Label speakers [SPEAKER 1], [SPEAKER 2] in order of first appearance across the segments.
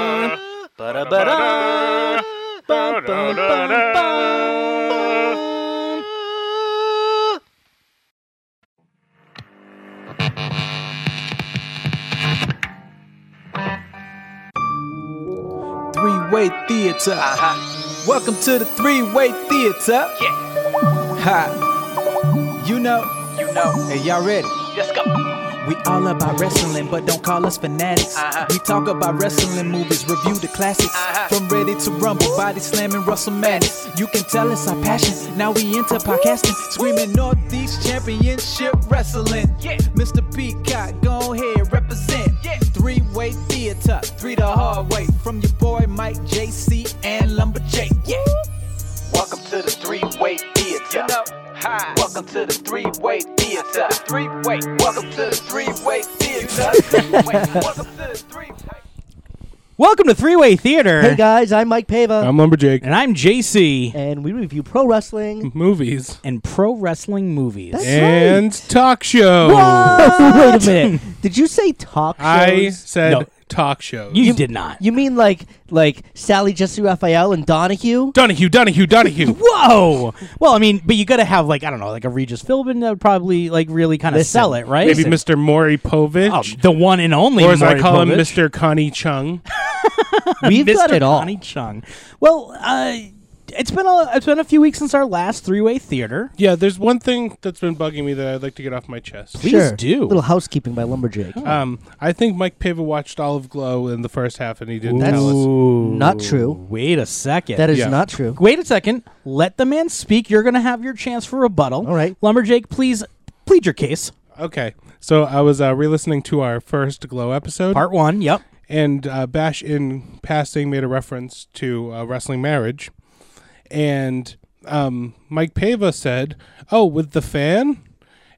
[SPEAKER 1] Ba-da-ba-da. Ba-da-ba-da. Ba-da-ba-da.
[SPEAKER 2] Three Way Theater. Welcome to the Three Way Theater. Yeah. Ha. You know. You know. Hey, y'all ready?
[SPEAKER 3] Let's go.
[SPEAKER 2] We all about wrestling, but don't call us fanatics.
[SPEAKER 3] Uh-huh.
[SPEAKER 2] We talk about wrestling movies, review the classics.
[SPEAKER 3] Uh-huh.
[SPEAKER 2] From Ready to Rumble, Body Slamming, Russell Madness. You can tell it's our passion. Now we into podcasting, screaming Northeast Championship Wrestling.
[SPEAKER 3] Yeah.
[SPEAKER 2] Mr. Peacock, go ahead, represent.
[SPEAKER 3] Yeah.
[SPEAKER 2] Three way theater, three the hard way. From your boy Mike, JC, and Lumberjack. Yeah.
[SPEAKER 3] Welcome to the three way theater.
[SPEAKER 2] Hi.
[SPEAKER 3] Welcome to the three way theater.
[SPEAKER 2] Three way.
[SPEAKER 3] Welcome to the three way theater. Welcome to the three way.
[SPEAKER 4] Welcome to Three Way Theater.
[SPEAKER 5] Hey guys, I'm Mike Pava,
[SPEAKER 6] I'm Lumberjake.
[SPEAKER 4] And I'm JC
[SPEAKER 5] and we review pro
[SPEAKER 4] Mhm.
[SPEAKER 5] wrestling.
[SPEAKER 6] Movies.
[SPEAKER 4] and pro wrestling movies.
[SPEAKER 5] That's
[SPEAKER 6] And talk show.
[SPEAKER 5] Wait a minute. Uh, Did you say talk shows?
[SPEAKER 6] I said
[SPEAKER 4] No.
[SPEAKER 6] talk shows.
[SPEAKER 4] You, did not.
[SPEAKER 5] You mean like like Sally Jesse Raphael and Donahue?
[SPEAKER 6] Donahue, Donahue, Donahue.
[SPEAKER 4] Whoa. Well, I mean, but you got to have like I don't know, like a Regis Philbin that would probably like really kind of
[SPEAKER 5] Listen.
[SPEAKER 4] sell it, right?
[SPEAKER 6] Maybe
[SPEAKER 4] Is it-
[SPEAKER 6] Mr. Maury Povich.
[SPEAKER 4] Oh, the one and only.
[SPEAKER 6] or as I
[SPEAKER 4] Maury
[SPEAKER 6] call him,
[SPEAKER 4] Povich.
[SPEAKER 6] Mr. Connie Chung.
[SPEAKER 5] We've got
[SPEAKER 4] Mr.
[SPEAKER 5] it all.
[SPEAKER 4] Connie Chung. Well, uh, it's been a it's been a few weeks since our last Three Way Theater.
[SPEAKER 6] Yeah, there's one thing that's been bugging me that I'd like to get off my chest.
[SPEAKER 4] Please
[SPEAKER 5] sure.
[SPEAKER 4] do. Oh.
[SPEAKER 5] Little housekeeping by Lumberjack.
[SPEAKER 6] Um, I think Mike Piva watched all of Glow in the first half and he didn't
[SPEAKER 5] That's-
[SPEAKER 6] tell us.
[SPEAKER 5] not true.
[SPEAKER 4] Wait a second.
[SPEAKER 5] that is
[SPEAKER 6] yeah.
[SPEAKER 5] not true.
[SPEAKER 4] Wait a second. Let the man speak. You're going to have your chance for rebuttal.
[SPEAKER 5] All right.
[SPEAKER 4] Lumberjake, please plead your case.
[SPEAKER 6] Okay, so I was uh, re listening to our first Glow episode.
[SPEAKER 4] Part one. Yep.
[SPEAKER 6] and uh, Bash in passing made a reference to uh, wrestling marriage, and um, Mike Pava said, "Oh, with the fan,"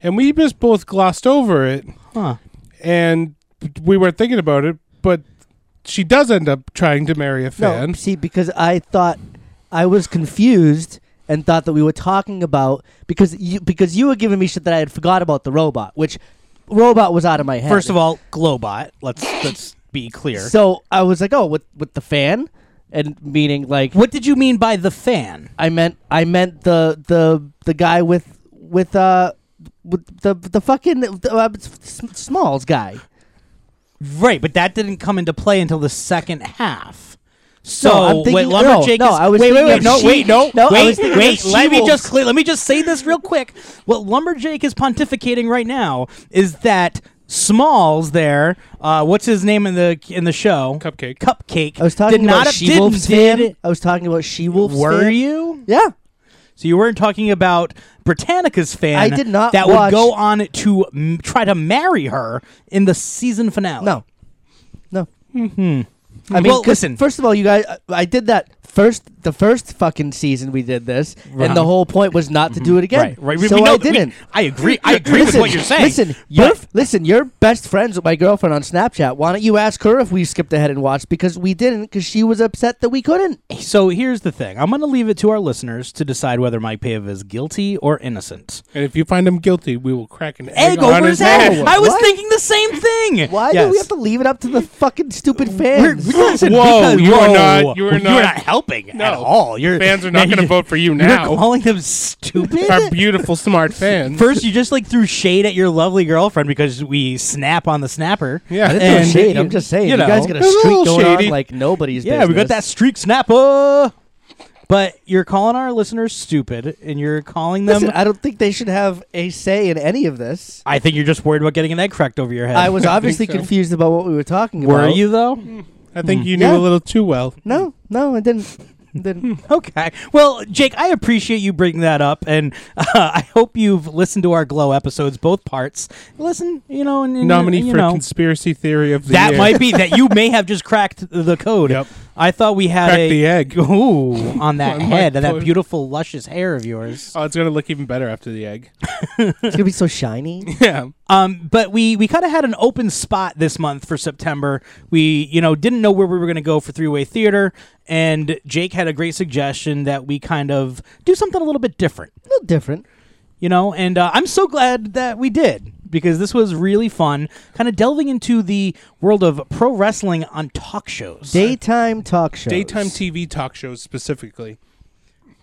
[SPEAKER 6] and we just both glossed over it,
[SPEAKER 4] Huh.
[SPEAKER 6] and we weren't thinking about it, but she does end up trying to marry a fan.
[SPEAKER 5] No, see, because I thought I was confused and thought that we were talking about because you because you were giving me shit that I had forgot about the robot, which robot was out of my head.
[SPEAKER 4] First of all, Globot. Let's let's be clear.
[SPEAKER 5] so I was like, oh, with with the fan, and meaning like
[SPEAKER 4] what did you mean by the fan?
[SPEAKER 5] I meant I meant the the the guy with with uh with the the fucking uh, S- Smalls guy.
[SPEAKER 4] Right, but that didn't come into play until the second half. So
[SPEAKER 5] No, I'm thinking-
[SPEAKER 4] wait, Lumberjake
[SPEAKER 5] no,
[SPEAKER 4] is-
[SPEAKER 5] no, I was
[SPEAKER 4] wait, wait,
[SPEAKER 5] thinking
[SPEAKER 4] wait,
[SPEAKER 5] of
[SPEAKER 4] no,
[SPEAKER 5] she-
[SPEAKER 4] wait, no,
[SPEAKER 5] no, I was
[SPEAKER 4] wait,
[SPEAKER 5] thinking
[SPEAKER 4] wait.
[SPEAKER 5] of
[SPEAKER 4] Let me
[SPEAKER 5] she-wolf.
[SPEAKER 4] just clear, let me just say this real quick. What Lumberjake is pontificating right now is that Smalls there, uh, what's his name in the in the show?
[SPEAKER 6] Cupcake.
[SPEAKER 4] Cupcake.
[SPEAKER 5] I was talking
[SPEAKER 4] did
[SPEAKER 5] about
[SPEAKER 4] not
[SPEAKER 5] She Wolf's
[SPEAKER 4] did,
[SPEAKER 5] fan. I was talking about She Wolf's
[SPEAKER 4] Were
[SPEAKER 5] fan.
[SPEAKER 4] you?
[SPEAKER 5] Yeah.
[SPEAKER 4] So you weren't talking about Britannica's fan.
[SPEAKER 5] I did not
[SPEAKER 4] That
[SPEAKER 5] watch-
[SPEAKER 4] would go on to m- try to marry her in the season finale. Hmm.
[SPEAKER 5] No. No. Mm-hmm. I mean,
[SPEAKER 4] Well,
[SPEAKER 5] 'cause
[SPEAKER 4] listen.
[SPEAKER 5] First of all, you guys, I- I did that first. The first fucking season we did this, and the whole point was not to do it again.
[SPEAKER 4] Mm-hmm. Right, right. We-
[SPEAKER 5] So
[SPEAKER 4] we know
[SPEAKER 5] I
[SPEAKER 4] that we-
[SPEAKER 5] didn't.
[SPEAKER 4] I agree. I agree with what you're saying.
[SPEAKER 5] Listen,
[SPEAKER 4] Yeah.
[SPEAKER 5] you're, f- listen, you're best friends with my girlfriend on Snapchat. Why don't you ask her if we skipped ahead and watched because we didn't because she was upset that we couldn't.
[SPEAKER 4] So here's the thing. I'm going to leave it to our listeners to decide whether Mike Pava is guilty or innocent.
[SPEAKER 6] and if you find him guilty, we will crack an egg,
[SPEAKER 4] Egg
[SPEAKER 6] on
[SPEAKER 4] over his
[SPEAKER 6] head.
[SPEAKER 4] head. I was
[SPEAKER 5] What?
[SPEAKER 4] thinking the same thing.
[SPEAKER 5] Why do we have to leave it up to the fucking stupid fans?
[SPEAKER 6] Whoa, you are not- you are
[SPEAKER 4] You're
[SPEAKER 6] not-
[SPEAKER 4] not helping
[SPEAKER 6] No.
[SPEAKER 4] at all. Your
[SPEAKER 6] Fans are not going to vote for you
[SPEAKER 4] You're
[SPEAKER 6] now.
[SPEAKER 4] calling them stupid.
[SPEAKER 6] Our beautiful smart fans.
[SPEAKER 4] First, you just like threw shade at your lovely girlfriend because we snap on the snapper.
[SPEAKER 6] Yeah. I didn't
[SPEAKER 5] No
[SPEAKER 4] And-
[SPEAKER 5] shade. I'm just saying,
[SPEAKER 4] you
[SPEAKER 5] you,
[SPEAKER 4] know,
[SPEAKER 5] guys got a
[SPEAKER 6] it's a
[SPEAKER 5] streak
[SPEAKER 6] little
[SPEAKER 5] going
[SPEAKER 6] shady.
[SPEAKER 5] on like nobody's.
[SPEAKER 4] Yeah, we got that
[SPEAKER 5] business.
[SPEAKER 4] streak snapper. But you're calling our listeners stupid, and you're calling them.
[SPEAKER 5] Listen, I don't think they should have a say in any of this.
[SPEAKER 4] I think you're just worried about getting an egg cracked over your head.
[SPEAKER 5] I was obviously
[SPEAKER 6] so.
[SPEAKER 5] confused about what we were talking
[SPEAKER 4] Were
[SPEAKER 5] about.
[SPEAKER 4] you though?
[SPEAKER 6] I think
[SPEAKER 4] Mm,
[SPEAKER 6] you knew
[SPEAKER 5] Yeah.
[SPEAKER 6] a little too well.
[SPEAKER 5] No, no, I didn't. didn't.
[SPEAKER 4] Okay. Well, Jake, I appreciate you bringing that up, and uh, I hope you've listened to our Glow episodes, both parts. Listen, you know, and, and
[SPEAKER 6] Nominee
[SPEAKER 4] Mm, you
[SPEAKER 6] for
[SPEAKER 4] know,
[SPEAKER 6] conspiracy theory of the
[SPEAKER 4] that
[SPEAKER 6] year.
[SPEAKER 4] might be that you may have just cracked the code.
[SPEAKER 6] Yep.
[SPEAKER 4] I thought we had
[SPEAKER 6] Cracked
[SPEAKER 4] a
[SPEAKER 6] the egg.
[SPEAKER 4] ooh on that
[SPEAKER 6] On my
[SPEAKER 4] head, and that
[SPEAKER 6] phone.
[SPEAKER 4] beautiful luscious hair of yours.
[SPEAKER 6] Oh, it's going to look even better after the egg.
[SPEAKER 5] It's gonna be so shiny.
[SPEAKER 6] yeah.
[SPEAKER 4] Um, but we we kind of had an open spot this month for September. We you know didn't know where we were going to go for three way theater, and Jake had a great suggestion that we kind of do something a little bit different.
[SPEAKER 5] A little different.
[SPEAKER 4] you know. And uh, I'm so glad that we did because this was really fun, kind of delving into the world of pro wrestling on talk shows.
[SPEAKER 5] Daytime talk shows.
[SPEAKER 6] Daytime TV talk shows specifically.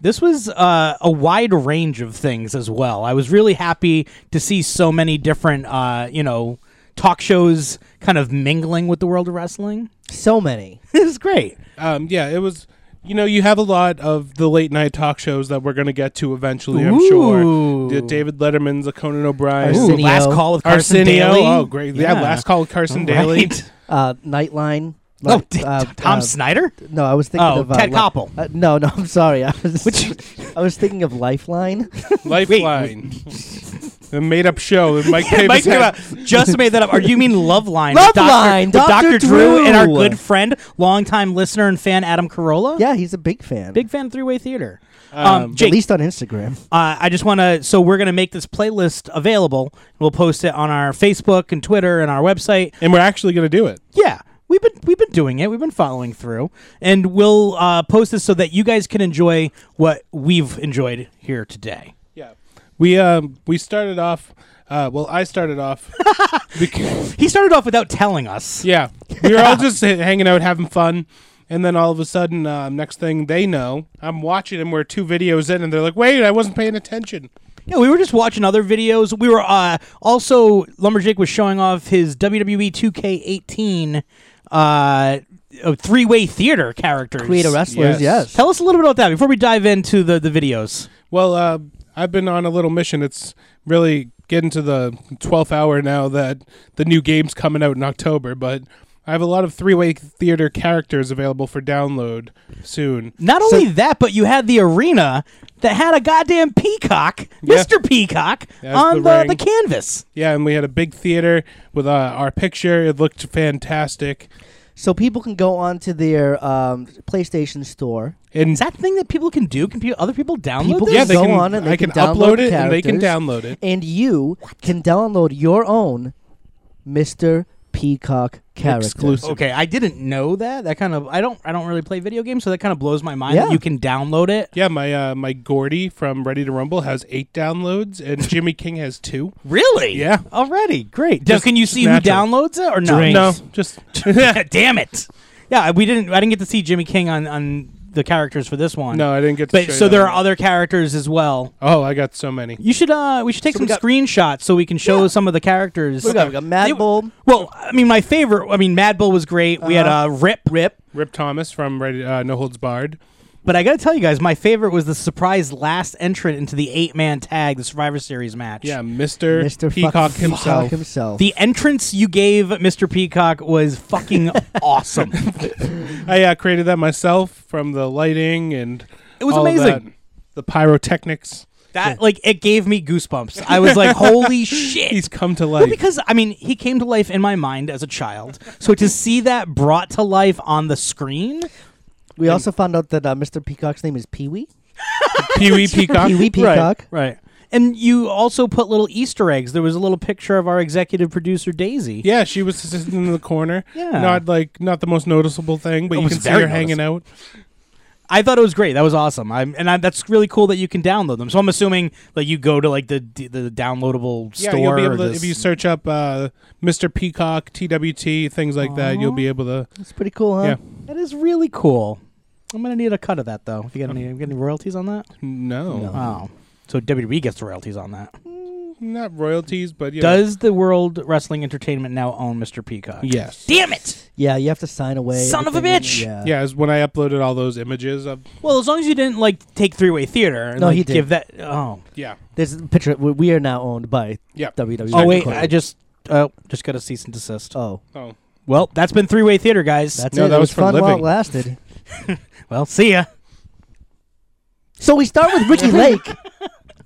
[SPEAKER 4] This was uh, a wide range of things as well. I was really happy to see so many different, uh, you know, talk shows kind of mingling with the world of wrestling.
[SPEAKER 5] So many.
[SPEAKER 4] This is great.
[SPEAKER 6] Um, yeah, it was. You know, you have a lot of the late night talk shows that we're going to get to eventually. I'm sure.
[SPEAKER 4] Ooh.
[SPEAKER 6] The David Letterman's, the Conan O'Brien,
[SPEAKER 5] Ooh. Arsenio.
[SPEAKER 4] Last call with Carson
[SPEAKER 6] Arsenio.
[SPEAKER 4] Daly.
[SPEAKER 6] Oh, great! Yeah, last call with Carson Daly.
[SPEAKER 4] Right.
[SPEAKER 5] Uh, Nightline.
[SPEAKER 4] Oh,
[SPEAKER 5] Like,
[SPEAKER 4] d-
[SPEAKER 5] uh,
[SPEAKER 4] Tom
[SPEAKER 5] uh,
[SPEAKER 4] Snyder?
[SPEAKER 5] No, I was thinking
[SPEAKER 4] Oh,
[SPEAKER 5] of uh,
[SPEAKER 4] Ted
[SPEAKER 5] Li-
[SPEAKER 4] Koppel.
[SPEAKER 5] uh, no, no, I'm sorry. I was I was thinking of Lifeline.
[SPEAKER 6] Lifeline, the made-up show that Mike Pavis
[SPEAKER 4] Mike
[SPEAKER 6] had.
[SPEAKER 4] Piva just made that up. Are you mean Love Line?
[SPEAKER 5] Love
[SPEAKER 4] with Dr.
[SPEAKER 5] Line,
[SPEAKER 4] with
[SPEAKER 5] Dr.
[SPEAKER 4] Dr. Drew and our
[SPEAKER 5] Drew.
[SPEAKER 4] good friend, longtime listener and fan Adam Carolla.
[SPEAKER 5] yeah, he's a big fan.
[SPEAKER 4] Big fan of Three Way Theater. Um,
[SPEAKER 6] Um,
[SPEAKER 5] at
[SPEAKER 4] Jake,
[SPEAKER 5] least on Instagram.
[SPEAKER 4] uh, I just want to. So we're going to make this playlist available. We'll post it on our Facebook and Twitter and our website.
[SPEAKER 6] and we're actually going to do it.
[SPEAKER 4] Yeah, we've been we've been doing it. We've been following through, and we'll uh, post this so that you guys can enjoy what we've enjoyed here today.
[SPEAKER 6] Yeah, we um we started off. Uh, well, I started off. because,
[SPEAKER 4] He started off without telling us.
[SPEAKER 6] yeah, we were all just h- hanging out, having fun, and then all of a sudden, uh, next thing they know, I'm watching, and we're two videos in, and they're like, "Wait, I wasn't paying attention."
[SPEAKER 4] Yeah, we were just watching other videos. We were uh, also Lumberjack was showing off his E WWE 2K18 uh, three way theater characters.
[SPEAKER 5] Creator
[SPEAKER 6] Yes.
[SPEAKER 5] wrestlers, yes.
[SPEAKER 4] Tell us a little bit about that before we dive into the, the videos.
[SPEAKER 6] Well, uh, I've been on a little mission. It's really getting to the 12th hour now that the new game's coming out in October, but I have a lot of three way theater characters available for download soon.
[SPEAKER 4] Not only that, but you had the arena that had a goddamn peacock,
[SPEAKER 6] Yeah.
[SPEAKER 4] Mr. Peacock,
[SPEAKER 6] As the
[SPEAKER 4] on the,
[SPEAKER 6] ring.
[SPEAKER 4] the canvas.
[SPEAKER 6] Yeah, and we had a big theater with uh, our picture. It looked fantastic.
[SPEAKER 5] So people can go onto their um, PlayStation store.
[SPEAKER 6] And
[SPEAKER 4] Is that thing that people can do? Can pe- other people download
[SPEAKER 5] People
[SPEAKER 4] this?
[SPEAKER 6] yeah, they
[SPEAKER 5] go
[SPEAKER 6] can,
[SPEAKER 5] on and they
[SPEAKER 6] I can,
[SPEAKER 5] can download
[SPEAKER 6] upload it and they can download
[SPEAKER 5] characters.
[SPEAKER 6] it.
[SPEAKER 5] and you can download your own Mr. Peacock character.
[SPEAKER 6] Exclusive.
[SPEAKER 4] Okay, I didn't know that. That kind of I don't I don't really play video games, so that kind of blows my mind.
[SPEAKER 5] Yeah.
[SPEAKER 4] That you can download it.
[SPEAKER 6] Yeah, my uh, my Gordy from Ready to Rumble has eight downloads, and Jimmy King has two.
[SPEAKER 4] Really?
[SPEAKER 6] Yeah.
[SPEAKER 4] Already. Great.
[SPEAKER 6] Just-
[SPEAKER 4] now, can you
[SPEAKER 6] just
[SPEAKER 4] see
[SPEAKER 6] natural.
[SPEAKER 4] who downloads it or no?
[SPEAKER 6] No, just
[SPEAKER 4] Damn it. Yeah, we didn't. I didn't get to see Jimmy King on on the characters for this one.
[SPEAKER 6] no, I didn't get. To
[SPEAKER 4] But
[SPEAKER 6] show
[SPEAKER 4] so
[SPEAKER 6] you
[SPEAKER 4] there
[SPEAKER 6] that
[SPEAKER 4] are
[SPEAKER 6] one.
[SPEAKER 4] other characters as well.
[SPEAKER 6] Oh, I got so many.
[SPEAKER 4] You should uh we should take some screenshots so we can show some of the characters.
[SPEAKER 5] What do we got? We got Mad
[SPEAKER 4] They-
[SPEAKER 5] Bull.
[SPEAKER 4] Well, I mean my favorite I mean Mad Bull was great. We had uh Rip Rip.
[SPEAKER 6] Rip Thomas from Ready, uh, No Holds Barred.
[SPEAKER 4] But I got to tell you guys my favorite was the surprise last entrant into the 8-man tag, the Survivor Series match.
[SPEAKER 6] Yeah, Mister
[SPEAKER 5] Mr.
[SPEAKER 6] Peacock
[SPEAKER 5] fucking
[SPEAKER 6] himself.
[SPEAKER 5] Peacock himself.
[SPEAKER 4] The entrance you gave Mr. Peacock was fucking awesome.
[SPEAKER 6] I uh, created that myself from the lighting and
[SPEAKER 4] It was
[SPEAKER 6] all of
[SPEAKER 4] amazing.
[SPEAKER 6] that. The pyrotechnics.
[SPEAKER 4] That like it gave me goosebumps. I was like, "Holy shit!"
[SPEAKER 6] He's come to
[SPEAKER 4] Well,
[SPEAKER 6] life.
[SPEAKER 4] because I mean, he came to life in my mind as a child. So to see that brought to life on the screen,
[SPEAKER 5] we also found out that uh, Mr. Peacock's name is Pee Wee.
[SPEAKER 6] Pee Wee Peacock.
[SPEAKER 5] Pee Wee Peacock.
[SPEAKER 4] right? And you also put little Easter eggs. There was a little picture of our executive producer Daisy.
[SPEAKER 6] Yeah, she was sitting in the corner.
[SPEAKER 4] Yeah.
[SPEAKER 6] Not like not the most noticeable thing, but
[SPEAKER 4] It
[SPEAKER 6] you
[SPEAKER 4] was
[SPEAKER 6] can see her
[SPEAKER 4] very
[SPEAKER 6] hanging out.
[SPEAKER 4] I thought it was great. That was awesome. I'm, and I, that's really cool that you can download them. So I'm assuming that you go to like the the downloadable
[SPEAKER 6] Yeah,
[SPEAKER 4] store.
[SPEAKER 6] you'll be
[SPEAKER 4] or
[SPEAKER 6] able to
[SPEAKER 4] this-
[SPEAKER 6] if you search up uh, Mr. Peacock, TWT, things like that, you'll be able to
[SPEAKER 5] That's pretty cool, huh?
[SPEAKER 6] Yeah.
[SPEAKER 4] that is really cool. I'm gonna need a cut of that though. If you got any, you got any royalties on that?
[SPEAKER 6] No.
[SPEAKER 4] Oh. So WWE gets the royalties on that.
[SPEAKER 6] Mm, Not royalties, but you know.
[SPEAKER 4] Does the World Wrestling Entertainment now own Mr. Peacock?
[SPEAKER 6] Yes.
[SPEAKER 4] Damn it!
[SPEAKER 5] Yeah, you have to sign away.
[SPEAKER 4] Son of a
[SPEAKER 5] everything.
[SPEAKER 4] bitch!
[SPEAKER 5] Yeah.
[SPEAKER 6] Yeah, is when I uploaded all those images of
[SPEAKER 4] Well, as long as you didn't like take three way theater and
[SPEAKER 5] No,
[SPEAKER 4] like,
[SPEAKER 5] he did.
[SPEAKER 4] give that. Oh,
[SPEAKER 6] yeah.
[SPEAKER 5] There's a picture. We we are now owned by E.
[SPEAKER 6] Yeah.
[SPEAKER 5] WWE.
[SPEAKER 4] oh wait,
[SPEAKER 5] Corp.
[SPEAKER 4] I just uh, just got a cease and desist.
[SPEAKER 5] Oh,
[SPEAKER 6] Oh.
[SPEAKER 4] Well, that's been three way theater, guys.
[SPEAKER 5] that's
[SPEAKER 6] No,
[SPEAKER 5] it.
[SPEAKER 6] that
[SPEAKER 5] it
[SPEAKER 6] was
[SPEAKER 5] was,
[SPEAKER 6] from
[SPEAKER 5] fun while
[SPEAKER 6] Living.
[SPEAKER 5] it lasted.
[SPEAKER 4] well, see ya.
[SPEAKER 5] So we start with Ricky Lake.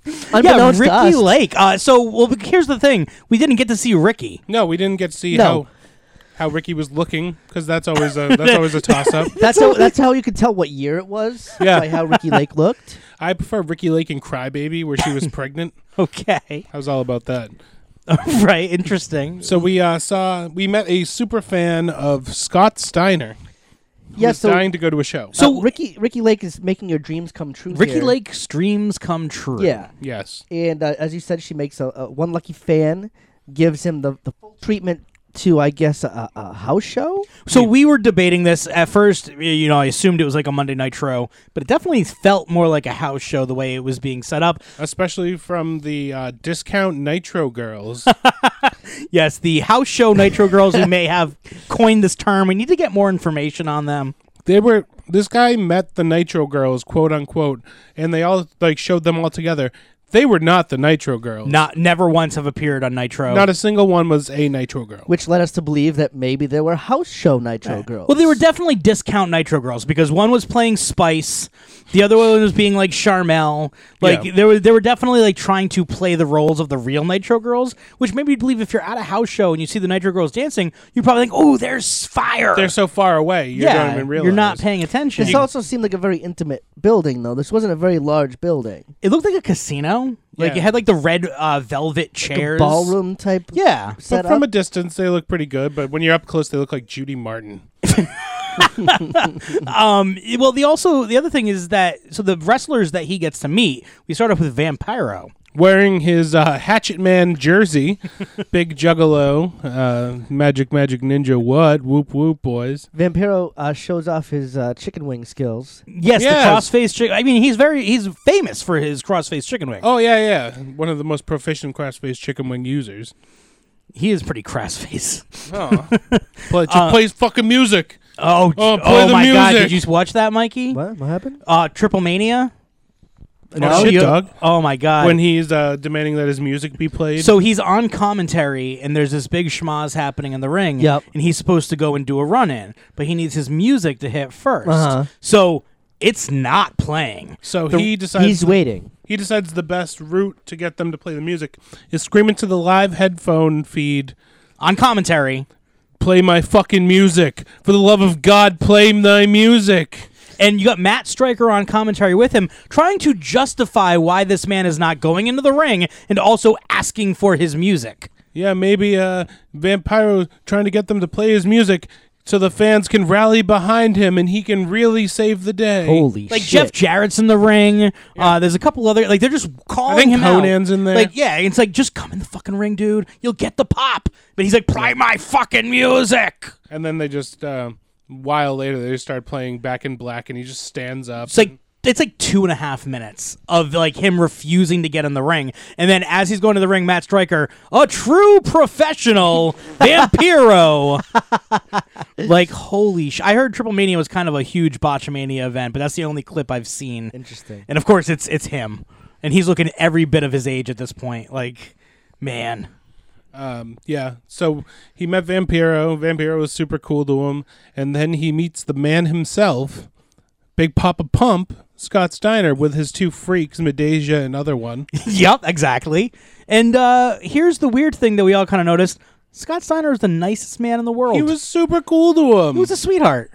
[SPEAKER 4] Yeah,
[SPEAKER 5] Unbeknownst
[SPEAKER 4] Ricky
[SPEAKER 5] to us.
[SPEAKER 4] Lake. Uh, so, well, bec- here's the thing: we didn't get to see Ricky.
[SPEAKER 6] No, we didn't get to see
[SPEAKER 5] No.
[SPEAKER 6] how how Ricky was looking because that's always a that's always a toss up.
[SPEAKER 5] That's how, that's how you could tell what year it was
[SPEAKER 6] Yeah.
[SPEAKER 5] by how Ricky Lake looked.
[SPEAKER 6] I prefer Ricky Lake and Crybaby where she was pregnant.
[SPEAKER 4] Okay,
[SPEAKER 6] I was all about that.
[SPEAKER 4] right? Interesting.
[SPEAKER 6] So we uh, saw we met a super fan of Scott Steiner. who's
[SPEAKER 5] Yeah, so-
[SPEAKER 6] dying to go to a show.
[SPEAKER 4] So-
[SPEAKER 5] Uh, Ricky Ricky Lake is making your dreams come true.
[SPEAKER 4] Ricky
[SPEAKER 5] here.
[SPEAKER 4] Lake's dreams come true.
[SPEAKER 5] Yeah,
[SPEAKER 6] yes.
[SPEAKER 5] and uh, as you said, she makes a, a one lucky fan, gives him the, the full treatment to I guess a, a house show.
[SPEAKER 4] So we were debating this at first. y- You know, I assumed it was like a Monday Night Nitro, but it definitely felt more like a house show the way it was being set up.
[SPEAKER 6] Especially from the uh, discount Nitro girls.
[SPEAKER 4] Yes, the house show Nitro girls who may have coined this term. We need to get more information on them.
[SPEAKER 6] they were this guy met the Nitro girls, quote unquote, and they all like showed them all together. They were not the Nitro girls.
[SPEAKER 4] Not never once have appeared on Nitro.
[SPEAKER 6] Not a single one was a Nitro girl.
[SPEAKER 5] which led us to believe that maybe there were house show Nitro girls.
[SPEAKER 4] well, they were definitely discount Nitro girls because one was playing Spice, the other one was being like Charmel. Like
[SPEAKER 6] Yeah.
[SPEAKER 4] they were they were definitely like trying to play the roles of the real Nitro girls, which made me believe if you're at a house show and you see the Nitro girls dancing, you probably think, "Oh, there's fire."
[SPEAKER 6] They're so far away. You
[SPEAKER 4] yeah,
[SPEAKER 6] don't even realize.
[SPEAKER 4] you're not paying attention.
[SPEAKER 5] This also seemed like a very intimate building, though. This wasn't a very large building.
[SPEAKER 4] it looked like a casino. Like
[SPEAKER 6] Yeah.
[SPEAKER 4] it had like the red uh, velvet
[SPEAKER 5] A
[SPEAKER 4] chairs.
[SPEAKER 5] ballroom type.
[SPEAKER 4] Yeah.
[SPEAKER 6] But
[SPEAKER 5] Set
[SPEAKER 6] from a
[SPEAKER 5] up.
[SPEAKER 6] distance, they look pretty good. But when you're up close, they look like Judy Martin.
[SPEAKER 4] Um, well, the also the other thing is that so the wrestlers that he gets to meet, we start off with Vampiro.
[SPEAKER 6] wearing his uh, Hatchet Man jersey, big juggalo, uh, magic, magic ninja, what? Whoop, whoop, boys.
[SPEAKER 5] Vampiro uh, shows off his uh, chicken wing skills.
[SPEAKER 4] Yes,
[SPEAKER 6] Yes.
[SPEAKER 4] the crossface chicken. I mean, he's very he's famous for his crossface chicken wing.
[SPEAKER 6] Oh, yeah, yeah. One of the most proficient craft based chicken wing users.
[SPEAKER 4] He is pretty crossface.
[SPEAKER 6] Oh. but
[SPEAKER 4] Uh,
[SPEAKER 6] she plays fucking music.
[SPEAKER 4] Oh, j-
[SPEAKER 6] Oh,
[SPEAKER 4] oh,
[SPEAKER 6] play the
[SPEAKER 4] my god!
[SPEAKER 6] music.
[SPEAKER 4] Did you watch that, Mikey?
[SPEAKER 5] What? What happened?
[SPEAKER 4] Uh, Triple Mania.
[SPEAKER 6] Oh, shit,
[SPEAKER 4] You-
[SPEAKER 6] dog.
[SPEAKER 4] Oh my god!
[SPEAKER 6] When he's uh, demanding that his music be played.
[SPEAKER 4] So he's on commentary, and there's this big schmoz happening in the ring.
[SPEAKER 5] Yep.
[SPEAKER 4] And he's supposed to go and do a run in, but he needs his music to hit 1st
[SPEAKER 5] Uh-huh.
[SPEAKER 4] So it's not playing.
[SPEAKER 6] so
[SPEAKER 4] the-
[SPEAKER 6] he decides
[SPEAKER 5] He's waiting.
[SPEAKER 6] he decides the best route to get them to play the music is scream into the live headphone feed,
[SPEAKER 4] On commentary.
[SPEAKER 6] play my fucking music. For the love of God, play my music.
[SPEAKER 4] And you got Matt Stryker on commentary with him, trying to justify why this man is not going into the ring and also asking for his music.
[SPEAKER 6] Yeah, maybe uh, Vampiro trying to get them to play his music so the fans can rally behind him and he can really save the day.
[SPEAKER 5] Holy
[SPEAKER 4] Like Jeff
[SPEAKER 5] shit!
[SPEAKER 4] Jarrett's in the ring. Uh, there's a couple other like they're just calling
[SPEAKER 6] think
[SPEAKER 4] him
[SPEAKER 6] Conan's
[SPEAKER 4] out.
[SPEAKER 6] in there.
[SPEAKER 4] Like yeah, it's like just come in the fucking ring, dude. You'll get the pop. But he's like, play my fucking music.
[SPEAKER 6] And then they just, uh, while later, they just start playing Back in Black and he just stands up.
[SPEAKER 4] It's like it's like two and a half minutes of like him refusing to get in the ring, and then as he's going to the ring, Matt Stryker, a true professional vampiro, like holy sh! I heard Triple Mania was kind of a huge botchamania event, but that's the only clip I've seen.
[SPEAKER 5] Interesting.
[SPEAKER 4] And of course, it's it's him, and he's looking every bit of his age at this point. Like, man,
[SPEAKER 6] um, yeah. So he met Vampiro. Vampiro was super cool to him. And then he meets the man himself, Big Papa Pump, Scott Steiner, with his two freaks, Medeja and other one.
[SPEAKER 4] yep, exactly. And uh here's the weird thing that we all kind of noticed: Scott Steiner is the nicest man in the world.
[SPEAKER 6] he was super cool to him.
[SPEAKER 4] he was a sweetheart.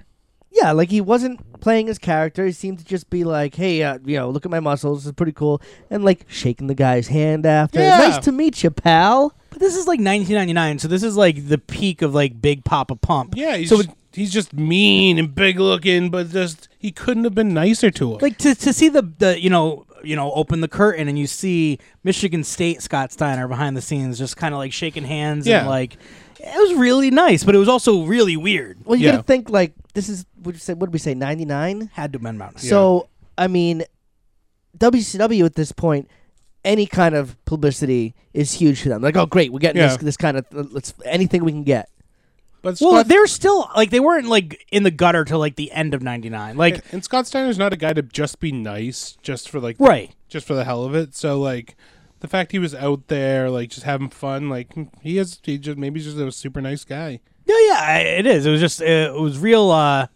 [SPEAKER 5] Yeah, like he wasn't playing his character. He seemed to just be like, "Hey, uh, you know, look at my muscles. It's pretty cool," and like shaking the guy's hand after.
[SPEAKER 6] Yeah.
[SPEAKER 5] Nice to meet you, pal.
[SPEAKER 4] But this is like 1999, so this is like the peak of like Big Papa Pump.
[SPEAKER 6] Yeah, he's,
[SPEAKER 4] so
[SPEAKER 6] just, he's just mean and big looking, but just he couldn't have been nicer to him.
[SPEAKER 4] like to, to see the the you know you know open the curtain and you see Michigan State Scott Steiner behind the scenes just kind of like shaking hands
[SPEAKER 6] Yeah.
[SPEAKER 4] and like it was really nice, but it was also really weird.
[SPEAKER 5] Well, you
[SPEAKER 6] Yeah.
[SPEAKER 5] gotta think like this is what you say. What did we say? Ninety nine.
[SPEAKER 4] Had to bend mountains.
[SPEAKER 5] So I mean, WCW at this point, any kind of publicity is huge for them. Like, oh great, we're getting
[SPEAKER 6] Yeah.
[SPEAKER 5] this this kind of uh, let's anything we can get.
[SPEAKER 6] but Scott,
[SPEAKER 4] Well, they're still like they weren't like in the gutter till like the end of '99. Like
[SPEAKER 6] and Scott Steiner's not a guy to just be nice, just for like,
[SPEAKER 4] right.
[SPEAKER 6] just for the hell of it. So like, the fact he was out there, like, just having fun, like he is, he just maybe he's just a super nice guy.
[SPEAKER 4] Yeah, yeah, I- it is. It was just uh, it was real. uh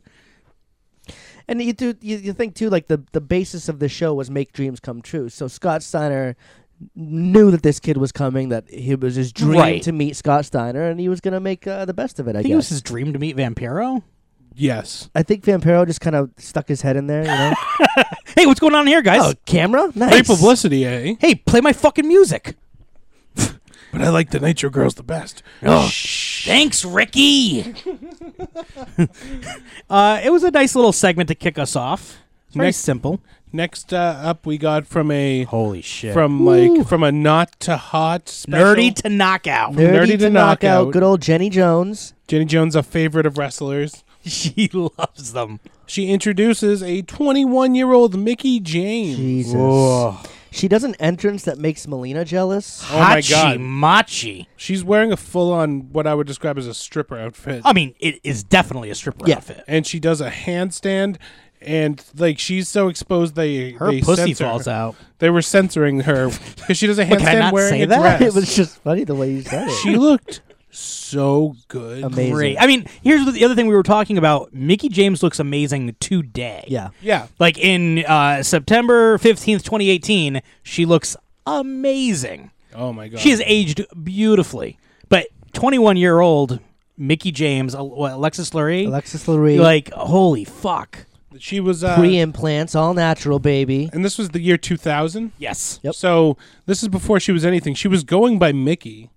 [SPEAKER 5] And you do you, you think too like the the basis of the show was make dreams come true. So Scott Steiner knew that this kid was coming. That it was his dream
[SPEAKER 4] Right.
[SPEAKER 5] to meet Scott Steiner, and he was gonna make uh, the best of it. I,
[SPEAKER 4] I think it was
[SPEAKER 5] guess.
[SPEAKER 4] his dream to meet Vampiro.
[SPEAKER 6] Yes,
[SPEAKER 5] I think Vampiro just kind of stuck his head in there. You know,
[SPEAKER 4] Hey, what's going on here, guys?
[SPEAKER 5] oh camera, nice.
[SPEAKER 6] great publicity, eh?
[SPEAKER 4] hey, play my fucking music.
[SPEAKER 6] But I like the Nitro Girls the best.
[SPEAKER 4] Oh. Shh. Thanks, Ricky. uh, it was a nice little segment to kick us off. It's very
[SPEAKER 6] Next-
[SPEAKER 4] simple.
[SPEAKER 6] Next uh, up, we got from a
[SPEAKER 4] Holy shit! From
[SPEAKER 6] from like from a not to hot special.
[SPEAKER 4] nerdy to knockout.
[SPEAKER 5] Nerdy,
[SPEAKER 6] Nerdy
[SPEAKER 5] to,
[SPEAKER 6] to
[SPEAKER 5] knockout.
[SPEAKER 6] knockout.
[SPEAKER 5] Good old Jenny Jones.
[SPEAKER 6] Jenny Jones, a favorite of wrestlers.
[SPEAKER 4] she loves them.
[SPEAKER 6] She introduces a 21 year old Mickey James.
[SPEAKER 5] Jesus. She does an entrance that makes Melina jealous.
[SPEAKER 6] Oh my
[SPEAKER 4] Hachi
[SPEAKER 6] God.
[SPEAKER 4] machi.
[SPEAKER 6] She's wearing a full on what I would describe as a stripper outfit.
[SPEAKER 4] I mean, it is definitely a stripper
[SPEAKER 5] Yeah.
[SPEAKER 4] outfit.
[SPEAKER 6] and she does a handstand and like she's so exposed they
[SPEAKER 4] Her
[SPEAKER 6] they
[SPEAKER 4] pussy
[SPEAKER 6] censor
[SPEAKER 4] falls
[SPEAKER 6] her.
[SPEAKER 4] out.
[SPEAKER 6] They were censoring her because she does a handstand
[SPEAKER 4] can I not
[SPEAKER 6] wearing
[SPEAKER 4] say
[SPEAKER 6] a
[SPEAKER 4] that?
[SPEAKER 6] dress.
[SPEAKER 5] it was just funny the way you said it.
[SPEAKER 6] she looked so good.
[SPEAKER 5] Amazing.
[SPEAKER 4] Great. I mean, here's the other thing we were talking about. Mickey James looks amazing today.
[SPEAKER 5] Yeah.
[SPEAKER 6] Yeah.
[SPEAKER 4] Like in uh, September 15th, 2018, she looks amazing.
[SPEAKER 6] Oh my god.
[SPEAKER 4] She has aged beautifully. But 21 year old Mickey James, Al- what, Alexis Lurie,
[SPEAKER 5] Alexis Lurie.
[SPEAKER 4] like, holy fuck.
[SPEAKER 6] she was uh,
[SPEAKER 5] Pre implants, all natural, baby.
[SPEAKER 6] and this was the year 2000.
[SPEAKER 4] Yes.
[SPEAKER 5] Yep.
[SPEAKER 6] So this is before she was anything. She was going by Mickey.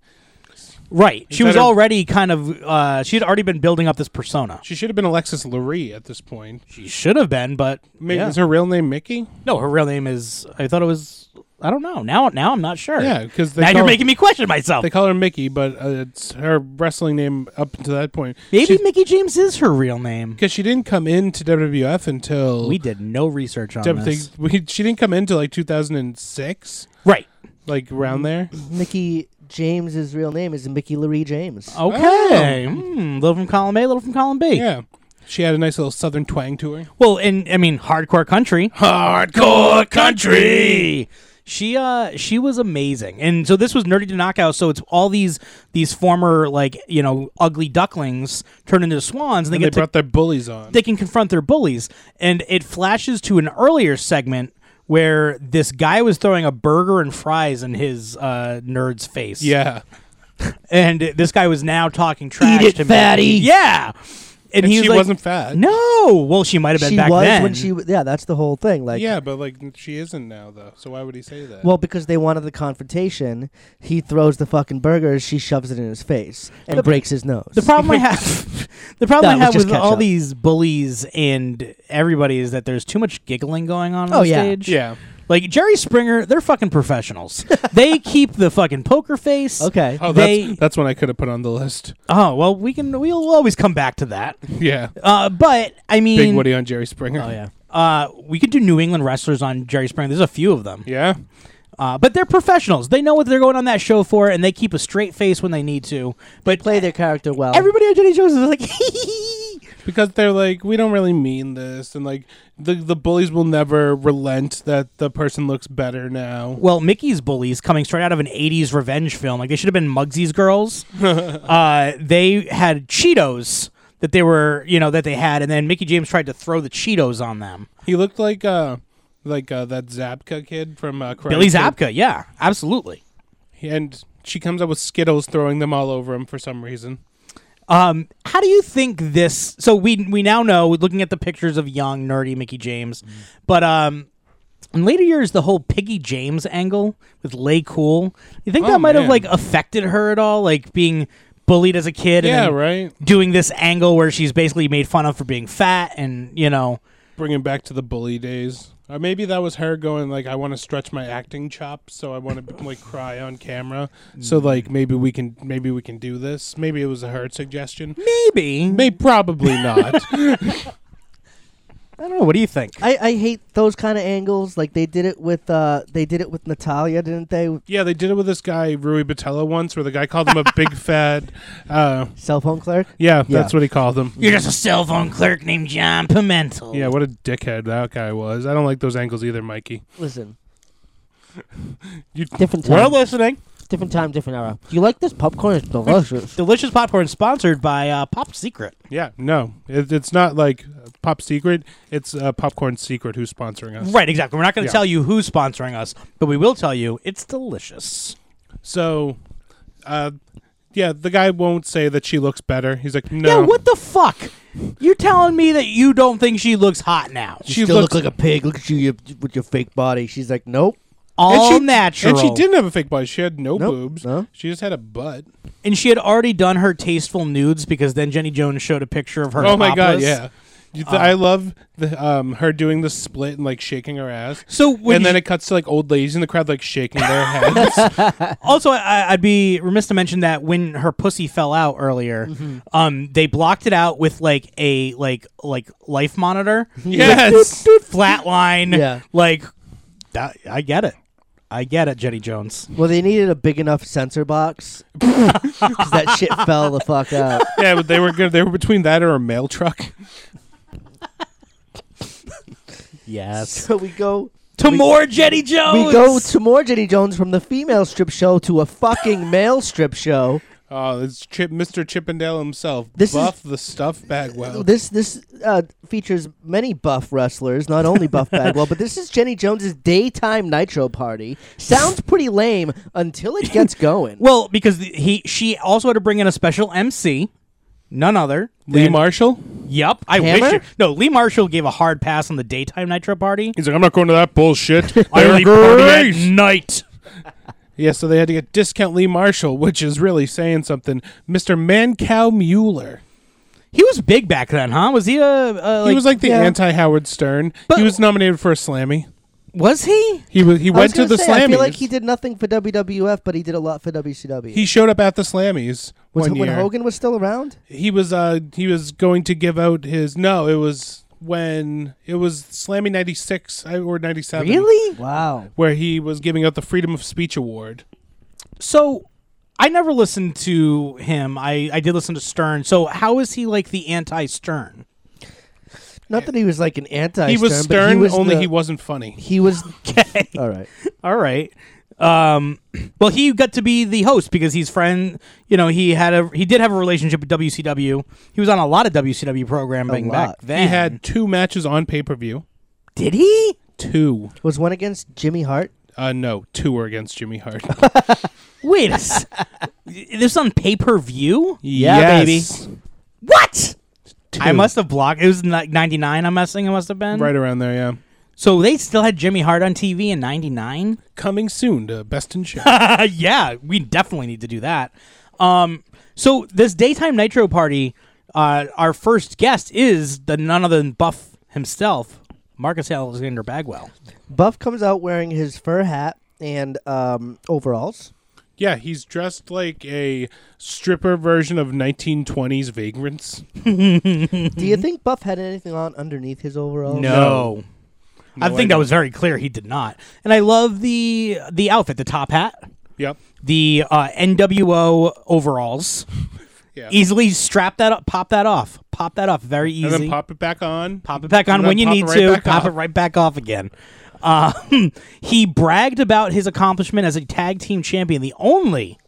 [SPEAKER 4] Right. She
[SPEAKER 6] that
[SPEAKER 4] was
[SPEAKER 6] her-
[SPEAKER 4] already kind of, uh, she'd already been building up this persona.
[SPEAKER 6] She should have been Alexis Lurie at this point.
[SPEAKER 4] She should have been, but.
[SPEAKER 6] Maybe
[SPEAKER 4] yeah.
[SPEAKER 6] is her real name Mickey?
[SPEAKER 4] No, her real name is, I thought it was, I don't know. Now now I'm not sure.
[SPEAKER 6] Yeah, because
[SPEAKER 4] Now you're making me question myself.
[SPEAKER 6] they call her Mickey, but uh, it's her wrestling name up to that point.
[SPEAKER 4] Maybe Mickey James is her real name.
[SPEAKER 6] because she didn't come into WWF until
[SPEAKER 4] We did no research on
[SPEAKER 6] Dem-
[SPEAKER 4] this.
[SPEAKER 6] thing- we- she didn't come into like 2006,
[SPEAKER 4] Right.
[SPEAKER 6] like around there.
[SPEAKER 5] Mickey James's real name is Mickey Lurie James.
[SPEAKER 4] Oh,
[SPEAKER 6] Oh.
[SPEAKER 4] Okay. Hmm. Little from column A, little from column B.
[SPEAKER 6] Yeah, she had a nice little southern twang to her.
[SPEAKER 4] Well, and I mean hardcore country. Hardcore country. She uh she was amazing. And so this was Nerdy to Knockout, so it's all these these former like, you know, ugly ducklings turn into swans and they
[SPEAKER 6] And they
[SPEAKER 4] get to
[SPEAKER 6] brought their bullies on.
[SPEAKER 4] they can confront their bullies. And it flashes to an earlier segment where this guy was throwing a burger and fries in his uh, nerd's face.
[SPEAKER 6] yeah,
[SPEAKER 4] And this guy was now talking trash
[SPEAKER 5] it,
[SPEAKER 4] to me.
[SPEAKER 5] fatty.
[SPEAKER 4] Yeah. And,
[SPEAKER 6] and
[SPEAKER 4] he was
[SPEAKER 6] she
[SPEAKER 4] like,
[SPEAKER 6] wasn't fat.
[SPEAKER 4] No. Well, she might have been
[SPEAKER 5] She
[SPEAKER 4] back
[SPEAKER 5] was
[SPEAKER 4] then.
[SPEAKER 5] when she. w- Yeah, that's the whole thing. Like,
[SPEAKER 6] Yeah, but like she isn't now though. So why would he say that?
[SPEAKER 5] Well, because they wanted the confrontation, he throws the fucking burger, she shoves it in his face, and breaks his nose.
[SPEAKER 4] the problem I have, the problem
[SPEAKER 5] That
[SPEAKER 4] I
[SPEAKER 5] was
[SPEAKER 4] have
[SPEAKER 5] just
[SPEAKER 4] with all
[SPEAKER 5] ketchup.
[SPEAKER 4] these bullies and everybody is that there's too much giggling going on. on
[SPEAKER 5] Oh,
[SPEAKER 4] the
[SPEAKER 5] yeah.
[SPEAKER 4] stage.
[SPEAKER 6] yeah,
[SPEAKER 4] Like Jerry Springer, they're fucking professionals. they keep the fucking poker face.
[SPEAKER 5] okay.
[SPEAKER 6] oh,
[SPEAKER 4] They-
[SPEAKER 6] that's that's one I could have put on the list.
[SPEAKER 4] Oh well, we can. We'll always come back to that.
[SPEAKER 6] Yeah,
[SPEAKER 4] Uh, but I mean,
[SPEAKER 6] Big Woody on Jerry Springer.
[SPEAKER 4] Oh yeah. Uh, we could do New England wrestlers on Jerry Springer. There's a few of them.
[SPEAKER 6] yeah.
[SPEAKER 4] Uh, but they're professionals. They know what they're going on that show for, and they keep a straight face when they need to. But
[SPEAKER 5] Play their character well.
[SPEAKER 4] everybody on Jenny Jones is like,
[SPEAKER 6] Because they're like, we don't really mean this, and like the the bullies will never relent that the person looks better now.
[SPEAKER 4] well, Mickey's bullies coming straight out of an '80s revenge film. Like they should have been Muggsy's girls. uh, they had Cheetos that they were, you know, that they had, and then Mickey James tried to throw the Cheetos on them.
[SPEAKER 6] He looked like uh like uh, that Zabka kid from uh, Karate
[SPEAKER 4] Billy
[SPEAKER 6] Kid.
[SPEAKER 4] Zabka, yeah, absolutely.
[SPEAKER 6] and she comes up with Skittles, throwing them all over him for some reason.
[SPEAKER 4] Um, how do you think this? So we we now know, looking at the pictures of young nerdy Mickey James,
[SPEAKER 6] Mm.
[SPEAKER 4] but um, in later years, the whole Piggy James angle with Lay Cool, you think
[SPEAKER 6] Oh,
[SPEAKER 4] that might have
[SPEAKER 6] man.
[SPEAKER 4] like affected her at all, like being bullied as a kid, and
[SPEAKER 6] Yeah,
[SPEAKER 4] then
[SPEAKER 6] right.
[SPEAKER 4] doing this angle where she's basically made fun of for being fat, and you know,
[SPEAKER 6] Bring him back to the bully days, or maybe that was her going like, "I want to stretch my acting chops, so I want to like cry on camera, so like maybe we can maybe we can do this." Maybe it was her suggestion.
[SPEAKER 4] maybe,
[SPEAKER 6] May probably not.
[SPEAKER 4] I don't know. What do you think?
[SPEAKER 5] I, I hate those kind of angles. Like they did it with uh they did it with Natalia, didn't they?
[SPEAKER 6] yeah, they did it with this guy Rui Batella once, where the guy called him a big fat. Uh,
[SPEAKER 5] Cell phone clerk.
[SPEAKER 6] yeah,
[SPEAKER 5] Yeah.
[SPEAKER 6] that's what he called him.
[SPEAKER 4] You're just a cell phone clerk named John Pimentel.
[SPEAKER 6] Yeah, what a dickhead that guy was. I don't like those angles either, Mikey.
[SPEAKER 5] Listen.
[SPEAKER 6] You-
[SPEAKER 5] different time,
[SPEAKER 4] we're listening.
[SPEAKER 5] different time, different era. You like this popcorn? It's delicious.
[SPEAKER 4] Delicious popcorn sponsored by uh, Pop Secret.
[SPEAKER 6] Yeah, no, it, it's not like Pop Secret. It's uh, Popcorn Secret who's sponsoring us.
[SPEAKER 4] Right, exactly. We're not going to
[SPEAKER 6] Yeah.
[SPEAKER 4] tell you who's sponsoring us, but we will tell you it's delicious.
[SPEAKER 6] So, uh, yeah, the guy won't say that she looks better. He's like, no,
[SPEAKER 4] Yeah, what the fuck? You're telling me that you don't think she looks hot now?
[SPEAKER 5] You
[SPEAKER 6] She
[SPEAKER 5] still
[SPEAKER 6] looks-
[SPEAKER 5] look like a pig. Look at you, you with your fake body. She's like, nope.
[SPEAKER 4] all
[SPEAKER 6] and she,
[SPEAKER 4] natural.
[SPEAKER 6] And she didn't have a fake butt. She had no
[SPEAKER 5] Nope,
[SPEAKER 6] boobs.
[SPEAKER 5] no.
[SPEAKER 6] She just had a butt.
[SPEAKER 4] And she had already done her tasteful nudes because then Jenny Jones showed a picture of her.
[SPEAKER 6] oh my god,
[SPEAKER 4] topless. Uh.
[SPEAKER 6] yeah. You th- I love the, um, her doing the split and like shaking her ass.
[SPEAKER 4] So when
[SPEAKER 6] and then
[SPEAKER 4] you-
[SPEAKER 6] it cuts to like old ladies in the crowd like shaking their heads.
[SPEAKER 4] also I, I'd be remiss to mention that when her pussy fell out earlier, um, they blocked it out with like a like like life monitor.
[SPEAKER 6] yes.
[SPEAKER 4] flat line.
[SPEAKER 5] Yeah.
[SPEAKER 4] Like, that, I get it. I get it, Jenny Jones.
[SPEAKER 5] Well, they needed a big enough sensor box because that shit fell the fuck out.
[SPEAKER 6] yeah, but they were good. They were between that or a mail truck.
[SPEAKER 4] Yes.
[SPEAKER 5] So we go,
[SPEAKER 4] To more Jenny Jones.
[SPEAKER 6] Oh,
[SPEAKER 5] we go to more Jenny Jones from the female strip show to a fucking male strip show.
[SPEAKER 6] Oh, it's Chip, Mr. Chippendale himself.
[SPEAKER 5] This is-
[SPEAKER 6] Buff the stuff Bagwell.
[SPEAKER 5] This this uh, features many buff wrestlers, not only Buff Bagwell, but this is Jenny Jones's daytime nitro party. Sounds pretty lame until it gets going.
[SPEAKER 4] well, because the- he she also had to bring in a special MC, none other.
[SPEAKER 6] Lee
[SPEAKER 4] than-
[SPEAKER 6] Marshall.
[SPEAKER 4] Yep. I wish.
[SPEAKER 5] Hammer?
[SPEAKER 4] You, no, Lee Marshall gave a hard pass on the daytime Nitro party.
[SPEAKER 6] He's like, I'm not going to that bullshit.
[SPEAKER 4] I
[SPEAKER 6] They're
[SPEAKER 4] only party at
[SPEAKER 6] great.
[SPEAKER 4] night.
[SPEAKER 6] Yeah, so they had to get discount Lee Marshall, which is really saying something. Mr. Mancow Mueller.
[SPEAKER 4] He was big back then, huh? Was he a? a
[SPEAKER 6] he was like the
[SPEAKER 5] yeah.
[SPEAKER 6] anti Howard Stern.
[SPEAKER 4] But-
[SPEAKER 6] he was nominated for a Slammy.
[SPEAKER 4] Was he?
[SPEAKER 6] He was, he
[SPEAKER 5] I was
[SPEAKER 6] went to
[SPEAKER 5] gonna
[SPEAKER 6] the
[SPEAKER 5] say,
[SPEAKER 6] Slammys.
[SPEAKER 5] I feel like he did nothing for WWF, but he did a lot for WCW.
[SPEAKER 6] He showed up at the Slammys
[SPEAKER 5] was
[SPEAKER 6] one
[SPEAKER 5] it when
[SPEAKER 6] year.
[SPEAKER 5] Hogan was still around?
[SPEAKER 6] He was uh he was going to give out his no. It was when it was Slammy '96 or '97.
[SPEAKER 5] Wow.
[SPEAKER 6] Where he was giving out the Freedom of Speech Award.
[SPEAKER 4] So, I never listened to him. I I did listen to Stern. So how is he like the anti Stern?
[SPEAKER 5] Not that he was like an anti.
[SPEAKER 6] he was
[SPEAKER 5] but
[SPEAKER 6] stern,
[SPEAKER 5] was
[SPEAKER 6] only
[SPEAKER 5] the-
[SPEAKER 6] he wasn't funny.
[SPEAKER 5] He was okay. All right.
[SPEAKER 4] All right. Um, well, he got to be the host because he's friend. You know, he had a he did have a relationship with WCW. He was on a lot of WCW programming back
[SPEAKER 5] lot.
[SPEAKER 4] then.
[SPEAKER 6] He had two matches on pay per view.
[SPEAKER 4] did he?
[SPEAKER 6] Two.
[SPEAKER 5] Was one against Jimmy Hart?
[SPEAKER 6] Uh, no, two were against Jimmy Hart.
[SPEAKER 4] Wait a s- this on pay per view?
[SPEAKER 5] Yeah,
[SPEAKER 6] baby.
[SPEAKER 4] What? I must have blocked. It was like ninety nine. I'm guessing it must have been
[SPEAKER 6] Right around there, yeah.
[SPEAKER 4] So they still had Jimmy Hart on TV in ninety nine.
[SPEAKER 6] Coming soon to Best in Show.
[SPEAKER 4] Uh, yeah, we definitely need to do that. Um, so this daytime nitro party, uh, our first guest is the none other than Buff himself, Marcus Alexander Bagwell.
[SPEAKER 5] Buff comes out wearing his fur hat and um, overalls.
[SPEAKER 6] yeah, he's dressed like a stripper version of 1920s vagrants.
[SPEAKER 5] Do you think Buff had anything on underneath his overalls?
[SPEAKER 6] No.
[SPEAKER 4] I
[SPEAKER 6] No
[SPEAKER 4] think that
[SPEAKER 6] idea.
[SPEAKER 4] was very clear. He did not, and I love the the outfit, the top hat,
[SPEAKER 6] Yep.
[SPEAKER 4] the uh, NWO overalls.
[SPEAKER 6] Yeah.
[SPEAKER 4] Easily strap that up, pop that off, pop that off, very easy.
[SPEAKER 6] And then pop it back on.
[SPEAKER 4] pop it back on
[SPEAKER 6] And then
[SPEAKER 4] when you
[SPEAKER 6] pop
[SPEAKER 4] need
[SPEAKER 6] it right
[SPEAKER 4] to
[SPEAKER 6] back
[SPEAKER 4] pop
[SPEAKER 6] off.
[SPEAKER 4] it right back off again um, he bragged about his accomplishment as a tag team champion the only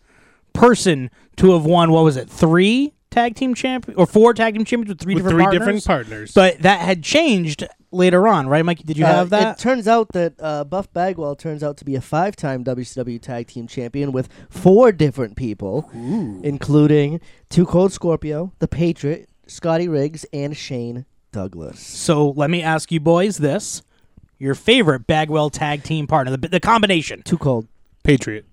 [SPEAKER 4] person to have won what was it three tag team champion or four tag team champions with three
[SPEAKER 6] with
[SPEAKER 4] different
[SPEAKER 6] three
[SPEAKER 4] partners
[SPEAKER 6] different partners.
[SPEAKER 4] but that had changed later on right mike did you
[SPEAKER 5] Uh,
[SPEAKER 4] have that
[SPEAKER 5] It turns out that uh, Buff Bagwell turns out to be a five-time WCW Tag Team Champion with four different people, including Two Cold Scorpio, The Patriot, Scotty Riggs, and Shane Douglas.
[SPEAKER 4] so let me ask you boys this your favorite bagwell tag team partner the, the combination
[SPEAKER 5] Too cold.
[SPEAKER 6] Patriot.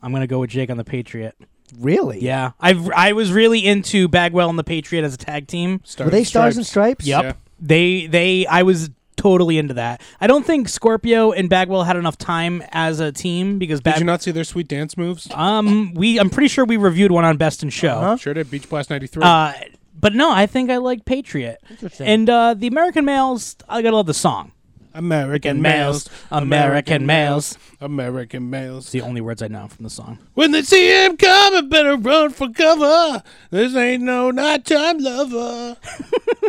[SPEAKER 4] i'm gonna go with jake on the patriot
[SPEAKER 5] Really?
[SPEAKER 4] yeah i've i was really into bagwell and the patriot as a tag team
[SPEAKER 6] Stars
[SPEAKER 5] Were they
[SPEAKER 6] and
[SPEAKER 5] Stars and Stripes?
[SPEAKER 4] Yep.
[SPEAKER 6] Yeah.
[SPEAKER 4] They they I was totally into that. I don't think Scorpio and Bagwell had enough time as a team because
[SPEAKER 6] Did you
[SPEAKER 4] Bag-
[SPEAKER 6] not see their sweet dance moves?
[SPEAKER 4] um we I'm pretty sure we reviewed one on Best in Show. uh
[SPEAKER 6] Sure did. Beach Blast 93.
[SPEAKER 4] but no, I think I like Patriot.
[SPEAKER 5] Interesting.
[SPEAKER 4] And uh, the American Males, I gotta love the song.
[SPEAKER 6] American males.
[SPEAKER 4] American males.
[SPEAKER 6] American males.
[SPEAKER 4] It's the only words I know from the song.
[SPEAKER 6] When they see him coming, better run for cover. This ain't no nighttime lover.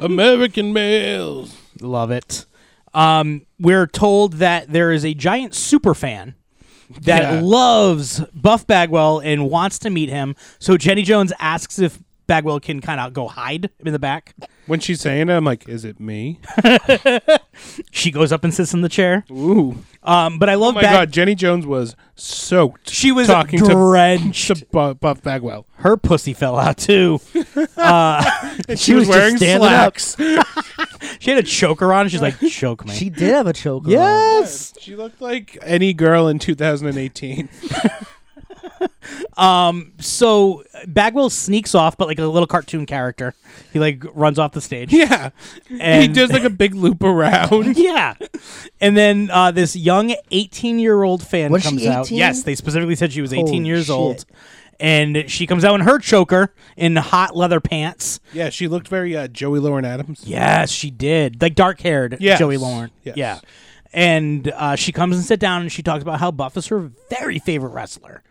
[SPEAKER 6] American males.
[SPEAKER 4] Love it. Um, we're told that there is a giant super fan that
[SPEAKER 6] Yeah.
[SPEAKER 4] loves Buff Bagwell and wants to meet him. So Jenny Jones asks if Bagwell can kind of go hide in the back.
[SPEAKER 6] When she's saying it, I'm like, is it me?
[SPEAKER 4] She goes up and sits in the chair.
[SPEAKER 6] Ooh.
[SPEAKER 4] Um, but I love
[SPEAKER 6] Oh my
[SPEAKER 4] Bag-
[SPEAKER 6] God, Jenny Jones was soaked.
[SPEAKER 4] She was
[SPEAKER 6] talking
[SPEAKER 4] drenched.
[SPEAKER 6] to, to Bu- Buff Bagwell.
[SPEAKER 4] Her pussy fell out too. Uh,
[SPEAKER 6] And
[SPEAKER 5] She was just
[SPEAKER 6] wearing
[SPEAKER 5] standing up.
[SPEAKER 6] slacks.
[SPEAKER 4] She had a choker on. She's like, choke me. Uh,
[SPEAKER 5] She did have a choker. on.
[SPEAKER 4] yes.
[SPEAKER 6] She looked like any girl in 2018.
[SPEAKER 4] So Bagwell sneaks off, but like a little cartoon character. He like runs off the stage.
[SPEAKER 6] yeah. he
[SPEAKER 4] And-
[SPEAKER 6] does like a big loop around.
[SPEAKER 4] Yeah. And then uh, this young 18 year old fan
[SPEAKER 5] Was she
[SPEAKER 4] comes out.
[SPEAKER 5] 18?
[SPEAKER 4] Yes, they specifically said she was 18
[SPEAKER 5] Holy
[SPEAKER 4] years
[SPEAKER 5] shit.
[SPEAKER 4] old. And she comes out in her choker in hot leather pants.
[SPEAKER 6] Yeah, she looked very uh, Joey Lauren Adams.
[SPEAKER 4] Yes, she did. Like dark haired
[SPEAKER 6] Yes.
[SPEAKER 4] Joey Lauren.
[SPEAKER 6] Yes.
[SPEAKER 4] Yeah. And uh, she comes and sit down and she talks about how Buff is her very favorite wrestler.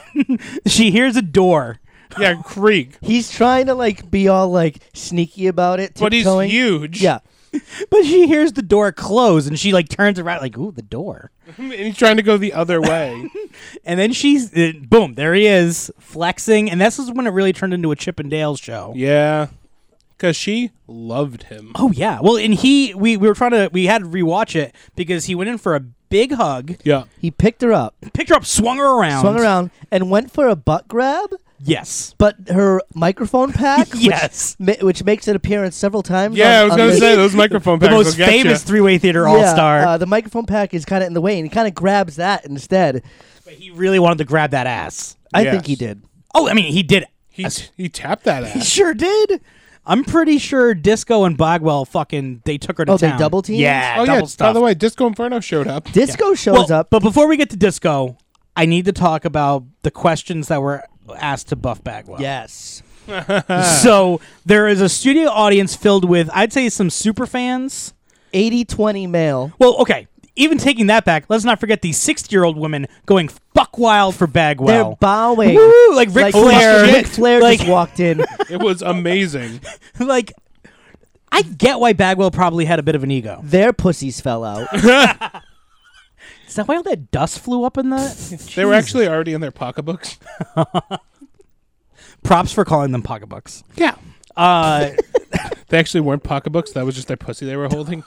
[SPEAKER 4] she hears a door.
[SPEAKER 6] Yeah, Krieg.
[SPEAKER 5] He's trying to like be all like sneaky about it,
[SPEAKER 6] But he's
[SPEAKER 5] tiptoeing.
[SPEAKER 6] huge.
[SPEAKER 5] Yeah,
[SPEAKER 4] But she hears the door close and she like turns around like, ooh, the door.
[SPEAKER 6] And he's trying to go the other way.
[SPEAKER 4] And then she's uh, boom, there he is flexing, and this is when it really turned into a Chip and Dale show.
[SPEAKER 6] yeah. Because she loved him.
[SPEAKER 4] Oh yeah, well, and he we, we were trying to we had to rewatch it because he went in for a big hug,
[SPEAKER 6] Yeah.
[SPEAKER 5] he picked her up,
[SPEAKER 4] picked her up, swung her around,
[SPEAKER 5] swung around, and went for a butt grab.
[SPEAKER 4] Yes,
[SPEAKER 5] But her microphone pack,
[SPEAKER 4] Yes.
[SPEAKER 5] which, ma- which makes an appearance several times.
[SPEAKER 6] Yeah, I
[SPEAKER 5] on-
[SPEAKER 6] was
[SPEAKER 5] on
[SPEAKER 6] going to
[SPEAKER 5] the-
[SPEAKER 6] say, those microphone
[SPEAKER 4] the
[SPEAKER 6] packs
[SPEAKER 4] most famous three way theater all star.
[SPEAKER 5] Yeah, uh, the microphone pack is kind of in the way, and he kind of grabs that instead.
[SPEAKER 4] but he really wanted to grab that ass.
[SPEAKER 5] I
[SPEAKER 6] Yes.
[SPEAKER 5] think he did.
[SPEAKER 4] Oh, I mean, he did.
[SPEAKER 6] He, he tapped that
[SPEAKER 4] He
[SPEAKER 6] ass.
[SPEAKER 4] sure did. I'm pretty sure Disco and Bogwell fucking they took her to
[SPEAKER 5] Oh, they
[SPEAKER 4] town.
[SPEAKER 5] double-teamed?
[SPEAKER 4] Yeah.
[SPEAKER 6] Oh, yeah.
[SPEAKER 4] double
[SPEAKER 6] By
[SPEAKER 4] stuffed.
[SPEAKER 6] the way, Disco Inferno showed up.
[SPEAKER 5] Disco shows
[SPEAKER 4] Well,
[SPEAKER 5] up.
[SPEAKER 4] But before we get to disco, I need to talk about the questions that were asked to Buff Bagwell.
[SPEAKER 5] yes,
[SPEAKER 4] So there is a studio audience filled with, I'd say, some super fans.
[SPEAKER 5] 80-20 male.
[SPEAKER 4] Well, okay. Even taking that back, let's not forget these 60 year old women going fuck wild for Bagwell.
[SPEAKER 5] They're bowing.
[SPEAKER 4] Woo! Like Ric
[SPEAKER 5] Rick
[SPEAKER 4] Flair.
[SPEAKER 5] Ric Flair
[SPEAKER 4] Like-
[SPEAKER 5] just walked in.
[SPEAKER 6] It was amazing.
[SPEAKER 4] like, I get why Bagwell probably had a bit of an ego.
[SPEAKER 5] Their pussies fell out.
[SPEAKER 4] Is that why all that dust flew up in the.
[SPEAKER 6] They were actually already in their pocketbooks.
[SPEAKER 4] Props for calling them pocketbooks.
[SPEAKER 6] Yeah.
[SPEAKER 4] Uh,
[SPEAKER 6] They actually weren't pocketbooks. That was just their pussy they were holding.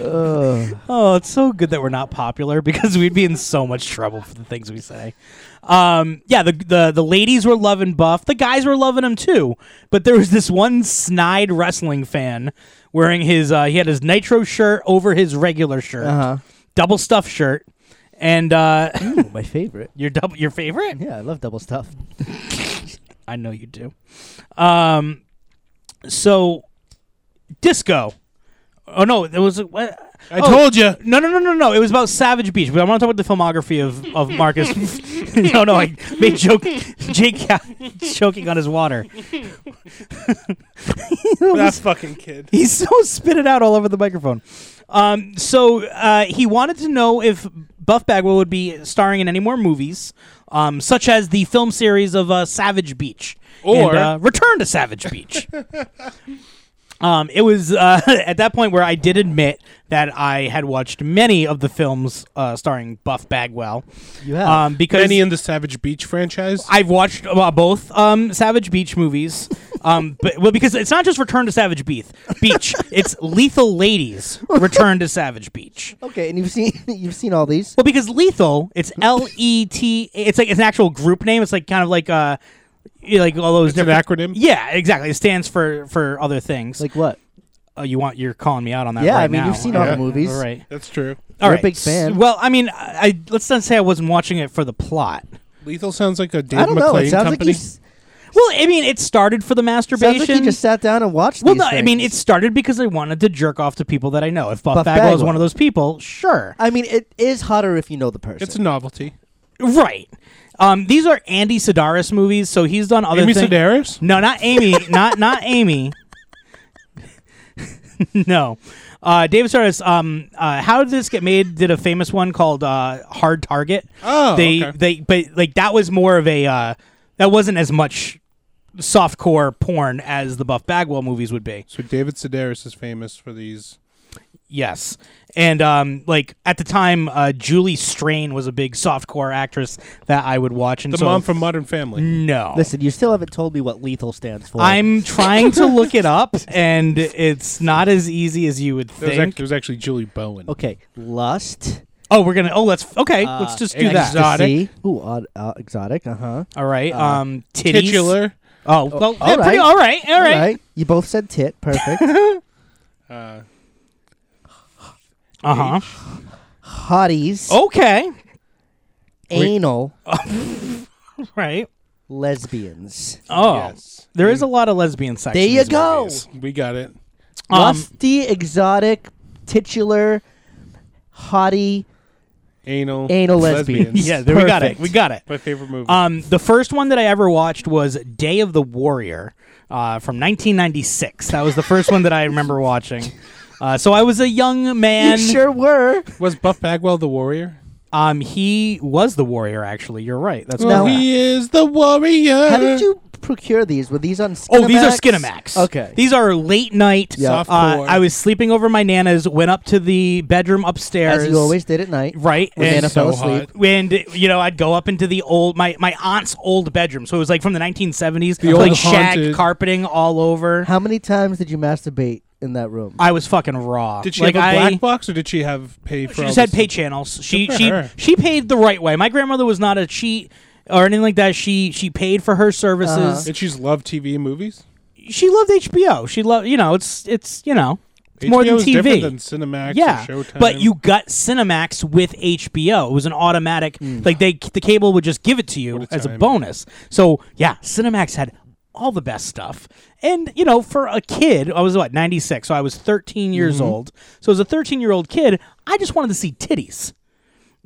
[SPEAKER 4] Oh, it's so good that we're not popular because we'd be in so much trouble for the things we say. Um, yeah, the, the the ladies were loving Buff. The guys were loving him too. But there was this one snide wrestling fan wearing his uh, he had his nitro shirt over his regular shirt,
[SPEAKER 5] Uh-huh.
[SPEAKER 4] double stuff shirt, and uh,
[SPEAKER 5] Ooh, my favorite.
[SPEAKER 4] your double your favorite.
[SPEAKER 5] Yeah, I love double stuff.
[SPEAKER 4] I know you do. Um, so disco. Oh no, there was what?
[SPEAKER 6] I told you.
[SPEAKER 4] No, no, no, no, no. It was about Savage Beach. But I want to talk about the filmography of, of Marcus. no, no, I made joke. Jake Cow- choking on his water.
[SPEAKER 6] That fucking kid.
[SPEAKER 4] He's so spit it out all over the microphone. Um, so uh, he wanted to know if Buff Bagwell would be starring in any more movies, um, such as the film series of uh, Savage Beach
[SPEAKER 6] Or-
[SPEAKER 4] and, uh, Return to Savage Beach. Um, it was uh, at that point where I did admit that I had watched many of the films uh, starring Buff Bagwell.
[SPEAKER 5] You have.
[SPEAKER 4] um, because
[SPEAKER 6] Benny in the Savage Beach franchise.
[SPEAKER 4] I've watched uh, both um, Savage Beach movies. Um, but well, because it's not just Return to Savage Beach, Beach. It's Lethal Ladies Return to Savage Beach.
[SPEAKER 5] Okay, and you've seen you've seen all these.
[SPEAKER 4] Well, because Lethal, it's L E T. It's like it's an actual group name. It's like kind of like uh, you know, like all those
[SPEAKER 6] It's an
[SPEAKER 4] different.
[SPEAKER 6] acronym.
[SPEAKER 4] yeah, exactly. It stands for for other things. Like
[SPEAKER 5] Like what?
[SPEAKER 4] oh, you want you're calling me out on that?
[SPEAKER 5] Yeah, I
[SPEAKER 4] right
[SPEAKER 5] mean,
[SPEAKER 4] now.
[SPEAKER 5] you've seen all
[SPEAKER 6] Yeah.
[SPEAKER 5] the movies.
[SPEAKER 4] All right.
[SPEAKER 6] That's true.
[SPEAKER 4] All
[SPEAKER 5] You're a
[SPEAKER 4] right.
[SPEAKER 5] big fan.
[SPEAKER 4] S- Well, I mean, I, I let's not say I wasn't watching it for the plot.
[SPEAKER 6] Lethal sounds like a Dave
[SPEAKER 5] I don't know. It
[SPEAKER 6] McLean
[SPEAKER 5] sounds
[SPEAKER 6] company.
[SPEAKER 5] like you,
[SPEAKER 4] Well, I mean, it started for the
[SPEAKER 5] sounds
[SPEAKER 4] masturbation.
[SPEAKER 5] like you just sat down and watched.
[SPEAKER 4] Well,
[SPEAKER 5] these
[SPEAKER 4] no, I mean, it
[SPEAKER 5] things.
[SPEAKER 4] started because I wanted to jerk off to people that I know. If Buff,
[SPEAKER 5] Buff
[SPEAKER 4] Bagwell is
[SPEAKER 5] Bagwell. Uh,
[SPEAKER 4] one of those people, sure,
[SPEAKER 5] I mean, it is hotter if you know the person.
[SPEAKER 6] it's a novelty.
[SPEAKER 4] right. Um, these are Andy Sedaris movies, so he's done other
[SPEAKER 6] Amy
[SPEAKER 4] things.
[SPEAKER 6] Sedaris.
[SPEAKER 4] No, not Amy. not not Amy. no, uh, David Sedaris. Um, uh, how did this get made? Did a famous one called uh, Hard Target.
[SPEAKER 6] Oh,
[SPEAKER 4] they
[SPEAKER 6] okay.
[SPEAKER 4] they but like that was more of a uh, that wasn't as much softcore porn as the Buff Bagwell movies would be.
[SPEAKER 6] So David Sedaris is famous for these
[SPEAKER 4] Yes. And um, like at the time, uh, Julie Strain was a big softcore actress that I would watch. And
[SPEAKER 6] The
[SPEAKER 4] so,
[SPEAKER 6] mom from Modern Family.
[SPEAKER 4] no,
[SPEAKER 5] Listen, you still haven't told me what lethal stands for.
[SPEAKER 4] I'm trying to look it up, and it's not as easy as you would
[SPEAKER 6] It was,
[SPEAKER 4] think.
[SPEAKER 6] act- it was actually Julie Bowen.
[SPEAKER 5] okay. Lust.
[SPEAKER 4] oh, we're gonna. Oh, let's. Okay,
[SPEAKER 5] Uh,
[SPEAKER 4] let's just do that.
[SPEAKER 6] exact- Exotic.
[SPEAKER 5] ecstasy. Ooh, odd, uh, exotic. Uh huh.
[SPEAKER 4] All right. um, titties.
[SPEAKER 6] Titular.
[SPEAKER 4] Oh, well,
[SPEAKER 5] all
[SPEAKER 4] yeah, pretty-
[SPEAKER 5] right.
[SPEAKER 4] all right, all right.
[SPEAKER 5] You both said tit. Perfect.
[SPEAKER 6] Uh,
[SPEAKER 4] Uh huh.
[SPEAKER 5] Hotties.
[SPEAKER 4] Oh, Okay.
[SPEAKER 5] Anal.
[SPEAKER 4] Right.
[SPEAKER 5] Lesbians.
[SPEAKER 4] Oh,
[SPEAKER 6] Yes.
[SPEAKER 4] there is a lot of lesbian sex.
[SPEAKER 5] There
[SPEAKER 4] in
[SPEAKER 5] you
[SPEAKER 4] these
[SPEAKER 5] go.
[SPEAKER 4] movies.
[SPEAKER 6] We got it.
[SPEAKER 4] Um,
[SPEAKER 5] Lusty, exotic, titular, hottie.
[SPEAKER 6] Anal.
[SPEAKER 5] Anal lesbians.
[SPEAKER 4] Yeah, there we got it.
[SPEAKER 5] Perfect.
[SPEAKER 4] We got it.
[SPEAKER 6] My favorite movie.
[SPEAKER 4] Um, the first one that I ever watched was Day of the Warrior uh, from 1996. That was the first one that I remember watching. Uh, so I was a young man.
[SPEAKER 5] you sure were.
[SPEAKER 6] was Buff Bagwell the warrior?
[SPEAKER 4] Um, he was the warrior. Actually, you're right. That's
[SPEAKER 5] Well,
[SPEAKER 4] correct.
[SPEAKER 6] he is the warrior.
[SPEAKER 5] How did you procure these? Were these on? Skinamax?
[SPEAKER 4] Oh, these are Skinamax.
[SPEAKER 5] Okay.
[SPEAKER 4] These are late night.
[SPEAKER 5] Yeah.
[SPEAKER 4] Uh,
[SPEAKER 6] Softcore.
[SPEAKER 4] I was sleeping over my nana's, went up to the bedroom upstairs.
[SPEAKER 5] as you always did at night.
[SPEAKER 4] Right.
[SPEAKER 5] When
[SPEAKER 4] and
[SPEAKER 5] Nana
[SPEAKER 6] so
[SPEAKER 5] fell asleep.
[SPEAKER 6] hot.
[SPEAKER 4] and you know I'd go up into the old my my aunt's old bedroom, so it was like from the 1970s,
[SPEAKER 6] The
[SPEAKER 4] like
[SPEAKER 6] old
[SPEAKER 4] shag
[SPEAKER 6] haunted-
[SPEAKER 4] carpeting all over.
[SPEAKER 5] How many times did you masturbate in that room?
[SPEAKER 4] I was fucking raw.
[SPEAKER 6] Did she
[SPEAKER 4] like
[SPEAKER 6] have a
[SPEAKER 4] I
[SPEAKER 6] black box or did she have pay for?
[SPEAKER 4] she
[SPEAKER 6] all
[SPEAKER 4] just had
[SPEAKER 6] this-
[SPEAKER 4] pay channels. She
[SPEAKER 6] for
[SPEAKER 4] she
[SPEAKER 6] her.
[SPEAKER 4] she paid the right way. My grandmother was not a cheat or anything like that. She she paid for her services.
[SPEAKER 6] Did she just love TV and movies?
[SPEAKER 4] She loved HBO. She loved you know it's it's you know it's more
[SPEAKER 6] HBO
[SPEAKER 4] than
[SPEAKER 6] is different
[SPEAKER 4] TV.
[SPEAKER 6] than Cinemax.
[SPEAKER 4] yeah,
[SPEAKER 6] Or Showtime.
[SPEAKER 4] but you got Cinemax with HBO. It was an automatic, like they the cable would just give it to you
[SPEAKER 6] Hmm. What a
[SPEAKER 4] as a
[SPEAKER 6] time.
[SPEAKER 4] bonus. So yeah, Cinemax had all the best stuff, and you know, for a kid, I was what ninety six, so I was thirteen years
[SPEAKER 6] Mm-hmm.
[SPEAKER 4] old. So as a thirteen year old kid, I just wanted to see titties.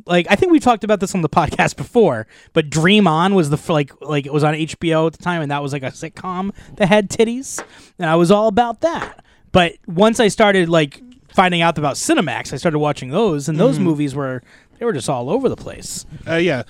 [SPEAKER 4] Like I think we talked about this on the podcast before, but Dream On was the f- like like it was on HBO at the time, and that was like a sitcom that had titties, and I was all about that. But once I started like finding out about Cinemax, I started watching those, and
[SPEAKER 5] Mm-hmm.
[SPEAKER 4] those movies were they were just all over the place.
[SPEAKER 6] Uh, yeah,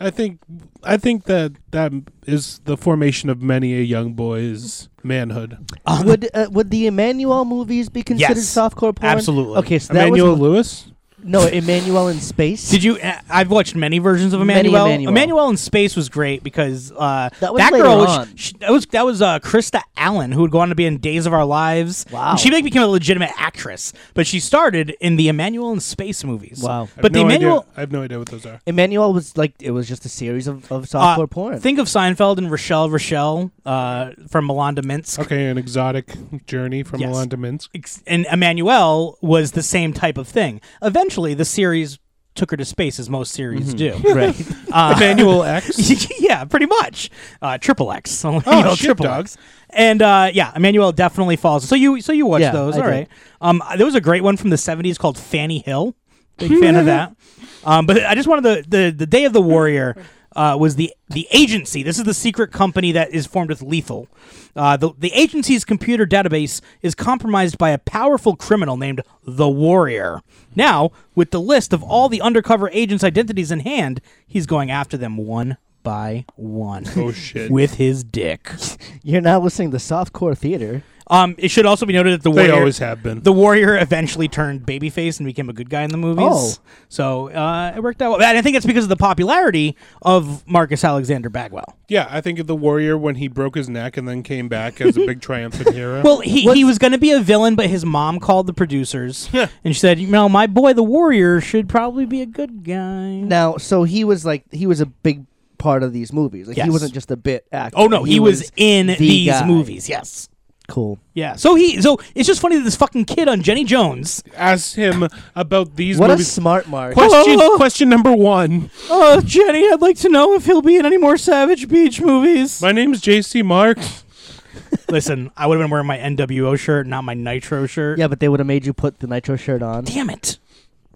[SPEAKER 6] I think I think that that is the formation of many a young boy's manhood.
[SPEAKER 5] would uh, would the Emmanuel movies be considered
[SPEAKER 4] Yes.
[SPEAKER 5] softcore porn?
[SPEAKER 4] Absolutely.
[SPEAKER 5] Okay, so that
[SPEAKER 6] Emmanuel
[SPEAKER 5] was
[SPEAKER 6] Lewis.
[SPEAKER 5] no Emmanuel in space.
[SPEAKER 4] Did you? uh, I've watched many versions of
[SPEAKER 5] Many
[SPEAKER 4] Emmanuel.
[SPEAKER 5] Emmanuel.
[SPEAKER 4] in Space was great because uh,
[SPEAKER 5] That was later
[SPEAKER 4] girl
[SPEAKER 5] on.
[SPEAKER 4] was she, that was that was uh, Krista Allen who would go on to be in Days of Our Lives.
[SPEAKER 5] Wow.
[SPEAKER 4] And she like, became a legitimate actress, but she started in the Emmanuel in Space movies.
[SPEAKER 5] Wow.
[SPEAKER 6] I have
[SPEAKER 4] But the
[SPEAKER 6] no idea-
[SPEAKER 4] Emmanuel.
[SPEAKER 6] I have no idea what those are.
[SPEAKER 5] Emmanuel was like it was just a series of, of
[SPEAKER 4] uh,
[SPEAKER 5] softcore porn.
[SPEAKER 4] Think of Seinfeld and Rochelle Rochelle uh, from Milan to Minsk.
[SPEAKER 6] Okay, an exotic journey from
[SPEAKER 4] Yes.
[SPEAKER 6] Milan to Minsk.
[SPEAKER 4] ex- and Emmanuel was the same type of thing. Eventually, the series took her to space, as most series do.
[SPEAKER 5] Mm-hmm.
[SPEAKER 4] Uh,
[SPEAKER 5] right.
[SPEAKER 6] Emmanuel X.
[SPEAKER 4] Ah. yeah, pretty much. Uh, triple X, only
[SPEAKER 6] Oh,
[SPEAKER 4] you know,
[SPEAKER 6] shit,
[SPEAKER 4] triple
[SPEAKER 6] dog.
[SPEAKER 4] X. And uh, yeah, Emmanuel definitely falls. So you so you watch
[SPEAKER 5] Yeah,
[SPEAKER 4] those,
[SPEAKER 5] I
[SPEAKER 4] all
[SPEAKER 5] did.
[SPEAKER 4] right? Um, there was a great one from the '70s called Fanny Hill. Big fan of that. Um, but I just wanted the the, the Day of the Warrior. Uh, was the the agency? This is the secret company that is formed with Lethal. Uh, the the agency's computer database is compromised by a powerful criminal named the Warrior. Now, with the list of all the undercover agents' identities in hand, he's going after them one by one
[SPEAKER 6] Oh shit.
[SPEAKER 4] with his dick.
[SPEAKER 5] You're now listening to softcore theater.
[SPEAKER 4] Um, it should also be noted that the
[SPEAKER 6] they
[SPEAKER 4] warrior,
[SPEAKER 6] always have been.
[SPEAKER 4] the warrior eventually turned babyface and became a good guy in the movies.
[SPEAKER 5] Oh.
[SPEAKER 4] so uh, it worked out. well. And I think that's because of the popularity of Marcus Alexander Bagwell.
[SPEAKER 6] yeah, I think of the warrior when he broke his neck and then came back as a big triumphant hero.
[SPEAKER 4] Well, he, he was going to be a villain, but his mom called the producers and she said, "You know, my boy, the warrior, should probably be a good guy."
[SPEAKER 5] Now, so he was like he was a big part of these movies. Like
[SPEAKER 4] Yes.
[SPEAKER 5] he wasn't just a bit actor.
[SPEAKER 4] Oh no, he, was, in
[SPEAKER 5] the
[SPEAKER 4] these
[SPEAKER 5] guy.
[SPEAKER 4] movies. Yes.
[SPEAKER 5] Cool.
[SPEAKER 4] Yeah. So he so it's just funny that this fucking kid on Jenny Jones.
[SPEAKER 6] Ask him about these
[SPEAKER 5] What a
[SPEAKER 6] movies.
[SPEAKER 5] smart mark.
[SPEAKER 6] question
[SPEAKER 4] Hello?
[SPEAKER 6] question number one.
[SPEAKER 4] Oh, Jenny, I'd like to know if he'll be in any more Savage Beach movies.
[SPEAKER 6] My name's JC Marks.
[SPEAKER 4] Listen, I would have been wearing my NWO shirt, not my Nitro shirt.
[SPEAKER 5] Yeah, but they would have made you put the nitro shirt on.
[SPEAKER 4] Damn it.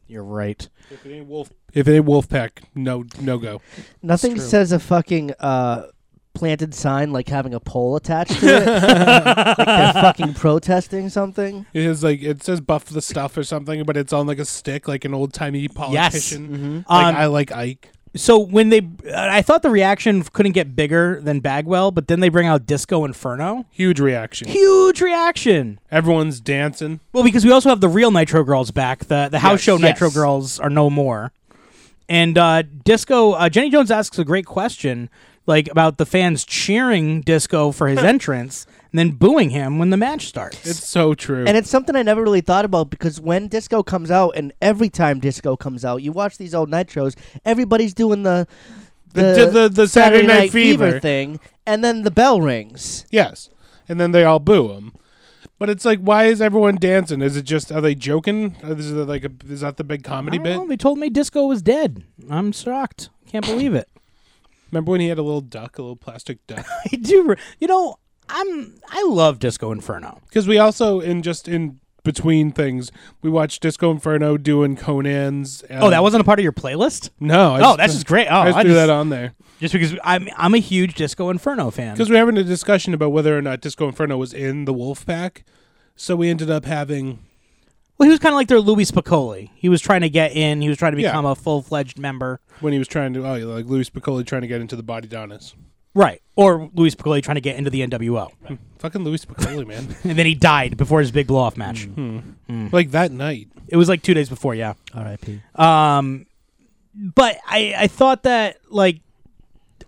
[SPEAKER 4] You're right.
[SPEAKER 6] If it ain't Wolf, if it ain't Wolfpack, no, no go.
[SPEAKER 5] Nothing
[SPEAKER 6] It's true.
[SPEAKER 5] says a fucking uh, planted sign like having a pole attached to it. like they're fucking protesting something.
[SPEAKER 6] It is like it says "buff the stuff" or something, but it's on like a stick, like an old timey politician. Like
[SPEAKER 4] Um,
[SPEAKER 6] I like Ike.
[SPEAKER 4] so when they, I thought the reaction couldn't get bigger than Bagwell, but then they bring out Disco Inferno.
[SPEAKER 6] Huge reaction.
[SPEAKER 4] Huge reaction.
[SPEAKER 6] Everyone's dancing.
[SPEAKER 4] Well, because we also have the real Nitro Girls back. The the house
[SPEAKER 6] Yes,
[SPEAKER 4] show
[SPEAKER 6] yes.
[SPEAKER 4] Nitro Girls are no more. And uh, Disco uh, Jenny Jones asks a great question, like about the fans cheering Disco for his entrance and then booing him when the match starts.
[SPEAKER 6] It's so true.
[SPEAKER 5] And it's something I never really thought about because when disco comes out, and every time disco comes out, you watch these old nitros, everybody's doing the
[SPEAKER 6] The- the- the Saturday Night Fever.
[SPEAKER 5] thing, and then the bell rings.
[SPEAKER 6] yes. And then they all boo him. But it's like, why is everyone dancing? Is it just are they joking? Is it like a, is that the big
[SPEAKER 4] I
[SPEAKER 6] comedy
[SPEAKER 4] don't
[SPEAKER 6] bit?
[SPEAKER 4] know, they told me Disco was dead. I'm shocked. Can't believe it.
[SPEAKER 6] Remember when he had a little duck, a little plastic duck?
[SPEAKER 4] I do. re- You know, I'm. I love Disco Inferno.
[SPEAKER 6] Because we also in just in between things, we watched Disco Inferno doing Conan's. um,
[SPEAKER 4] Oh, that wasn't a part of your playlist.
[SPEAKER 6] no. I
[SPEAKER 4] Oh, that's just great. Oh,
[SPEAKER 6] I just
[SPEAKER 4] I
[SPEAKER 6] threw
[SPEAKER 4] just-
[SPEAKER 6] that on there
[SPEAKER 4] Just because I'm, I'm a huge Disco Inferno fan.
[SPEAKER 6] because we we're having a discussion about whether or not Disco Inferno was in the Wolf Pack. So we ended up having
[SPEAKER 4] Well, he was kind of like their Louis Piccoli. He was trying to get in. He was trying to
[SPEAKER 6] Yeah.
[SPEAKER 4] become a full fledged member.
[SPEAKER 6] when he was trying to, oh, like Luis Piccoli trying to get into the Body Donnas.
[SPEAKER 4] Right. Or Louis Piccoli trying to get into the NWO.
[SPEAKER 6] Fucking Luis Piccoli, man.
[SPEAKER 4] And then he died before his big blow off match.
[SPEAKER 6] like that night.
[SPEAKER 4] It was like two days before, yeah.
[SPEAKER 5] R.I.P.
[SPEAKER 4] Um, but I, I thought that, like,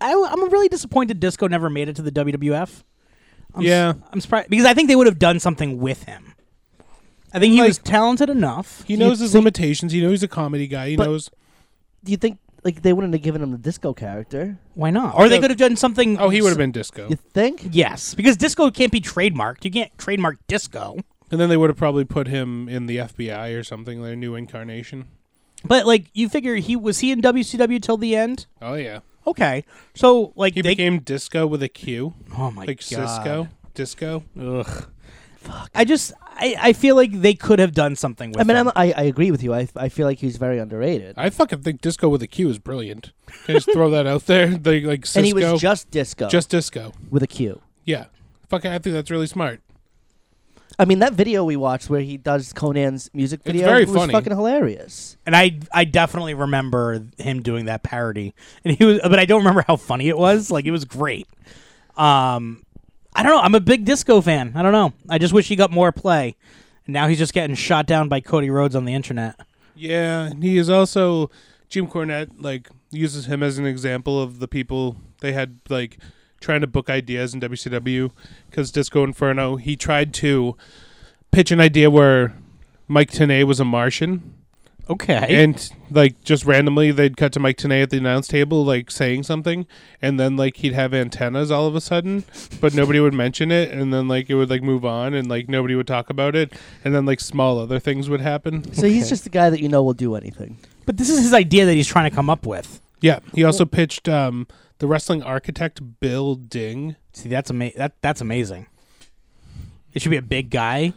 [SPEAKER 4] I, am really disappointed Disco never made it to the WWF. I'm s-
[SPEAKER 6] Yeah.
[SPEAKER 4] I'm surprised. Because I think they would have done something with him. I think he
[SPEAKER 6] Like-
[SPEAKER 4] was talented enough.
[SPEAKER 6] He knows his limitations. He knows he's a comedy guy. He
[SPEAKER 5] But-
[SPEAKER 6] knows.
[SPEAKER 5] Do you think like they wouldn't have given him the disco character?
[SPEAKER 4] Why not? Or they
[SPEAKER 6] So-
[SPEAKER 4] could have done something.
[SPEAKER 6] Oh, he would have been Disco,
[SPEAKER 5] You think?
[SPEAKER 4] Yes, because disco can't be trademarked. You can't trademark disco.
[SPEAKER 6] and then they would have probably put him in the FBI or something. Their new incarnation.
[SPEAKER 4] But like you figure he was he in WCW till the end?
[SPEAKER 6] Oh yeah,
[SPEAKER 4] Okay. So like
[SPEAKER 6] he
[SPEAKER 4] they
[SPEAKER 6] became Disco with a Q,
[SPEAKER 4] Oh my
[SPEAKER 6] like
[SPEAKER 4] god.
[SPEAKER 6] Cisco. Disco.
[SPEAKER 4] Ugh. Fuck. I just I, I feel like they could have done something with
[SPEAKER 5] I mean, I'm,
[SPEAKER 4] him.
[SPEAKER 5] I I agree with you. I, I feel like he's very underrated,
[SPEAKER 6] I fucking think Disco with a Q is brilliant. Can I just throw that out there? They like Cisco,
[SPEAKER 5] and he was just disco,
[SPEAKER 6] just Disco.
[SPEAKER 5] with a Q.
[SPEAKER 6] Yeah, fucking. I think that's really smart.
[SPEAKER 5] I mean, that video we watched where he does Conan's music video
[SPEAKER 6] very
[SPEAKER 5] was
[SPEAKER 6] funny.
[SPEAKER 5] fucking hilarious.
[SPEAKER 4] and I I definitely remember him doing that parody. And he was but I don't remember how funny it was. Like it was great. Um I don't know. I'm a big disco fan. I don't know. I just wish he got more play. And now he's just getting shot down by Cody Rhodes on the internet.
[SPEAKER 6] Yeah, and he is also Jim Cornette. Like uses him as an example of the people they had like trying to book ideas in WCW because Disco Inferno. He tried to pitch an idea where Mike Tenay was a Martian,
[SPEAKER 4] Okay.
[SPEAKER 6] and like just randomly they'd cut to Mike Tenay at the announce table, like saying something, and then like he'd have antennas all of a sudden, but nobody would mention it, and then like it would like move on, and like nobody would talk about it, and then like small other things would happen.
[SPEAKER 5] So he's just the guy that you know will do anything.
[SPEAKER 4] But this is his idea that he's trying to come up with.
[SPEAKER 6] Yeah, he also pitched um, the wrestling architect Bill Ding.
[SPEAKER 4] See, that's ama- that that's amazing. It should be a big guy.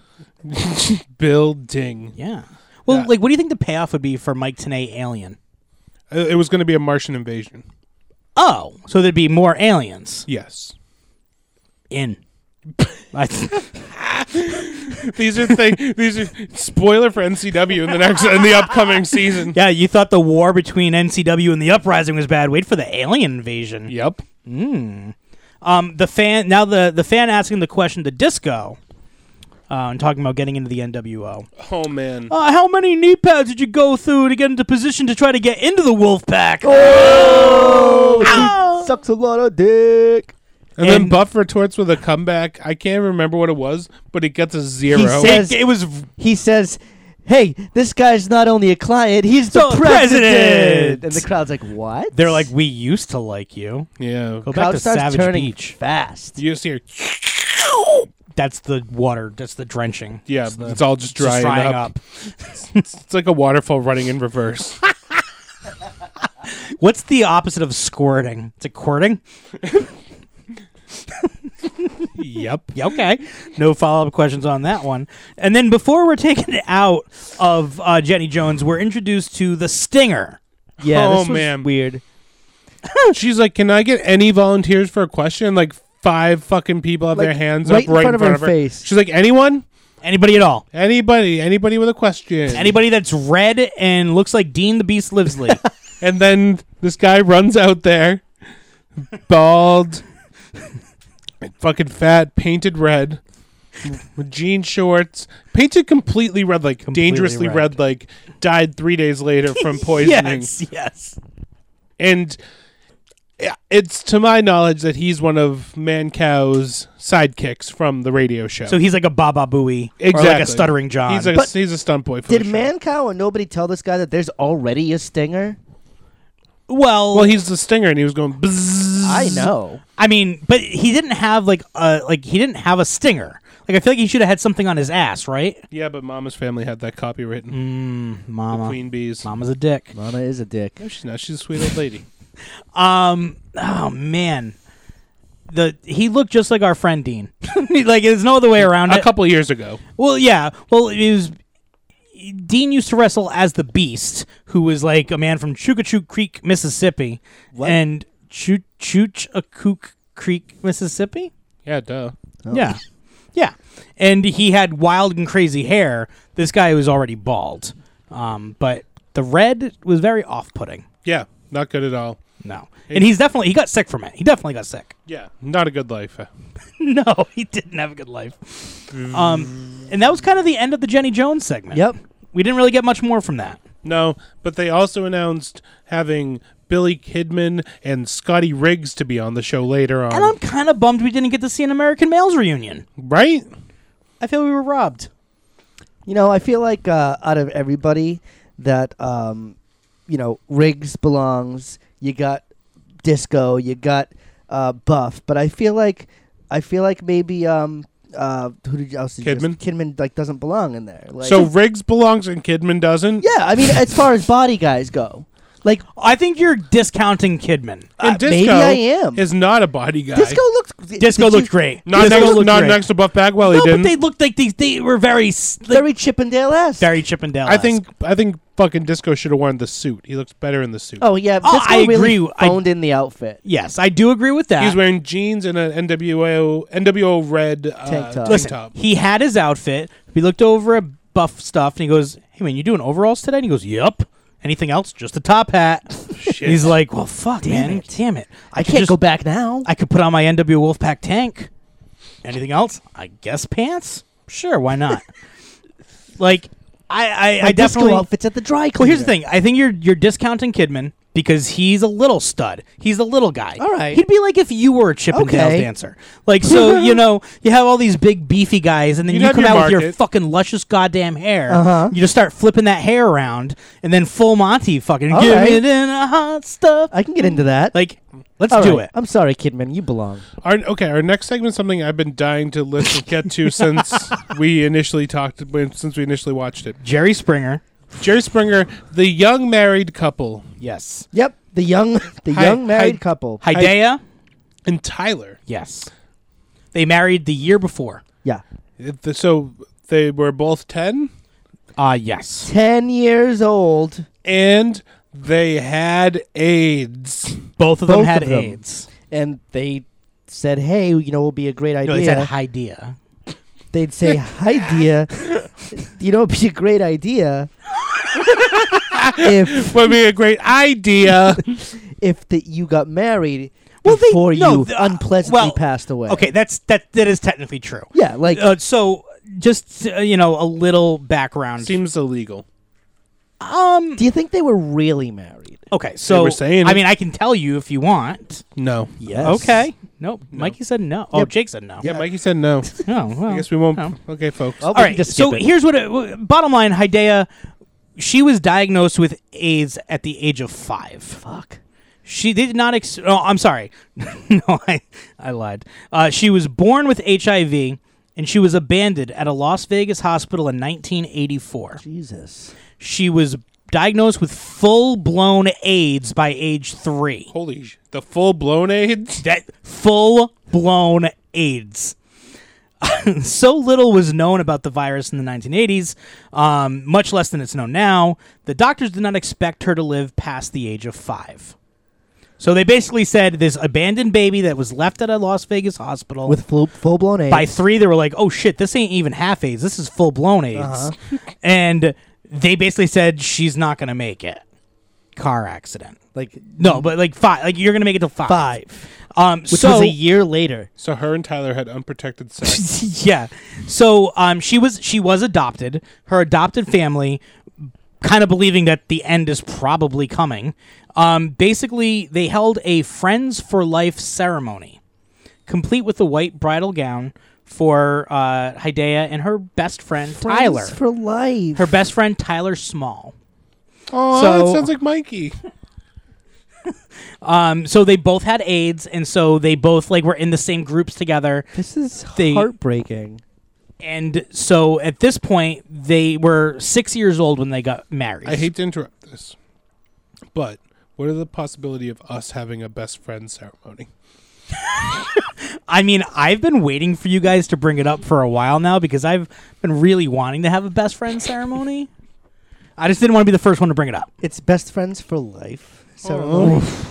[SPEAKER 6] Bill Ding.
[SPEAKER 4] Yeah. Well,
[SPEAKER 6] Yeah.
[SPEAKER 4] like, what do you think the payoff would be for Mike Tenay Alien?
[SPEAKER 6] Uh, It was going to be a Martian invasion.
[SPEAKER 4] Oh, so there'd be more aliens
[SPEAKER 6] Yes,
[SPEAKER 4] in. I th-
[SPEAKER 6] these are things. these are spoiler for NCW in the next in the upcoming season.
[SPEAKER 4] yeah, you thought the war between NCW and the Uprising was bad. Wait for the alien invasion.
[SPEAKER 6] Yep.
[SPEAKER 4] Um, the fan now the the fan asking the question to Disco, uh, and talking about getting into the NWO.
[SPEAKER 6] Oh man.
[SPEAKER 4] Uh, how many knee pads did you go through to get into position to try to get into the Wolfpack?
[SPEAKER 6] Oh!
[SPEAKER 4] Ow!
[SPEAKER 5] Oh, Sucks a lot of dick.
[SPEAKER 6] And, then
[SPEAKER 4] And-
[SPEAKER 6] Buff retorts with a comeback. I can't remember what it was, but it gets a zero.
[SPEAKER 5] He said-
[SPEAKER 4] It, it was v-
[SPEAKER 5] He says, "Hey, this guy's not only a client; he's the,
[SPEAKER 4] The
[SPEAKER 5] president.
[SPEAKER 4] president!
[SPEAKER 5] And the crowd's like, "What?"
[SPEAKER 4] They're like, we used to like you.
[SPEAKER 6] yeah.
[SPEAKER 4] Go back
[SPEAKER 5] crowd
[SPEAKER 4] to
[SPEAKER 5] starts
[SPEAKER 4] Savage
[SPEAKER 5] turning
[SPEAKER 4] Beach.
[SPEAKER 5] fast.
[SPEAKER 6] You just hear,
[SPEAKER 4] That's the water. That's the drenching.
[SPEAKER 6] yeah,
[SPEAKER 4] the-
[SPEAKER 6] it's all just
[SPEAKER 4] It's just
[SPEAKER 6] drying,
[SPEAKER 4] drying
[SPEAKER 6] up. It's like a waterfall running in reverse.
[SPEAKER 4] up. What's the opposite of squirting? It's a quirting.
[SPEAKER 6] yep.
[SPEAKER 4] Yeah, okay. No follow up questions on that one. And then before we're taken out of uh, Jenny Jones, we're introduced to the Stinger.
[SPEAKER 5] Yeah,
[SPEAKER 6] Oh,
[SPEAKER 5] this was
[SPEAKER 6] man.
[SPEAKER 5] weird.
[SPEAKER 6] She's like, "Can I get any volunteers for a question?" Like five fucking people have their
[SPEAKER 5] Like,
[SPEAKER 6] hands
[SPEAKER 5] right
[SPEAKER 6] up right in front,
[SPEAKER 5] her
[SPEAKER 6] of her
[SPEAKER 5] face.
[SPEAKER 6] She's like, "Anyone?
[SPEAKER 4] Anybody at all?
[SPEAKER 6] Anybody? Anybody with a question?"
[SPEAKER 4] Anybody that's red and looks like Dean the Beast Livesley.
[SPEAKER 6] and then This guy runs out there, bald, fucking fat, painted red, with jean shorts, painted completely red, like
[SPEAKER 4] Completely
[SPEAKER 6] dangerously
[SPEAKER 4] red.
[SPEAKER 6] red. like died three days later from poisoning.
[SPEAKER 4] Yes, yes.
[SPEAKER 6] And it's to my knowledge that he's one of Man Cow's sidekicks from the radio show.
[SPEAKER 4] So he's like a Baba Booey or like
[SPEAKER 6] Exactly.
[SPEAKER 4] a stuttering John.
[SPEAKER 6] he's a,
[SPEAKER 5] But-
[SPEAKER 6] he's a stunt boy. For the
[SPEAKER 5] Did
[SPEAKER 6] show.
[SPEAKER 5] Man Cow and nobody tell this guy that there's already a stinger?
[SPEAKER 4] well,
[SPEAKER 6] Well, he's the stinger, and he was going. Bzzz.
[SPEAKER 5] I know.
[SPEAKER 4] I mean, but he didn't have like a like he didn't have a stinger. Like I feel like he should have had something on his ass, right?
[SPEAKER 6] Yeah, but Mama's family had that copywritten.
[SPEAKER 4] Mama,
[SPEAKER 6] Queen bees.
[SPEAKER 4] mama's a dick.
[SPEAKER 5] Mama is a dick.
[SPEAKER 6] No, she's not. She's a sweet old lady.
[SPEAKER 4] Um, oh man, the he looked just like our friend Dean. like there's no other way around
[SPEAKER 6] a
[SPEAKER 4] it.
[SPEAKER 6] couple years ago.
[SPEAKER 4] Well, yeah. Well, it was Dean used to wrestle as the Beast, who was like a man from Chukachoo Creek, Mississippi, and Chu- Chuchakook Creek, Mississippi.
[SPEAKER 6] Yeah, duh.
[SPEAKER 4] Yeah, yeah. And he had wild and crazy hair. This guy was already bald, um, but the red was very off-putting.
[SPEAKER 6] Yeah, not good at all.
[SPEAKER 4] No, and he's definitely he got sick from it. He definitely got sick.
[SPEAKER 6] Yeah, not a good life.
[SPEAKER 4] no, he didn't have a good life. Um, and that was kind of the end of the Jenny Jones segment.
[SPEAKER 5] Yep.
[SPEAKER 4] We didn't really get much more from that.
[SPEAKER 6] No, but they also announced having Billy Kidman and Scotty Riggs to be on the show later on.
[SPEAKER 4] And I'm kind of bummed we didn't get to see an American Males reunion.
[SPEAKER 6] right?
[SPEAKER 4] I feel we were robbed.
[SPEAKER 5] You know, I feel like uh, out of everybody that, um, you know, Riggs belongs. You got Disco. You got uh, Buff. But I feel like, I feel like maybe um, uh, who did you else? Did you just-
[SPEAKER 6] Kidman?
[SPEAKER 5] Kidman like doesn't belong in there. Like,
[SPEAKER 6] so Riggs belongs and Kidman doesn't?
[SPEAKER 5] yeah, I mean, as far as body guys go, like
[SPEAKER 4] I think you're discounting Kidman.
[SPEAKER 6] And
[SPEAKER 5] uh,
[SPEAKER 6] Disco
[SPEAKER 5] maybe I am.
[SPEAKER 6] is not a body guy.
[SPEAKER 5] Disco looked
[SPEAKER 4] Disco
[SPEAKER 5] did you-
[SPEAKER 4] looked great.
[SPEAKER 6] Not,
[SPEAKER 4] Disco
[SPEAKER 6] next,
[SPEAKER 4] looked
[SPEAKER 6] not
[SPEAKER 4] great.
[SPEAKER 6] next to Buff Bagwell,
[SPEAKER 4] No,
[SPEAKER 6] he
[SPEAKER 4] but
[SPEAKER 6] didn't.
[SPEAKER 4] they looked like these. They were very s- like, very,
[SPEAKER 5] very Chippendale esque.
[SPEAKER 4] Chippendale.
[SPEAKER 6] I think I think fucking Disco should have worn the suit. He looks better in the suit.
[SPEAKER 5] Oh yeah,
[SPEAKER 4] Oh,
[SPEAKER 5] Disco
[SPEAKER 4] I
[SPEAKER 5] really
[SPEAKER 4] agree. I-
[SPEAKER 5] phoned in the outfit.
[SPEAKER 4] yes, I do agree with that.
[SPEAKER 6] He's wearing jeans and an NWO NWO red uh,
[SPEAKER 5] Tank
[SPEAKER 6] tank
[SPEAKER 5] top.
[SPEAKER 6] top.
[SPEAKER 4] Listen, he had his outfit. He looked over at Buff stuff and he goes, "Hey man, you doing overalls today?" And he goes, "Yep." Anything else? Just a top hat.
[SPEAKER 6] Shit.
[SPEAKER 4] He's like, "Well, fuck,
[SPEAKER 5] Damn
[SPEAKER 4] man,
[SPEAKER 5] it.
[SPEAKER 4] damn it,
[SPEAKER 5] I
[SPEAKER 4] could
[SPEAKER 5] can't
[SPEAKER 4] just-
[SPEAKER 5] go back now.
[SPEAKER 4] I could put on my NW Wolfpack tank. Anything else? I guess pants. Sure, why not? like, I, I,
[SPEAKER 5] My
[SPEAKER 4] I definitely.
[SPEAKER 5] disco outfits at the dry cleaner.
[SPEAKER 4] well, here's the thing. I think you're you're discounting Kidman because he's a little stud. He's a little guy.
[SPEAKER 5] All right.
[SPEAKER 4] He'd be like if you were a Chippendales
[SPEAKER 5] Okay.
[SPEAKER 4] dancer. Like, so you know, you have all these big beefy guys, and then
[SPEAKER 6] You'd
[SPEAKER 4] you
[SPEAKER 6] have
[SPEAKER 4] come
[SPEAKER 6] your
[SPEAKER 4] out with your
[SPEAKER 6] market.
[SPEAKER 4] fucking luscious goddamn hair.
[SPEAKER 5] Uh-huh.
[SPEAKER 4] You just start flipping that hair around, and then full Monty fucking
[SPEAKER 5] All
[SPEAKER 4] give
[SPEAKER 5] right.
[SPEAKER 4] it in a hot stuff.
[SPEAKER 5] I can get into that.
[SPEAKER 4] Like, let's
[SPEAKER 5] All
[SPEAKER 4] do
[SPEAKER 5] right.
[SPEAKER 4] it.
[SPEAKER 5] I'm sorry, Kidman. You belong.
[SPEAKER 6] Our, okay, our next segment something I've been dying to listen get to since we initially talked when- since we initially watched it.
[SPEAKER 4] Jerry Springer.
[SPEAKER 6] Jerry Springer, the young married couple,
[SPEAKER 4] Yes.
[SPEAKER 5] Yep. The young, the
[SPEAKER 6] Hi-
[SPEAKER 5] young married
[SPEAKER 6] hi-
[SPEAKER 5] couple.
[SPEAKER 4] Hidea?
[SPEAKER 6] and Tyler.
[SPEAKER 4] yes. They married the year before.
[SPEAKER 5] Yeah.
[SPEAKER 6] It- So they were both ten,
[SPEAKER 4] Ah, yes.
[SPEAKER 5] Ten years old,
[SPEAKER 6] and they had AIDS.
[SPEAKER 4] Both of them
[SPEAKER 5] Both
[SPEAKER 4] had
[SPEAKER 5] of them.
[SPEAKER 4] AIDS.
[SPEAKER 5] and they said, "Hey, you know, will be a great idea."
[SPEAKER 4] No, they said Hidea.
[SPEAKER 5] They'd say, "Hi, dear. you know, it'd be a great idea." if
[SPEAKER 6] Would be a great idea.
[SPEAKER 5] if that you got married
[SPEAKER 4] Well, they-
[SPEAKER 5] before
[SPEAKER 4] no,
[SPEAKER 5] you
[SPEAKER 4] th- uh,
[SPEAKER 5] unpleasantly
[SPEAKER 4] well,
[SPEAKER 5] passed away.
[SPEAKER 4] Okay, that's that. That is technically true.
[SPEAKER 5] Yeah, like
[SPEAKER 4] Uh, so, just uh, you know, a little background.
[SPEAKER 6] Seems illegal.
[SPEAKER 4] um.
[SPEAKER 5] do you think they were really married?
[SPEAKER 4] Okay, so
[SPEAKER 6] were saying
[SPEAKER 4] I
[SPEAKER 6] it.
[SPEAKER 4] mean, I can tell you if you want.
[SPEAKER 6] No.
[SPEAKER 5] Yes.
[SPEAKER 4] Okay. Nope. Mikey said no. Oh,
[SPEAKER 5] Yep.
[SPEAKER 4] Jake said no.
[SPEAKER 6] Yeah, Mikey said no.
[SPEAKER 4] No. Well.
[SPEAKER 6] I guess we won't.
[SPEAKER 4] No.
[SPEAKER 6] Okay, folks.
[SPEAKER 5] Well,
[SPEAKER 4] All
[SPEAKER 5] we can
[SPEAKER 4] right.
[SPEAKER 5] just
[SPEAKER 4] so
[SPEAKER 5] skip it.
[SPEAKER 4] here's what. It, w- bottom line, Hidea, she was diagnosed with AIDS at the age of five. Fuck. She did not. Ex- oh, I'm sorry. no, I I lied. Uh, she was born with HIV, and she was abandoned at a Las Vegas hospital in 1984.
[SPEAKER 5] Jesus.
[SPEAKER 4] She was diagnosed with full blown AIDS by age three.
[SPEAKER 6] Holy, sh- the full blown AIDS.
[SPEAKER 4] That full blown AIDS. so little was known about the virus in the 1980s, um, much less than it's known now. The doctors did not expect her to live past the age of five. So they basically said this abandoned baby that was left at a Las Vegas hospital.
[SPEAKER 5] With full, full blown AIDS.
[SPEAKER 4] by three, they were like, "Oh shit, this ain't even half AIDS. This is
[SPEAKER 5] Uh-huh.
[SPEAKER 4] full blown AIDS," and they basically said she's not gonna make it. car accident.
[SPEAKER 5] Like
[SPEAKER 4] No, but like five. Like you're gonna make it to five.
[SPEAKER 5] five,
[SPEAKER 4] Um,
[SPEAKER 5] which
[SPEAKER 4] so
[SPEAKER 5] was a year later.
[SPEAKER 6] So her and Tyler had unprotected sex.
[SPEAKER 4] yeah. So um, she was she was adopted. Her adopted family, kind of believing that the end is probably coming. Um, basically, they held a friends for life ceremony, complete with a white bridal gown for uh, Hidea and her best friend Tyler.
[SPEAKER 5] Friends for life.
[SPEAKER 4] her best friend Tyler Small.
[SPEAKER 6] Oh,
[SPEAKER 4] So-
[SPEAKER 6] that sounds like Mikey.
[SPEAKER 4] Um, so they both had AIDS, and so they both like were in the same groups together.
[SPEAKER 5] this is
[SPEAKER 4] They-
[SPEAKER 5] heartbreaking.
[SPEAKER 4] And so at this point, they were six years old when they got married.
[SPEAKER 6] I hate to interrupt this, but what are the possibility of us having a best friend ceremony?
[SPEAKER 4] I mean, I've been waiting for you guys to bring it up for a while now because I've been really wanting to have a best friend ceremony. I just didn't want to be the first one to bring it up.
[SPEAKER 5] It's best friends for life. So
[SPEAKER 6] Oh.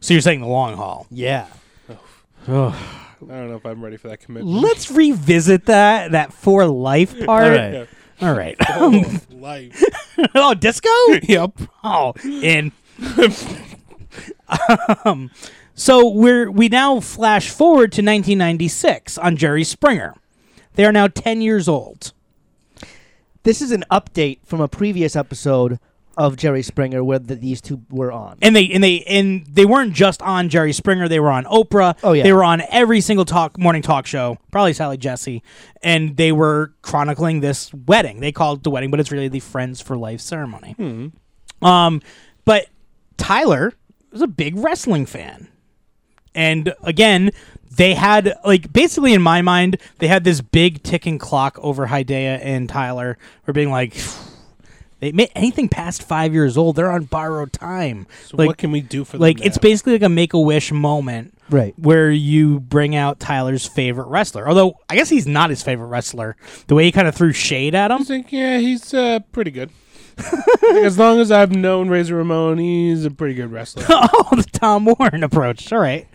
[SPEAKER 4] So you're saying the long haul.
[SPEAKER 5] yeah,
[SPEAKER 6] I don't know if I'm ready for that commitment.
[SPEAKER 4] Let's revisit that that for life part.
[SPEAKER 5] right.
[SPEAKER 4] All right.
[SPEAKER 6] Oh, life.
[SPEAKER 4] oh, disco?
[SPEAKER 6] yep.
[SPEAKER 4] Oh, in. um, so we're we now flash forward to 1996 on Jerry Springer. They are now 10 years old.
[SPEAKER 5] this is an update from a previous episode of Jerry Springer where the, these two were on.
[SPEAKER 4] and they and they and they weren't just on Jerry Springer. They were on Oprah.
[SPEAKER 5] Oh, yeah.
[SPEAKER 4] They were on every single talk morning talk show, probably Sally Jesse, and they were chronicling this wedding. They called it the wedding, but it's really the Friends for Life ceremony.
[SPEAKER 5] Hmm.
[SPEAKER 4] Um, but Tyler was a big wrestling fan, and again. They had like basically in my mind, they had this big ticking clock over Hidea and Tyler for being like, they ma- anything past five years old, they're on borrowed time.
[SPEAKER 6] So
[SPEAKER 4] like
[SPEAKER 6] what can we do for them
[SPEAKER 4] like it's
[SPEAKER 6] now?
[SPEAKER 4] basically like a make a wish moment
[SPEAKER 5] Right.
[SPEAKER 4] where you bring out Tyler's favorite wrestler. Although I guess he's not his favorite wrestler. The way he kind of threw shade at
[SPEAKER 6] I
[SPEAKER 4] him.
[SPEAKER 6] think yeah, he's uh, pretty good. Like, as long as I've known Razor Ramon, he's a pretty good wrestler.
[SPEAKER 4] oh, the Tom Warren approach. All right.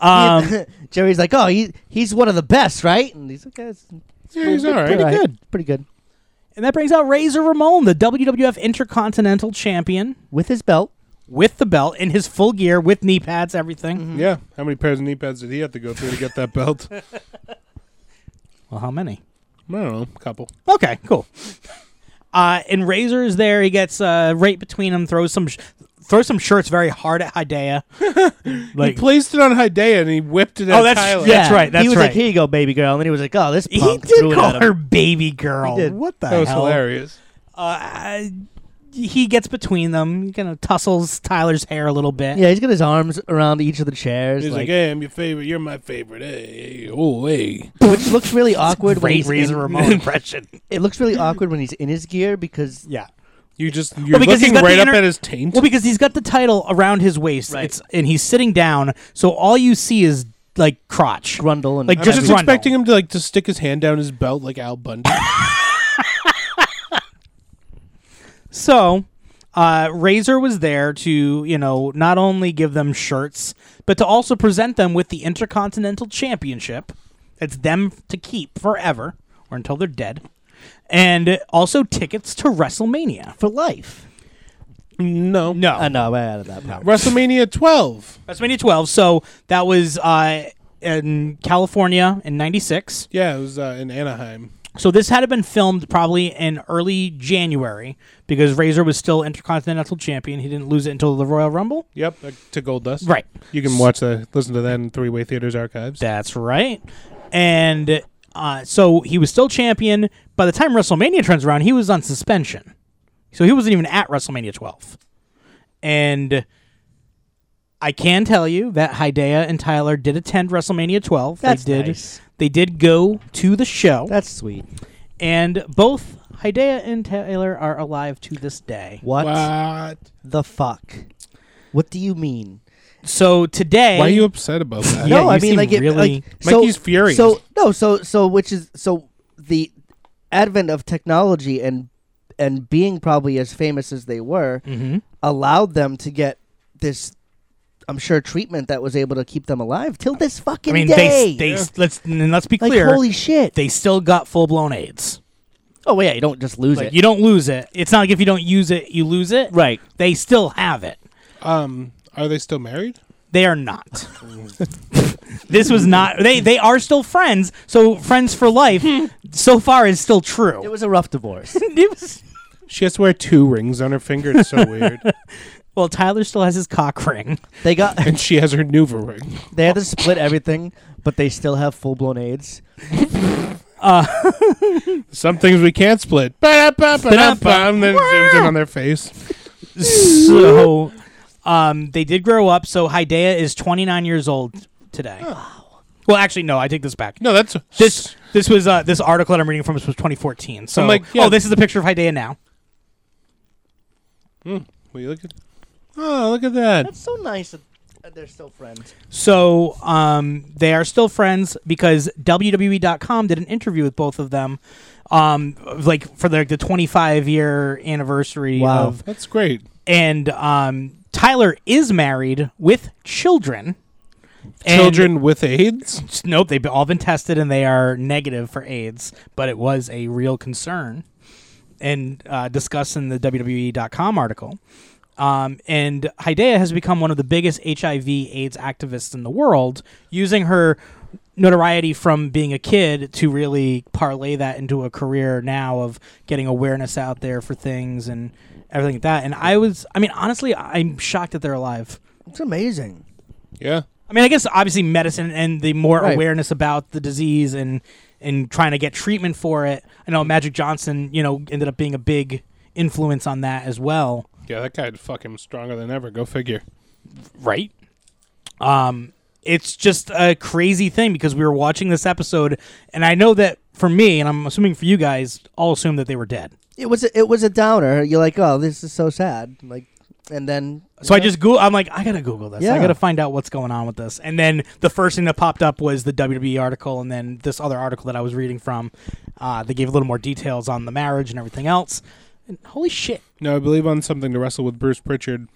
[SPEAKER 4] Um,
[SPEAKER 5] Jerry's like, oh, he he's one of the best, right? And he's like, yeah, it's
[SPEAKER 6] yeah, he's all right.
[SPEAKER 5] pretty
[SPEAKER 4] Pretty
[SPEAKER 5] good,
[SPEAKER 4] good.
[SPEAKER 5] pretty good
[SPEAKER 4] and that brings out Razor Ramon, the WWF Intercontinental Champion,
[SPEAKER 5] with his belt.
[SPEAKER 4] with the belt in his full gear, with knee pads, everything.
[SPEAKER 5] Mm-hmm.
[SPEAKER 6] Yeah. How many pairs of knee pads did he have to go through to get that belt? I
[SPEAKER 4] Well, how many?
[SPEAKER 6] don't know, a couple.
[SPEAKER 4] Okay, cool. Uh, and Razor is there. He gets uh, right between them, throws some, sh- throws some shirts very hard at Hidea. like
[SPEAKER 6] he placed it on Hidea and he whipped it at
[SPEAKER 4] Oh, that's-
[SPEAKER 6] Tyler.
[SPEAKER 4] yeah. That's right, that's
[SPEAKER 5] he was
[SPEAKER 4] right.
[SPEAKER 5] like, here you go, baby girl, and then he was like, oh, this punk
[SPEAKER 4] He
[SPEAKER 5] threw
[SPEAKER 4] did
[SPEAKER 5] it
[SPEAKER 4] call
[SPEAKER 5] at him.
[SPEAKER 4] her baby girl.
[SPEAKER 5] He did.
[SPEAKER 4] What the
[SPEAKER 6] That was
[SPEAKER 4] hell?
[SPEAKER 6] hilarious.
[SPEAKER 4] Uh, he gets between them, kind of tussles Tyler's hair a little bit.
[SPEAKER 5] Yeah, he's got his arms around each of the chairs,
[SPEAKER 6] He's like,
[SPEAKER 5] like,
[SPEAKER 6] hey, I'm your favorite. You're my favorite. Hey, hey, oh, hey.
[SPEAKER 5] which looks really awkward. when
[SPEAKER 4] Great
[SPEAKER 5] he's
[SPEAKER 4] Razor
[SPEAKER 5] in-
[SPEAKER 4] Ramon impression.
[SPEAKER 5] It looks really awkward when he's in his gear because
[SPEAKER 4] Yeah.
[SPEAKER 6] You just, you're
[SPEAKER 4] because he's
[SPEAKER 6] looking
[SPEAKER 4] got the
[SPEAKER 6] right up
[SPEAKER 4] inter-
[SPEAKER 6] at his taint.
[SPEAKER 4] Well, because he's got the title around his waist, it's and he's sitting down, so all you see is like crotch.
[SPEAKER 5] Grundle and
[SPEAKER 4] Like,
[SPEAKER 6] I
[SPEAKER 4] just
[SPEAKER 6] was
[SPEAKER 4] Grundle.
[SPEAKER 6] expecting him to like to stick his hand down his belt like Al Bundy.
[SPEAKER 4] So, uh, Razor was there to, you know, not only give them shirts, but to also present them with the Intercontinental Championship. It's them to keep forever or until they're dead. And also tickets to WrestleMania.
[SPEAKER 5] for life.
[SPEAKER 6] no.
[SPEAKER 4] No.
[SPEAKER 5] I know, I'm out of that part.
[SPEAKER 6] WrestleMania 12.
[SPEAKER 4] WrestleMania 12. So, that was uh, in California in 96.
[SPEAKER 6] Yeah, it was uh, in Anaheim.
[SPEAKER 4] So, this had been filmed probably in early January because Razor was still Intercontinental Champion. He didn't lose it until the Royal Rumble.
[SPEAKER 6] Yep, uh, to Gold Dust.
[SPEAKER 4] Right.
[SPEAKER 6] You can watch the listen to that in Three Way Theaters archives.
[SPEAKER 4] That's right. And uh, so he was still champion. By the time WrestleMania turns around, he was on suspension. So he wasn't even at WrestleMania 12. And I can tell you that Hidea and Tyler did attend WrestleMania 12.
[SPEAKER 5] That's
[SPEAKER 4] they did.
[SPEAKER 5] nice.
[SPEAKER 4] They did go to the show,
[SPEAKER 5] That's sweet.
[SPEAKER 4] and both Hidea and Tyler are alive to this day.
[SPEAKER 5] What
[SPEAKER 6] What?
[SPEAKER 5] the fuck? What do you mean?
[SPEAKER 4] So today,
[SPEAKER 6] Why are you upset about that?
[SPEAKER 4] Yeah,
[SPEAKER 5] no, I
[SPEAKER 4] you
[SPEAKER 5] mean
[SPEAKER 4] seem
[SPEAKER 5] like it,
[SPEAKER 4] really-
[SPEAKER 5] like so,
[SPEAKER 6] Mikey's furious.
[SPEAKER 5] So no, so so which is so the advent of technology and and being probably as famous as they were
[SPEAKER 4] Mm-hmm.
[SPEAKER 5] allowed them to get this. I'm sure treatment that was able to keep them alive till this fucking
[SPEAKER 4] I mean,
[SPEAKER 5] day.
[SPEAKER 4] they, they let's and let's be
[SPEAKER 5] like
[SPEAKER 4] clear.
[SPEAKER 5] holy shit.
[SPEAKER 4] they still got full blown AIDS.
[SPEAKER 5] Oh well, yeah, you don't just lose
[SPEAKER 4] Like
[SPEAKER 5] it.
[SPEAKER 4] you don't lose it. It's not like if you don't use it, you lose it.
[SPEAKER 5] right.
[SPEAKER 4] They still have it.
[SPEAKER 6] Um, are they still married?
[SPEAKER 4] They are not. this was not. They they are still friends. So friends for life. so far is still true.
[SPEAKER 5] It was a rough divorce.
[SPEAKER 4] It was-
[SPEAKER 6] She has to wear two rings on her finger. It's so weird.
[SPEAKER 4] well, Tyler still has his cock ring.
[SPEAKER 5] they got
[SPEAKER 6] And she has her Nuva ring.
[SPEAKER 5] they had to split everything, but they still have full blown AIDS.
[SPEAKER 4] Uh,
[SPEAKER 6] Some things we can't split. Ba-da-ba-ba-da-ba, And then it zooms in on their face.
[SPEAKER 4] So, um, they did grow up. So Hidea is 29 years old today. Well, actually, no. I take this back.
[SPEAKER 6] No, that's
[SPEAKER 4] This this was uh, this article that I'm reading from was 2014. So
[SPEAKER 6] I'm like, yeah.
[SPEAKER 4] oh, this is the picture of Hidea now.
[SPEAKER 6] Will you look at? Oh, look at that.
[SPEAKER 5] That's so nice. That that they're still friends.
[SPEAKER 4] So um, they are still friends because WWE.com did an interview with both of them, um, like for the, the 25 year anniversary
[SPEAKER 5] Wow.
[SPEAKER 4] of,
[SPEAKER 6] That's great.
[SPEAKER 4] and um, Tyler is married with children. And-
[SPEAKER 6] Children with AIDS.
[SPEAKER 4] nope, they've all been tested and they are negative for AIDS, but it was a real concern. And uh, discussed in the WWE.com article. Um, and Hidea has become one of the biggest HIV AIDS activists in the world, using her notoriety from being a kid to really parlay that into a career now of getting awareness out there for things and everything like that. And I was, I mean, honestly, I'm shocked that they're alive.
[SPEAKER 5] It's amazing.
[SPEAKER 6] Yeah.
[SPEAKER 4] I mean, I guess obviously medicine and the more
[SPEAKER 5] Right.
[SPEAKER 4] awareness about the disease and and trying to get treatment for it. I know Magic Johnson, you know, ended up being a big influence on that as well,
[SPEAKER 6] Yeah, that guy's fucking stronger than ever. Go figure.
[SPEAKER 4] right? Um, it's just a crazy thing because we were watching this episode, and I know that for me, and I'm assuming for you guys, all assumed that they were dead.
[SPEAKER 5] It was a, it was a downer. You're like, oh, this is so sad. Like, and then
[SPEAKER 4] So I just go. I'm like, I gotta Google this. I
[SPEAKER 5] Yeah.
[SPEAKER 4] gotta find out what's going on with this. And then the first thing that popped up was the WWE article, and then this other article that I was reading from. Uh, they gave a little more details on the marriage and everything else. And holy shit!
[SPEAKER 6] No, I believe on something to wrestle with Bruce Pritchard.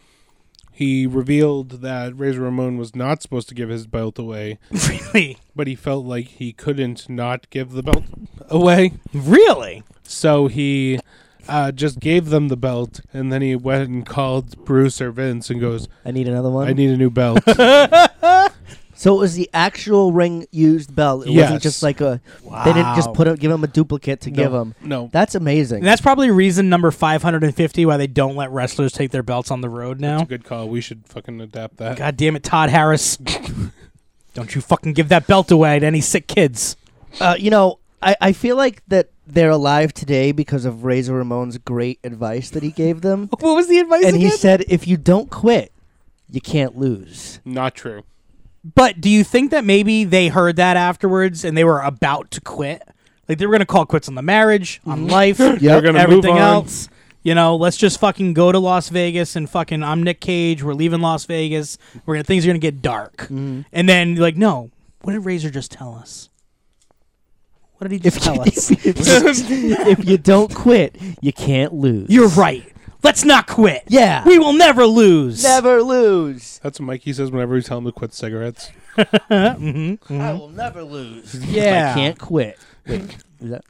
[SPEAKER 6] He revealed that Razor Ramon was not supposed to give his belt away,
[SPEAKER 4] Really,
[SPEAKER 6] but he felt like he couldn't not give the belt away.
[SPEAKER 4] really.
[SPEAKER 6] So he uh, just gave them the belt, and then he went and called Bruce or Vince and goes,
[SPEAKER 5] I need another one.
[SPEAKER 6] I need a new belt.
[SPEAKER 5] so it was the actual ring used belt. It
[SPEAKER 6] Yes.
[SPEAKER 5] wasn't just like a. They didn't just
[SPEAKER 4] Wow.
[SPEAKER 5] put a, give him a duplicate to give him.
[SPEAKER 6] no.
[SPEAKER 5] That's amazing.
[SPEAKER 4] And that's probably reason number 550 why they don't let wrestlers take their belts on the road now.
[SPEAKER 6] Good call. We should fucking adapt that.
[SPEAKER 4] God damn it, Todd Harris! don't you fucking give that belt away to any sick kids.
[SPEAKER 5] Uh, you know, I, I feel like that they're alive today because of Razor Ramon's great advice that he gave them.
[SPEAKER 4] What was the advice
[SPEAKER 5] and he
[SPEAKER 4] again?
[SPEAKER 5] said, if you don't quit, you can't lose.
[SPEAKER 6] Not true.
[SPEAKER 4] But do you think that maybe they heard that afterwards and they were about to quit? Like they were gonna call quits on the marriage, on life,
[SPEAKER 6] Mm-hmm. They're gonna move
[SPEAKER 4] everything
[SPEAKER 6] on.
[SPEAKER 4] else. You know, let's just fucking go to Las Vegas and fucking I'm Nick Cage. We're leaving Las Vegas. We're gonna things are gonna get dark.
[SPEAKER 6] Mm-hmm.
[SPEAKER 4] And then like, no, what did Razor just tell us? What did he just tell us?
[SPEAKER 5] if you don't quit, you can't lose.
[SPEAKER 4] You're right. Let's not quit.
[SPEAKER 5] Yeah.
[SPEAKER 4] we will never lose.
[SPEAKER 5] Never lose.
[SPEAKER 6] That's what Mikey says whenever we tell him to quit cigarettes.
[SPEAKER 5] I will never lose.
[SPEAKER 4] Yeah.
[SPEAKER 5] I can't quit. Wait, is that,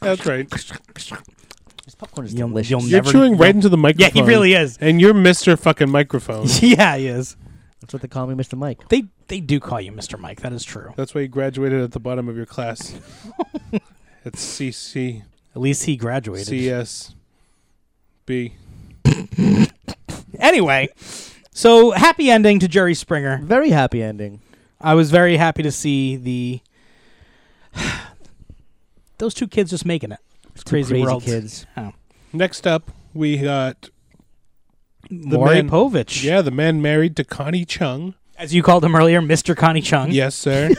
[SPEAKER 6] That's right.
[SPEAKER 5] this popcorn is
[SPEAKER 4] You'll-
[SPEAKER 5] delicious.
[SPEAKER 4] you'll
[SPEAKER 6] You're
[SPEAKER 4] Never-
[SPEAKER 6] chewing right
[SPEAKER 4] no.
[SPEAKER 6] into the
[SPEAKER 4] Yeah,
[SPEAKER 6] microphone.
[SPEAKER 4] he really is.
[SPEAKER 6] And you're Mr. fucking microphone.
[SPEAKER 4] Yeah, he is.
[SPEAKER 5] That's what they call me, Mr. Mike.
[SPEAKER 4] They they do call you Mr. Mike. That is true.
[SPEAKER 6] That's why you graduated at the bottom of your class. it's CC,
[SPEAKER 4] At least he graduated.
[SPEAKER 6] CS, B.
[SPEAKER 4] anyway, so happy ending to Jerry Springer.
[SPEAKER 5] Very happy ending.
[SPEAKER 4] I was very happy to see the those two kids just making it. It's
[SPEAKER 5] Two
[SPEAKER 4] crazy,
[SPEAKER 5] crazy
[SPEAKER 4] world.
[SPEAKER 5] kids.
[SPEAKER 6] Next up, we got,
[SPEAKER 4] Maury
[SPEAKER 6] man-
[SPEAKER 4] Povich,
[SPEAKER 6] yeah, the man married to Connie Chung.
[SPEAKER 4] as you called him earlier, Mr. Connie Chung.
[SPEAKER 6] Yes, sir.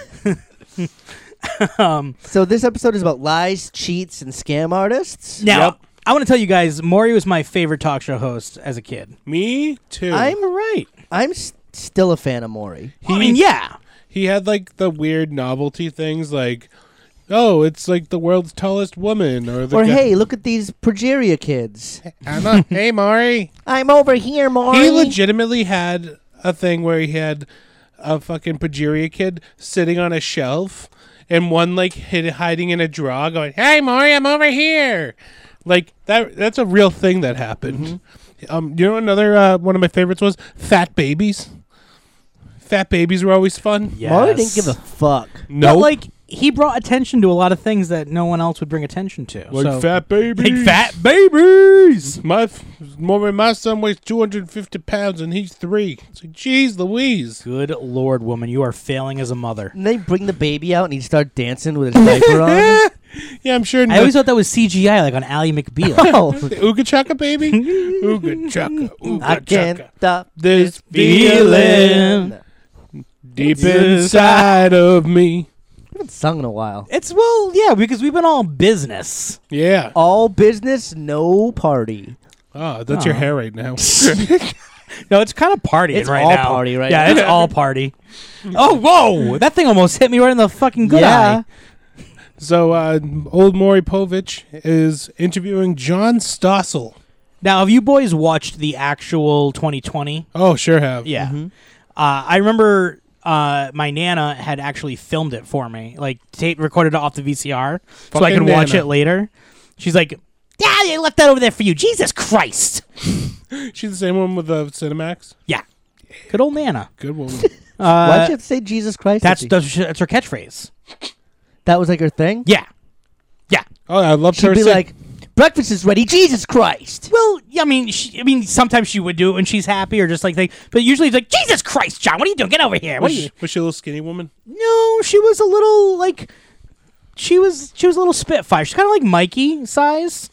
[SPEAKER 5] So this episode is about lies, cheats, and scam artists.
[SPEAKER 4] Now
[SPEAKER 6] Yep.
[SPEAKER 4] I want to tell you guys, Maury was my favorite talk show host as a kid.
[SPEAKER 6] Me too.
[SPEAKER 5] I'm
[SPEAKER 4] right.
[SPEAKER 5] I'm s- still a fan of Maury.
[SPEAKER 4] I mean, yeah.
[SPEAKER 6] He had like the weird novelty things like, oh, it's like the world's tallest woman. Or, the
[SPEAKER 5] Or
[SPEAKER 6] guy-
[SPEAKER 5] hey, look at these progeria kids.
[SPEAKER 6] Anna, hey, Mari.
[SPEAKER 5] I'm over here, Maury.
[SPEAKER 6] He legitimately had a thing where he had a fucking Pajeria kid sitting on a shelf and one like hid, hiding in a drawer, going, "Hey, Maury, I'm over here." Like that. That's a real thing that happened.
[SPEAKER 4] Mm-hmm.
[SPEAKER 6] Um, you know, another uh, one of my favorites was fat babies. Fat babies were always fun.
[SPEAKER 4] Yes.
[SPEAKER 5] Maury didn't give a fuck.
[SPEAKER 4] But,
[SPEAKER 6] No,
[SPEAKER 4] like he brought attention to a lot of things that no one else would bring attention to.
[SPEAKER 6] Like
[SPEAKER 4] so,
[SPEAKER 6] fat babies.
[SPEAKER 4] like fat babies.
[SPEAKER 6] My f- Maury, my son weighs 250 pounds and he's three. It's like, geez, Louise.
[SPEAKER 4] Good lord, woman, you are failing as a mother.
[SPEAKER 5] And they bring the baby out and he'd start dancing with his diaper on.
[SPEAKER 6] Yeah, I'm sure.
[SPEAKER 4] I always thought that was CGI, like on Ally McBeal.
[SPEAKER 5] Oh,
[SPEAKER 6] The Ooga Chaka baby? Ooga Chaka.
[SPEAKER 5] I
[SPEAKER 6] Ooga
[SPEAKER 5] can't
[SPEAKER 6] Chaka.
[SPEAKER 5] stop
[SPEAKER 6] This
[SPEAKER 4] feeling.
[SPEAKER 5] I
[SPEAKER 6] Deep inside of me.
[SPEAKER 5] haven't sung in a while.
[SPEAKER 4] it's well, yeah, because we've been all business.
[SPEAKER 6] Yeah.
[SPEAKER 5] All business, no party.
[SPEAKER 6] Oh, that's your
[SPEAKER 4] Aw.
[SPEAKER 6] hair right now.
[SPEAKER 4] No, it's kind of partying
[SPEAKER 5] It's
[SPEAKER 4] right
[SPEAKER 5] all
[SPEAKER 4] now.
[SPEAKER 5] party right
[SPEAKER 4] yeah,
[SPEAKER 5] now.
[SPEAKER 4] it's all party. oh, whoa! That thing almost hit me right in the fucking good
[SPEAKER 5] Yeah.
[SPEAKER 4] eye.
[SPEAKER 6] so, uh, old Maury Povich is interviewing John Stossel.
[SPEAKER 4] Now, have you boys watched the actual 2020?
[SPEAKER 6] Oh, sure have.
[SPEAKER 4] Yeah. Uh, I remember uh, my nana had actually filmed it for me, like tape recorded it off the VCR, so I
[SPEAKER 6] Fucking
[SPEAKER 4] could watch
[SPEAKER 6] Nana.
[SPEAKER 4] it later. She's like, "Yeah, they left that over there for you." Jesus Christ!
[SPEAKER 6] She's the same one with the Cinemax.
[SPEAKER 4] Yeah, good old nana.
[SPEAKER 6] Good woman.
[SPEAKER 4] Uh,
[SPEAKER 5] Why'd you have to say Jesus Christ?
[SPEAKER 4] that's
[SPEAKER 5] at the-
[SPEAKER 4] that's that's her catchphrase.
[SPEAKER 5] that was like her thing.
[SPEAKER 4] Yeah, yeah.
[SPEAKER 6] oh, I love
[SPEAKER 5] She'd
[SPEAKER 6] her.
[SPEAKER 5] be
[SPEAKER 6] sing-
[SPEAKER 5] like, "Breakfast is ready, Jesus Christ."
[SPEAKER 4] Well, yeah, I mean, she, I mean, sometimes she would do it when she's happy or just like thing, but usually it's like, "Jesus Christ, John, what are you doing? Get over here!" What
[SPEAKER 6] was,
[SPEAKER 4] are
[SPEAKER 6] she,
[SPEAKER 4] you?
[SPEAKER 6] was she a little skinny woman?
[SPEAKER 4] No, she was a little like she was she was a little spitfire. She's kind of like Mikey size.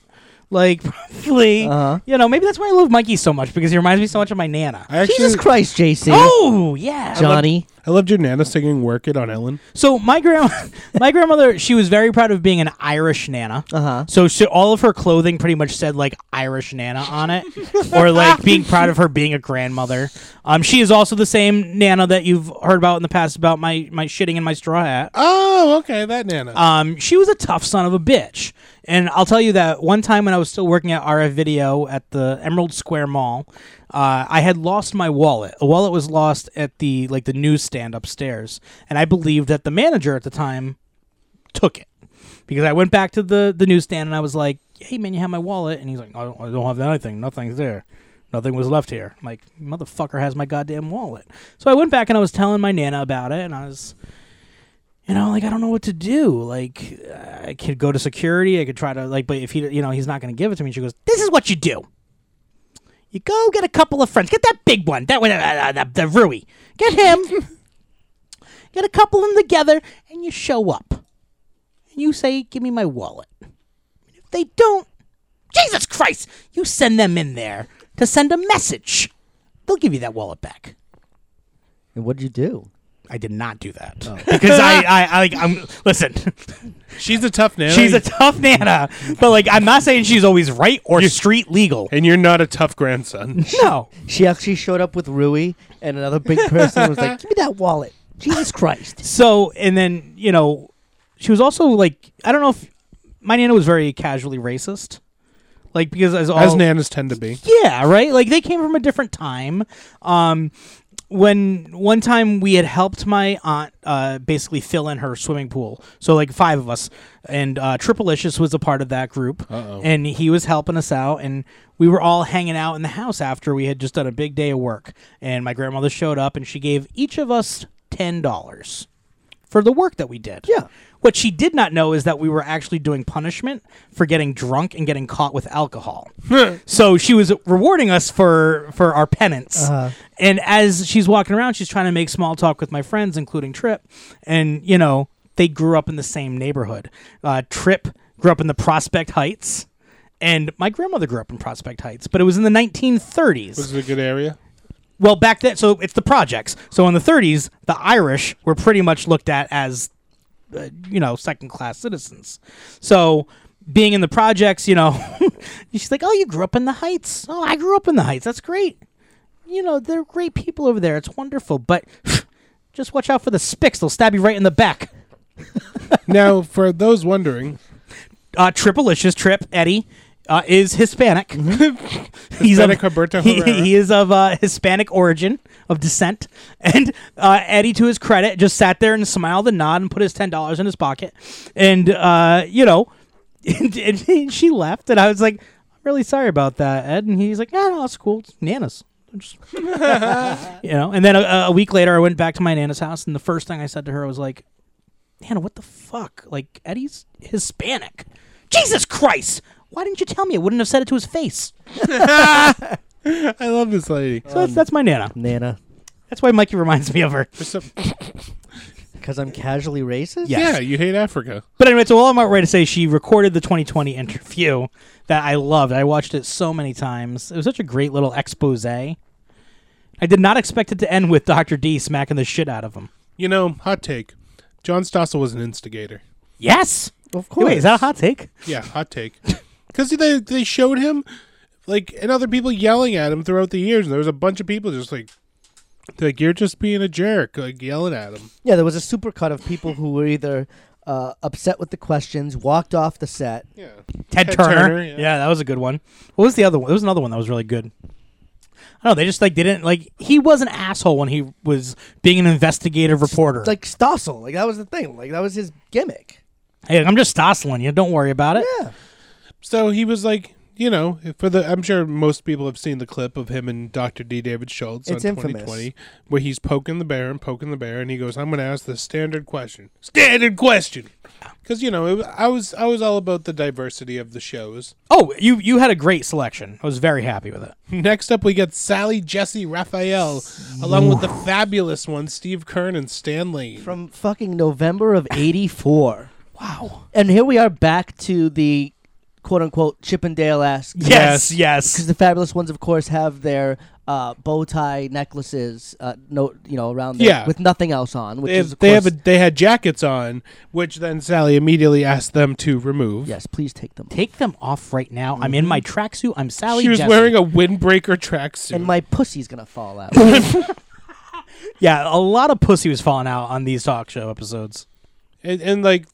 [SPEAKER 4] Like probably,
[SPEAKER 5] Uh-huh.
[SPEAKER 4] you know, maybe that's why I love Mikey so much because he reminds me so much of my nana.
[SPEAKER 6] I actually,
[SPEAKER 5] Jesus Christ, JC.
[SPEAKER 4] oh yeah,
[SPEAKER 5] Johnny.
[SPEAKER 6] I loved your nana singing "Work It" on Ellen.
[SPEAKER 4] So my grandma, my grandmother, she was very proud of being an Irish nana.
[SPEAKER 5] Uh-huh.
[SPEAKER 4] So she, all of her clothing pretty much said like Irish nana on it, or like being proud of her being a grandmother. Um, she is also the same nana that you've heard about in the past about my my shitting in my straw hat.
[SPEAKER 6] Oh, okay, that nana.
[SPEAKER 4] Um, she was a tough son of a bitch. And I'll tell you that one time when I was still working at RF Video at the Emerald Square Mall, uh, I had lost my wallet. A wallet was lost at the like the newsstand upstairs, and I believed that the manager at the time took it because I went back to the the newsstand and I was like, "Hey man, you have my wallet?" And he's like, "I don't, I don't have anything. Nothing's there. Nothing was left here." I'm like, "Motherfucker has my goddamn wallet." So I went back and I was telling my nana about it, and I was, you know, like I don't know what to do. Like I could go to security. I could try to like, but if he, you know, he's not going to give it to me. She goes, "This is what you do." You go get a couple of friends. Get that big one. That one, uh, uh, the, the Rui. Get him. get a couple of them together, and you show up. And you say, "Give me my wallet." And if they don't, Jesus Christ! You send them in there to send a message. They'll give you that wallet back.
[SPEAKER 5] And what'd you do?
[SPEAKER 4] I did not do that because I, I, I, like, I'm listen.
[SPEAKER 6] she's a tough nana.
[SPEAKER 4] She's a tough nana, but like I'm not saying she's always right or street legal.
[SPEAKER 6] and you're not a tough grandson.
[SPEAKER 4] No,
[SPEAKER 5] She actually showed up with Rui and another big person was like, "Give me that wallet, Jesus Christ."
[SPEAKER 4] So and then you know, she was also like I don't know if my nana was very casually racist, like because as all
[SPEAKER 6] As nanas tend to be.
[SPEAKER 4] yeah right like they came from a different time. Um, when one time we had helped my aunt uh, basically fill in her swimming pool, so like five of us, and uh, Triplicious was a part of that group,
[SPEAKER 6] Uh-oh.
[SPEAKER 4] and he was helping us out, and we were all hanging out in the house after we had just done a big day of work, and my grandmother showed up and she gave each of us ten dollars for the work that we did.
[SPEAKER 5] Yeah.
[SPEAKER 4] What she did not know is that we were actually doing punishment for getting drunk and getting caught with alcohol. so she was rewarding us for for our penance. And as she's walking around, she's trying to make small talk with my friends, including Trip. And you know, they grew up in the same neighborhood. Uh, Trip grew up in the Prospect Heights. And my grandmother grew up in Prospect Heights, but it was in the 1930s.
[SPEAKER 6] This is a good area.
[SPEAKER 4] Well, back then, so it's the projects. So in the 30s, the Irish were pretty much looked at as, uh, you know, second class citizens. So being in the projects, you know, she's like, oh, you grew up in the Heights. Oh, I grew up in the Heights. That's great. You know, they're great people over there. It's wonderful. But just watch out for the spicks. They'll stab you right in the back.
[SPEAKER 6] Now, for those wondering,
[SPEAKER 4] Uh, Triplicious, Trip, Eddie. uh, is Hispanic. He's
[SPEAKER 6] Mm-hmm. Hispanic Roberto
[SPEAKER 4] he,
[SPEAKER 6] Herrera.
[SPEAKER 4] he is of uh, Hispanic origin, of descent. And uh, Eddie, to his credit, just sat there and smiled and nodded and put his ten dollars in his pocket. And uh, you know, and, and she left, and I was like, "I'm really sorry about that, Ed." And he's like, "No, no, it's cool. It's nanas." Just- you know, and then a, a week later, I went back to my nana's house, and the first thing I said to her was like, Hannah, what the fuck? Like, Eddie's Hispanic. Jesus Christ! Why didn't you tell me? I wouldn't have said it to his face.
[SPEAKER 6] I love this lady.
[SPEAKER 4] So
[SPEAKER 5] Um,
[SPEAKER 4] that's, that's my Nana.
[SPEAKER 5] Nana,
[SPEAKER 4] That's why Mikey reminds me of her.
[SPEAKER 6] There's some-
[SPEAKER 5] because I'm casually racist.
[SPEAKER 6] Yeah, you hate Africa.
[SPEAKER 4] But anyway, so all I'm outright to say, she recorded the 2020 interview that I loved. I watched it so many times. It was such a great little expose. I did not expect it to end with Dr. D smacking the shit out of him.
[SPEAKER 6] You know, hot take. John Stossel was an instigator.
[SPEAKER 4] Yes!
[SPEAKER 5] of course.
[SPEAKER 4] Wait, is that a hot take?
[SPEAKER 6] Yeah, hot take. Because they they showed him like and other people yelling at him throughout the years, and there was a bunch of people just like they're like you're just being a jerk, like yelling at him.
[SPEAKER 5] Yeah, there was a supercut of people who were either uh, upset with the questions, walked off the set.
[SPEAKER 6] Yeah,
[SPEAKER 4] Ted,
[SPEAKER 6] Ted
[SPEAKER 4] Turner.
[SPEAKER 6] Turner, yeah.
[SPEAKER 4] yeah. that was a good one. What was the other one? There was another one that was really good. I don't know. They just like didn't like. He was an asshole when he was being an investigative reporter.
[SPEAKER 5] It's like Stossel, like that was the thing, like that was his gimmick.
[SPEAKER 4] hey, I'm just Stossling you. Don't worry about it.
[SPEAKER 5] Yeah,
[SPEAKER 6] So he was like, you know, for the I'm sure most people have seen the clip of him and Dr. D. David Schultz
[SPEAKER 5] It's
[SPEAKER 6] on
[SPEAKER 5] infamous.
[SPEAKER 6] 2020, where he's poking the bear and poking the bear, and he goes, "I'm going to ask the standard question, standard question," because you know, it, wa- I was I was all about the diversity of the shows.
[SPEAKER 4] Oh, you you had a great selection. I was very happy with it.
[SPEAKER 6] Next up, we got Sally, Jesse, Raphael, along with the fabulous one, Steve Kern and Stanley.
[SPEAKER 5] from fucking November of '84,
[SPEAKER 4] Wow.
[SPEAKER 5] and here we are back to the quote unquote Chippendale esque.
[SPEAKER 4] Yes.
[SPEAKER 5] because
[SPEAKER 4] Yes.
[SPEAKER 5] the fabulous ones, of course, have their uh, bow tie necklaces, uh, no, you know, around their,
[SPEAKER 6] Yeah.
[SPEAKER 5] with nothing else on, which
[SPEAKER 6] they,
[SPEAKER 5] is of
[SPEAKER 6] they
[SPEAKER 5] course,
[SPEAKER 6] have a, they had jackets on, which then Sally immediately asked them to remove.
[SPEAKER 5] yes, please take them.
[SPEAKER 4] Take them off right now. I'm in my tracksuit. I'm Sally.
[SPEAKER 6] Mm-hmm. She was
[SPEAKER 4] Jesse.
[SPEAKER 6] wearing a windbreaker tracksuit.
[SPEAKER 5] and my pussy's gonna fall out.
[SPEAKER 4] yeah. A lot of pussy was falling out on these talk show episodes.
[SPEAKER 6] and, and like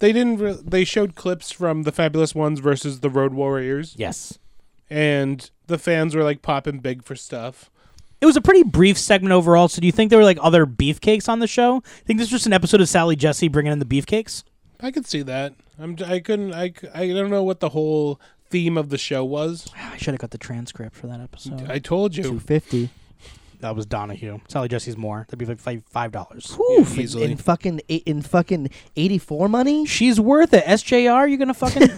[SPEAKER 6] they didn't re- they showed clips from the fabulous ones versus the road warriors
[SPEAKER 4] Yes.
[SPEAKER 6] and the fans were like popping big for stuff
[SPEAKER 4] It was a pretty brief segment overall. So, do you think there were like other beefcakes on the show? I think this was just an episode of Sally Jesse bringing in the beefcakes.
[SPEAKER 6] i could see that i'm j- i couldn't i, c- I don't know what the whole theme of the show was
[SPEAKER 4] I should have got the transcript for that episode.
[SPEAKER 6] i told
[SPEAKER 5] Two
[SPEAKER 6] you
[SPEAKER 5] fifty.
[SPEAKER 4] that was Donahue. Sally Jesse's more. That'd be like five five dollars.
[SPEAKER 5] Poof, in,
[SPEAKER 6] easily.
[SPEAKER 5] in fucking eight- in fucking eighty four money.
[SPEAKER 4] She's worth it. SJR, you gonna fucking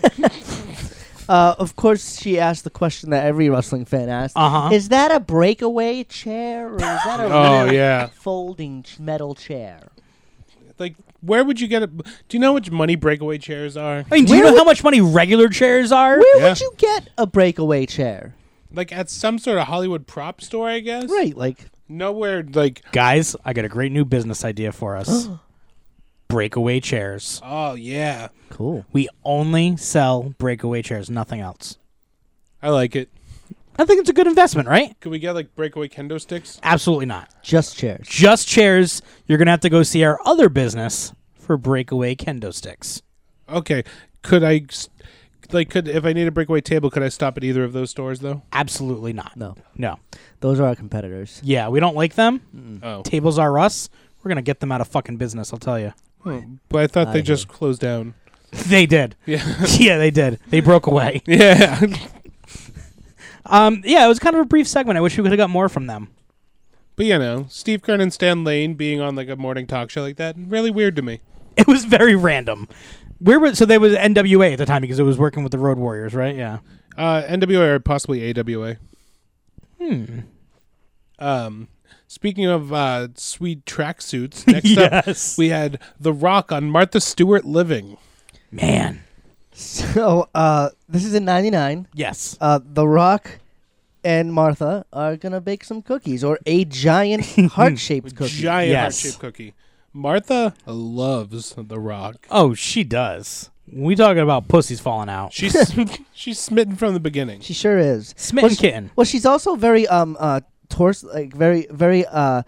[SPEAKER 5] Uh, of course, she asked the question that every wrestling fan asks:
[SPEAKER 4] uh huh.
[SPEAKER 5] Is that a breakaway chair or is that a
[SPEAKER 6] oh
[SPEAKER 5] real
[SPEAKER 6] yeah
[SPEAKER 5] folding ch- metal chair?
[SPEAKER 6] like where would you get it do you know which money breakaway chairs are
[SPEAKER 4] I mean, do you
[SPEAKER 5] Where
[SPEAKER 4] know
[SPEAKER 5] would-
[SPEAKER 4] how much money regular chairs are?
[SPEAKER 5] Where
[SPEAKER 6] Yeah.
[SPEAKER 5] would you get a breakaway chair?
[SPEAKER 6] like at some sort of hollywood prop store i guess
[SPEAKER 5] Right, like
[SPEAKER 6] nowhere like
[SPEAKER 4] Guys, I got a great new business idea for us. breakaway chairs.
[SPEAKER 6] oh yeah
[SPEAKER 5] cool.
[SPEAKER 4] We only sell breakaway chairs, nothing else.
[SPEAKER 6] i like it
[SPEAKER 4] I think it's a good investment, right?
[SPEAKER 6] could we get like breakaway kendo sticks
[SPEAKER 4] Absolutely not.
[SPEAKER 5] Just chairs.
[SPEAKER 4] just chairs. You're gonna have to go see our other business for breakaway kendo sticks.
[SPEAKER 6] Okay. Could I, s- like, could if I need a breakaway table, could I stop at either of those stores though?
[SPEAKER 4] Absolutely not.
[SPEAKER 5] No,
[SPEAKER 4] No.
[SPEAKER 5] those are our competitors.
[SPEAKER 4] Yeah, we don't like them.
[SPEAKER 6] Oh,
[SPEAKER 4] Tables are us. We're gonna get them out of fucking business. I'll tell you.
[SPEAKER 6] Oh, but I thought
[SPEAKER 5] I
[SPEAKER 6] they
[SPEAKER 5] hear.
[SPEAKER 6] just closed down.
[SPEAKER 4] They did.
[SPEAKER 6] Yeah.
[SPEAKER 4] yeah, they did. They broke away.
[SPEAKER 6] yeah.
[SPEAKER 4] Um, yeah, it was kind of a brief segment. I wish we could have got more from them.
[SPEAKER 6] But you know, Steve Kern and Stan Lane being on like a morning talk show like that, really weird to me.
[SPEAKER 4] It was very random. Where was so they was NWA at the time because it was working with the Road Warriors, right? Yeah.
[SPEAKER 6] Uh, NWA or possibly AWA.
[SPEAKER 4] Hmm.
[SPEAKER 6] Um, speaking of uh, sweet tracksuits, next up
[SPEAKER 4] yes.
[SPEAKER 6] we had The Rock on Martha Stewart Living.
[SPEAKER 4] Man.
[SPEAKER 5] So uh, this is in '99.
[SPEAKER 4] Yes.
[SPEAKER 5] uh, The Rock and Martha are gonna bake some cookies or a giant heart shaped cookie.
[SPEAKER 6] Giant
[SPEAKER 4] Yes.
[SPEAKER 6] heart shaped cookie. Martha loves The Rock.
[SPEAKER 4] Oh, she does. We talking about pussies falling out.
[SPEAKER 6] She's she's smitten from the beginning.
[SPEAKER 5] she sure is.
[SPEAKER 4] Smitten
[SPEAKER 5] Well, she-
[SPEAKER 4] kitten.
[SPEAKER 5] Well, she's also very um uh torse like very very uh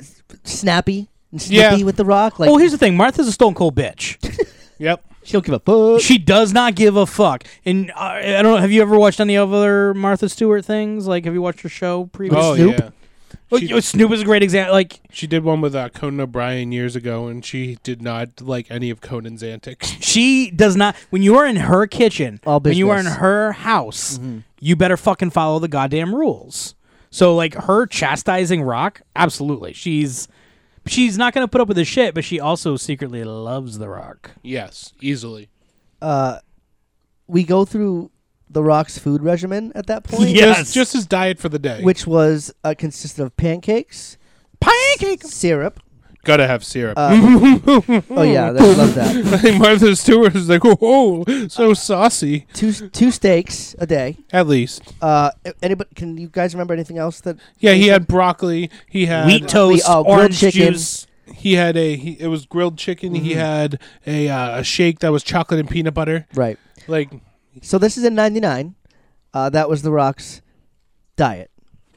[SPEAKER 5] s- snappy and snippy
[SPEAKER 6] Yeah.
[SPEAKER 5] with The Rock. Like
[SPEAKER 4] Oh, well, here's the thing. Martha's a stone cold bitch.
[SPEAKER 6] Yep.
[SPEAKER 5] She don't give a fuck.
[SPEAKER 4] She does not give a fuck. And uh, I don't know. Have you ever watched any other Martha Stewart things? Like, have you watched her show previously?
[SPEAKER 6] Oh
[SPEAKER 5] Snoop?
[SPEAKER 6] yeah,
[SPEAKER 4] Oh,
[SPEAKER 6] she-
[SPEAKER 4] yo, Snoop is a great example. Like,
[SPEAKER 6] she did one with uh, Conan O'Brien years ago, and she did not like any of Conan's antics.
[SPEAKER 4] she does not. When you are in her kitchen,
[SPEAKER 5] All
[SPEAKER 4] when you are in
[SPEAKER 5] business. Mm-hmm.
[SPEAKER 4] her house, you better fucking follow the goddamn rules. So, like, her chastising Rock, absolutely. She's she's not gonna put up with the shit, but she also secretly loves the Rock.
[SPEAKER 6] yes, easily.
[SPEAKER 5] We go through the Rock's food regimen at that point,
[SPEAKER 4] Yeah. Yes.
[SPEAKER 6] Just, just his diet for the day.
[SPEAKER 5] which was uh, consisted of pancakes,
[SPEAKER 4] Pancake.
[SPEAKER 5] syrup.
[SPEAKER 6] gotta have syrup.
[SPEAKER 5] Uh, Oh yeah, I love that.
[SPEAKER 6] I think Martha Stewart is like, oh,
[SPEAKER 5] Uh,
[SPEAKER 6] so saucy.
[SPEAKER 5] two two steaks a day.
[SPEAKER 6] At least,
[SPEAKER 5] Uh, anybody? Can you guys remember anything else that?
[SPEAKER 6] yeah, he had broccoli. He had
[SPEAKER 4] Wheat toast,
[SPEAKER 5] oh, grilled
[SPEAKER 4] orange
[SPEAKER 5] chicken.
[SPEAKER 4] juice.
[SPEAKER 6] he had a he, it was grilled chicken.
[SPEAKER 5] Mm-hmm.
[SPEAKER 6] He had a uh, a shake that was chocolate and peanut butter.
[SPEAKER 5] Right.
[SPEAKER 6] Like,
[SPEAKER 5] So this is in '99. Uh, that was the Rock's diet.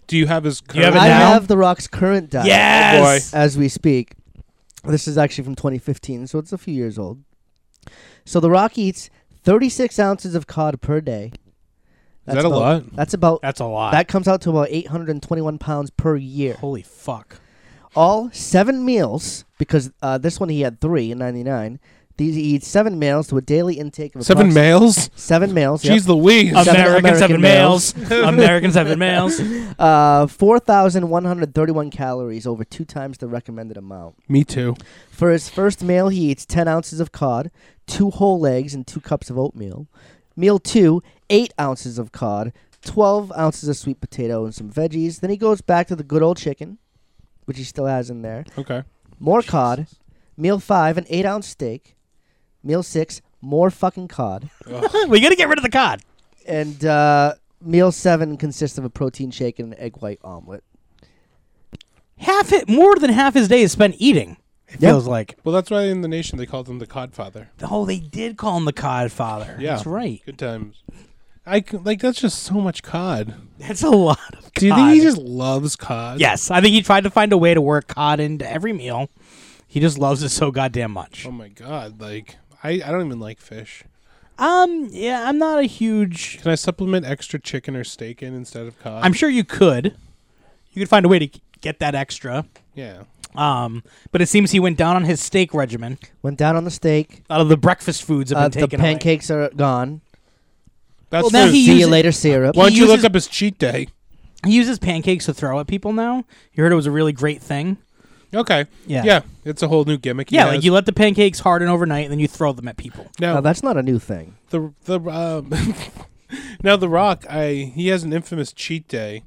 [SPEAKER 6] do you have his?
[SPEAKER 4] You have it
[SPEAKER 5] I
[SPEAKER 4] now?
[SPEAKER 5] have the Rock's current diet.
[SPEAKER 6] Oh,
[SPEAKER 4] Yes.
[SPEAKER 5] as we speak. This is actually from 2015, so it's a few years old. So The Rock eats 36 ounces of cod per day.
[SPEAKER 6] that a
[SPEAKER 5] about-
[SPEAKER 6] lot?
[SPEAKER 5] That's about
[SPEAKER 4] That's a lot.
[SPEAKER 5] that comes out to about 821 pounds per year.
[SPEAKER 4] Holy fuck.
[SPEAKER 5] All seven meals, because uh, this one he had three in '99. These he eats seven meals to a daily intake of
[SPEAKER 6] Seven
[SPEAKER 5] approxi-
[SPEAKER 6] males.
[SPEAKER 5] Seven meals. yep.
[SPEAKER 6] She's the Louise.
[SPEAKER 5] Seven
[SPEAKER 4] American
[SPEAKER 5] American
[SPEAKER 4] seven males. American seven males.
[SPEAKER 5] Uh, 4,131 calories over two times the recommended amount.
[SPEAKER 6] Me too.
[SPEAKER 5] For his first meal, he eats 10 ounces of cod, two whole eggs, and two cups of oatmeal. Meal two, 8 ounces of cod, 12 ounces of sweet potato, and some veggies. Then he goes back to the good old chicken, which he still has in there.
[SPEAKER 6] Okay.
[SPEAKER 5] More cod. Meal five, an 8 ounce steak. Meal six, more fucking cod.
[SPEAKER 4] we gotta get rid of the cod.
[SPEAKER 5] And uh, meal seven consists of a protein shake and an egg white omelet.
[SPEAKER 4] Half it, more than half his day is spent eating. It
[SPEAKER 5] Yep.
[SPEAKER 4] feels like.
[SPEAKER 6] Well, that's why in the nation they called him the Codfather.
[SPEAKER 4] Oh, they did call him the cod father.
[SPEAKER 6] Yeah,
[SPEAKER 4] That's right.
[SPEAKER 6] Good times. I c- like that's just so much cod.
[SPEAKER 4] That's a lot of cod.
[SPEAKER 6] Do you think he just loves cod?
[SPEAKER 4] Yes, I think he tried to find a way to work cod into every meal. He just loves it so goddamn much.
[SPEAKER 6] Oh my god! Like I, I don't even like fish.
[SPEAKER 4] Um, yeah, I'm not a huge.
[SPEAKER 6] Can I supplement extra chicken or steak in instead of cod?
[SPEAKER 4] I'm sure you could. You could find a way to get that extra.
[SPEAKER 6] yeah.
[SPEAKER 4] Um, but it seems he went down on his steak regimen.
[SPEAKER 5] Went down on the steak.
[SPEAKER 4] A lot of the breakfast foods have
[SPEAKER 5] Uh,
[SPEAKER 4] been
[SPEAKER 5] the
[SPEAKER 4] taken away.
[SPEAKER 5] pancakes are gone.
[SPEAKER 6] That's
[SPEAKER 4] Well, now
[SPEAKER 6] true.
[SPEAKER 4] he-
[SPEAKER 5] See you
[SPEAKER 4] uses-
[SPEAKER 5] later, syrup.
[SPEAKER 6] Why don't you
[SPEAKER 4] uses-
[SPEAKER 6] look up his cheat day?
[SPEAKER 4] He uses pancakes to throw at people now. You heard it was a really great thing.
[SPEAKER 6] Okay.
[SPEAKER 4] Yeah.
[SPEAKER 6] Yeah. It's a whole new gimmick. he
[SPEAKER 4] Yeah,
[SPEAKER 6] has.
[SPEAKER 4] like you let the pancakes harden overnight and then you throw them at people.
[SPEAKER 5] Now,
[SPEAKER 6] now
[SPEAKER 5] that's not a new thing.
[SPEAKER 6] the the um, now the Rock. I he has an infamous cheat day,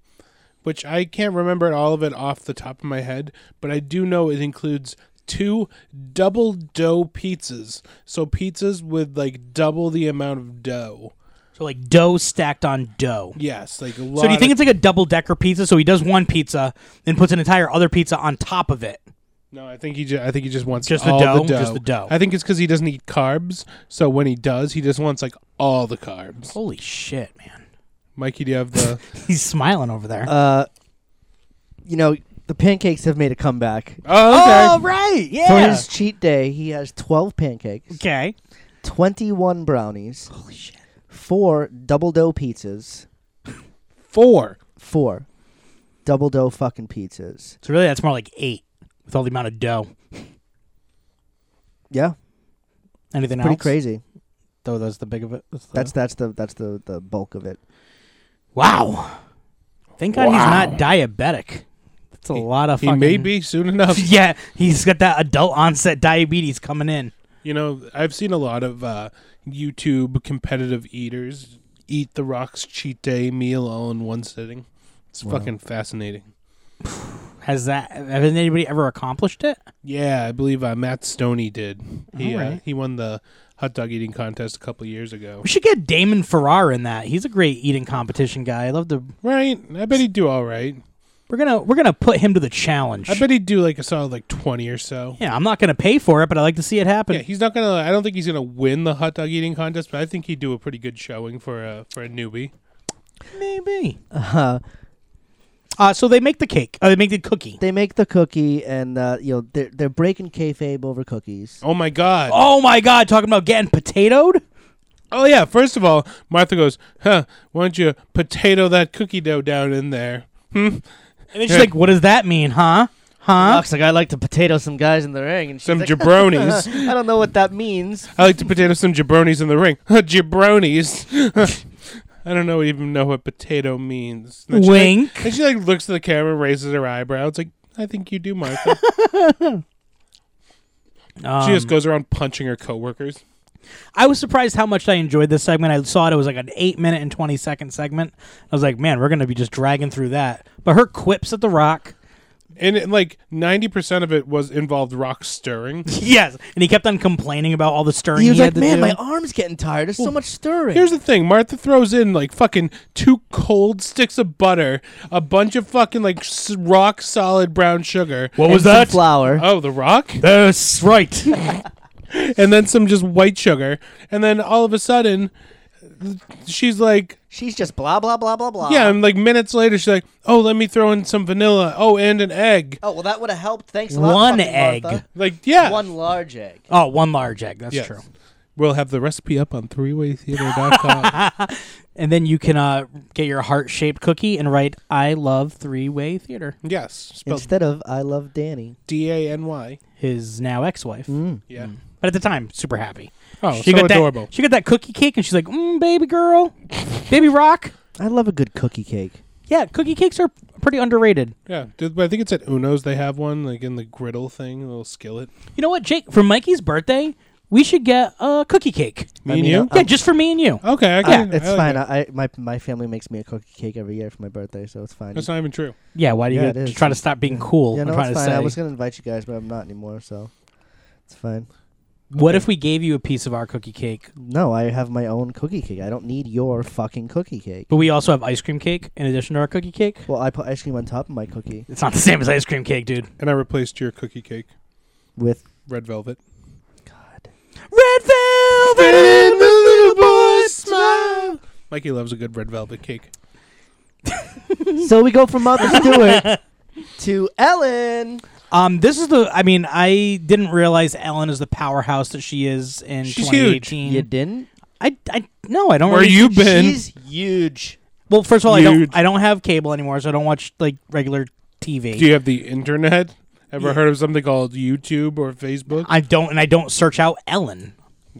[SPEAKER 6] which I can't remember all of it off the top of my head, but I do know it includes two double dough pizzas. So pizzas with like double the amount of dough.
[SPEAKER 4] So like dough stacked on dough.
[SPEAKER 6] Yes, like a lot.
[SPEAKER 4] So do you think
[SPEAKER 6] of-
[SPEAKER 4] it's like a double decker pizza? So he does one pizza, then puts an entire other pizza on top of it.
[SPEAKER 6] No, I think he. Ju- I think he just wants
[SPEAKER 4] Just the
[SPEAKER 6] all
[SPEAKER 4] dough? Just the dough.
[SPEAKER 6] I think it's because he doesn't eat carbs. So when he does, he just wants like all the carbs.
[SPEAKER 4] Holy shit, man.
[SPEAKER 6] Mikey, do you have the?
[SPEAKER 4] He's smiling over there.
[SPEAKER 5] Uh, you know, the pancakes have made a comeback.
[SPEAKER 6] oh,
[SPEAKER 4] Oh right,
[SPEAKER 5] For
[SPEAKER 4] yeah.
[SPEAKER 5] his cheat day, he has 12 pancakes,
[SPEAKER 4] Okay.
[SPEAKER 5] 21 brownies,
[SPEAKER 4] Holy shit.
[SPEAKER 5] four double dough pizzas,
[SPEAKER 6] four.
[SPEAKER 5] four double dough fucking pizzas.
[SPEAKER 4] So really that's more like eight with all the amount of dough.
[SPEAKER 5] Yeah,
[SPEAKER 4] Anything
[SPEAKER 5] pretty
[SPEAKER 4] else?
[SPEAKER 5] crazy.
[SPEAKER 4] Though that's the big of it. the-
[SPEAKER 5] That's that's the that's the the bulk of it.
[SPEAKER 4] Wow. Thank God he's not diabetic. That's a lot of
[SPEAKER 6] He
[SPEAKER 4] fucking
[SPEAKER 6] may be soon enough.
[SPEAKER 4] yeah, he's got that adult onset diabetes coming in.
[SPEAKER 6] You know, I've seen a lot of uh, YouTube competitive eaters eat the Rock's cheat day meal all in one sitting. It's fucking fascinating.
[SPEAKER 4] Has that has anybody ever accomplished it?
[SPEAKER 6] Yeah, I believe uh, Matt Stoney did. He
[SPEAKER 4] All
[SPEAKER 6] uh,
[SPEAKER 4] right.
[SPEAKER 6] he won the hot dog eating contest a couple years ago.
[SPEAKER 4] We should get Damon Farrar in that. He's a great eating competition guy. I love to.
[SPEAKER 6] Right? I bet he'd do all right.
[SPEAKER 4] We're gonna we're gonna put him to the challenge.
[SPEAKER 6] I bet he'd do like a solid like twenty or so.
[SPEAKER 4] yeah, I'm not gonna pay for it, but I like to see it happen.
[SPEAKER 6] Yeah, he's not gonna. I don't think he's gonna win the hot dog eating contest, but I think he'd do
[SPEAKER 5] Uh-huh.
[SPEAKER 6] a pretty good showing for a for a newbie.
[SPEAKER 4] Maybe.
[SPEAKER 5] Uh,
[SPEAKER 4] Uh, so they make the cake. Uh, they make the cookie.
[SPEAKER 5] They make the cookie, and uh, you know they're they're breaking kayfabe over cookies.
[SPEAKER 6] Oh my God.
[SPEAKER 4] Oh my god! Talking about getting potatoed.
[SPEAKER 6] Oh yeah. First of all, Martha goes, "Huh? Why don't you potato that cookie dough down in there?" Hmm.
[SPEAKER 4] And then she's like, "What does that mean, huh? Huh?"
[SPEAKER 5] Looks like I like to potato some guys in the ring, and she's
[SPEAKER 6] Some
[SPEAKER 5] like,
[SPEAKER 6] jabronis.
[SPEAKER 5] I don't know what that means.
[SPEAKER 6] I like to potato some jabronis in the ring. jabronis. I don't know even know what potato means. And she, like-
[SPEAKER 4] Wink.
[SPEAKER 6] and she like looks at the camera, raises her eyebrow. It's like, I think you do, Martha. she just
[SPEAKER 4] Um,
[SPEAKER 6] goes around punching her coworkers.
[SPEAKER 4] I was surprised how much I enjoyed this segment. I saw it; it was like an eight minute and twenty second segment. I was like, "Man, we're gonna be just dragging through that." But her quips at the rock,
[SPEAKER 6] And it, like ninety percent of it was involved rock stirring.
[SPEAKER 4] yes, and he kept on complaining about all the stirring
[SPEAKER 5] He was like,
[SPEAKER 4] had to
[SPEAKER 5] "Man,
[SPEAKER 4] do."
[SPEAKER 5] my arm's getting tired. There's so much stirring."
[SPEAKER 6] Here's the thing: Martha throws in like fucking two cold sticks of butter, a bunch of fucking like s- rock solid brown sugar.
[SPEAKER 4] what
[SPEAKER 5] And some flour?
[SPEAKER 6] Oh, the rock,
[SPEAKER 4] That's right.
[SPEAKER 6] and then some just white sugar, and then all of a sudden, she's like,
[SPEAKER 5] She's just blah blah blah blah blah.
[SPEAKER 6] yeah, and like minutes later, she's like, oh, let me throw in some vanilla. Oh, and an egg.
[SPEAKER 5] Oh well, that would have helped. Thanks a lot.
[SPEAKER 4] one
[SPEAKER 5] fucking
[SPEAKER 4] egg.
[SPEAKER 5] Martha.
[SPEAKER 6] Like, yeah,
[SPEAKER 5] One large egg.
[SPEAKER 4] Oh, one large egg. That's
[SPEAKER 6] Yes.
[SPEAKER 4] true.
[SPEAKER 6] We'll have the recipe up on threewaytheater.com.
[SPEAKER 4] And then you can uh, get your heart shaped cookie and write "I love three way theater."
[SPEAKER 6] yes, spelled
[SPEAKER 5] Instead of I love Danny.
[SPEAKER 6] D A N Y.
[SPEAKER 4] His now ex wife,
[SPEAKER 5] Mm.
[SPEAKER 6] Yeah.
[SPEAKER 4] but at the time, super happy.
[SPEAKER 6] Oh,
[SPEAKER 4] she
[SPEAKER 6] so
[SPEAKER 4] got
[SPEAKER 6] adorable.
[SPEAKER 4] That, she got that cookie cake, and she's like, mm, "Baby girl, baby rock."
[SPEAKER 5] I love a good cookie cake.
[SPEAKER 4] Yeah, cookie cakes are pretty underrated.
[SPEAKER 6] Yeah, dude, but I think it's at Uno's. They have one like in the griddle thing, a little skillet.
[SPEAKER 4] You know what, Jake? For Mikey's birthday, we should get a cookie cake.
[SPEAKER 6] Me
[SPEAKER 5] I
[SPEAKER 6] and
[SPEAKER 5] mean,
[SPEAKER 6] you.
[SPEAKER 5] uh,
[SPEAKER 4] Yeah, just for me and you.
[SPEAKER 6] okay, I
[SPEAKER 5] Yeah,
[SPEAKER 6] can,
[SPEAKER 5] it's
[SPEAKER 6] I like
[SPEAKER 5] fine.
[SPEAKER 6] that.
[SPEAKER 5] I, I my my family makes me a cookie cake every year for my birthday, so it's fine.
[SPEAKER 6] That's not even true.
[SPEAKER 4] Yeah, why do you
[SPEAKER 5] Yeah,
[SPEAKER 4] gotta
[SPEAKER 5] it
[SPEAKER 4] just
[SPEAKER 5] is.
[SPEAKER 4] try to stop being cool?
[SPEAKER 5] yeah,
[SPEAKER 4] I'm
[SPEAKER 5] no,
[SPEAKER 4] trying
[SPEAKER 5] it's
[SPEAKER 4] to
[SPEAKER 5] fine.
[SPEAKER 4] say.
[SPEAKER 5] I was gonna invite you guys, but I'm not anymore, so it's fine.
[SPEAKER 4] What if we gave you a piece of our cookie cake,
[SPEAKER 5] No, I have my own cookie cake. I don't need your fucking cookie cake.
[SPEAKER 4] but we also have ice cream cake in addition to our cookie cake?
[SPEAKER 5] Well, I put ice cream on top of my cookie
[SPEAKER 4] It's not the same as ice cream cake, dude.
[SPEAKER 6] And I replaced your cookie cake,
[SPEAKER 5] with
[SPEAKER 6] red velvet.
[SPEAKER 5] God.
[SPEAKER 4] Red velvet and the little boy's smile.
[SPEAKER 6] Mikey loves a good red velvet cake.
[SPEAKER 5] so we go from Martha Stewart to Ellen.
[SPEAKER 4] Um, this is the. I mean, I didn't realize Ellen is the powerhouse that she is in
[SPEAKER 6] She's huge.
[SPEAKER 4] 2018.
[SPEAKER 5] You didn't?
[SPEAKER 4] I, I, no, I don't.
[SPEAKER 6] Where
[SPEAKER 4] really-
[SPEAKER 6] you been?
[SPEAKER 5] She's huge.
[SPEAKER 4] Well, first of all, I
[SPEAKER 6] Huge.
[SPEAKER 4] don't I don't have cable anymore, so I don't watch like regular TV.
[SPEAKER 6] Do you have the internet? Ever heard of something called YouTube or Facebook?
[SPEAKER 4] I don't, and I don't search out Ellen.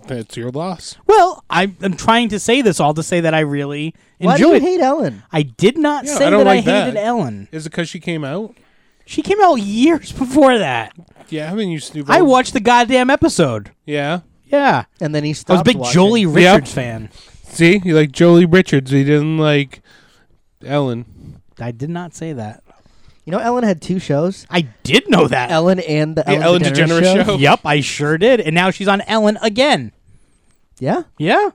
[SPEAKER 6] That's your loss.
[SPEAKER 4] Well, I, I'm trying to say this all to say that I really
[SPEAKER 5] Why
[SPEAKER 4] enjoy
[SPEAKER 5] do you
[SPEAKER 4] it.
[SPEAKER 5] hate Ellen?
[SPEAKER 4] I did not
[SPEAKER 6] Yeah,
[SPEAKER 4] say
[SPEAKER 6] I
[SPEAKER 4] that
[SPEAKER 6] don't
[SPEAKER 4] I
[SPEAKER 6] like that.
[SPEAKER 4] hated Ellen.
[SPEAKER 6] Is it because she came out?
[SPEAKER 4] She came out years before that.
[SPEAKER 6] Yeah, haven't you snooped?
[SPEAKER 4] I watched the goddamn episode.
[SPEAKER 6] Yeah.
[SPEAKER 4] Yeah,
[SPEAKER 5] And then he
[SPEAKER 4] I was a
[SPEAKER 5] stopped.
[SPEAKER 4] big
[SPEAKER 5] watching.
[SPEAKER 4] Jolie Richards fan.
[SPEAKER 6] See, you like Jolie Richards. He didn't like Ellen.
[SPEAKER 4] I did not say that.
[SPEAKER 5] You know, Ellen had two shows.
[SPEAKER 4] I did know that.
[SPEAKER 5] Ellen and the,
[SPEAKER 6] The Ellen DeGeneres show?
[SPEAKER 4] Yep, I sure did. And now she's on Ellen again.
[SPEAKER 5] Yeah.
[SPEAKER 4] Yeah.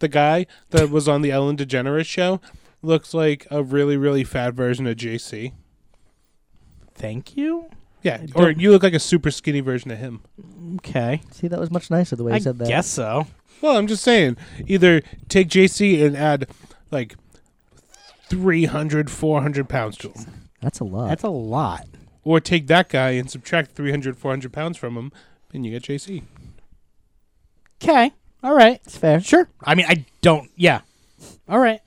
[SPEAKER 6] The guy that was on the Ellen DeGeneres show looks like a really, really fat version of JC.
[SPEAKER 4] Thank you.
[SPEAKER 6] Yeah, or you look like a super skinny version of him.
[SPEAKER 4] Okay.
[SPEAKER 5] See, that was much nicer the way
[SPEAKER 4] I
[SPEAKER 5] he said that.
[SPEAKER 4] guess so.
[SPEAKER 6] Well, I'm just saying, either take JC and add like 300, 400 pounds to him,
[SPEAKER 5] That's a lot.
[SPEAKER 4] That's a lot.
[SPEAKER 6] or take that guy and subtract 300, 400 pounds from him, and you get JC.
[SPEAKER 4] Okay. All right.
[SPEAKER 5] That's fair.
[SPEAKER 4] Sure. I mean, I don't. Yeah. All right.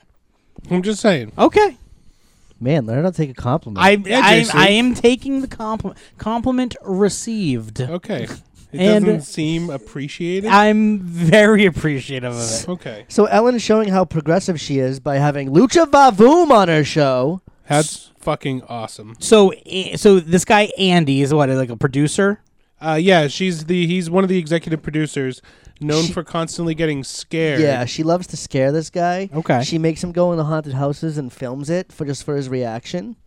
[SPEAKER 6] I'm just saying.
[SPEAKER 4] Okay.
[SPEAKER 5] Man, learn how to take a compliment.
[SPEAKER 4] I
[SPEAKER 6] Yeah,
[SPEAKER 4] I,
[SPEAKER 6] JC.
[SPEAKER 4] I am taking the compliment. Compliment received.
[SPEAKER 6] Okay. It
[SPEAKER 4] And-
[SPEAKER 6] doesn't seem appreciated.
[SPEAKER 4] I'm very appreciative of it.
[SPEAKER 6] okay.
[SPEAKER 5] so Ellen is showing how progressive she is by having Lucha Vavoom on her show.
[SPEAKER 6] That's fucking awesome.
[SPEAKER 4] So eh, so this guy Andy is what like a producer.
[SPEAKER 6] Uh, yeah, she's the he's one of the executive producers, known
[SPEAKER 5] She-
[SPEAKER 6] for constantly getting scared.
[SPEAKER 5] Yeah, she loves to scare this guy.
[SPEAKER 4] Okay.
[SPEAKER 5] She makes him go into haunted houses and films it for just for his reaction.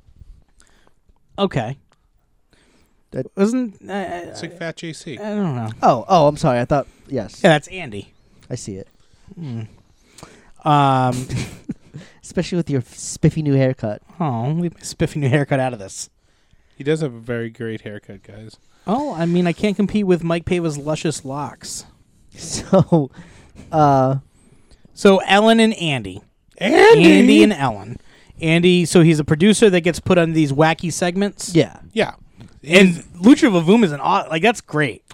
[SPEAKER 4] Okay.
[SPEAKER 5] That-
[SPEAKER 4] wasn't I,
[SPEAKER 6] it's like fat JC.
[SPEAKER 4] I don't know.
[SPEAKER 5] Oh, oh, I'm sorry. I thought yes,
[SPEAKER 4] Yeah, that's Andy.
[SPEAKER 5] I see it.
[SPEAKER 4] Um.
[SPEAKER 5] Especially with your f- spiffy new haircut.
[SPEAKER 4] oh, leave my spiffy new haircut out of this.
[SPEAKER 6] He does have a very great haircut, guys.
[SPEAKER 4] Oh, I mean, I can't compete with Mike Pava's luscious locks.
[SPEAKER 5] So, uh,
[SPEAKER 4] So Ellen and Andy.
[SPEAKER 6] Andy,
[SPEAKER 4] Andy and Ellen. Andy, so he's a producer that gets put on these wacky segments.
[SPEAKER 5] Yeah.
[SPEAKER 6] Yeah.
[SPEAKER 4] and Lucha Vavoom is an odd, like that's great.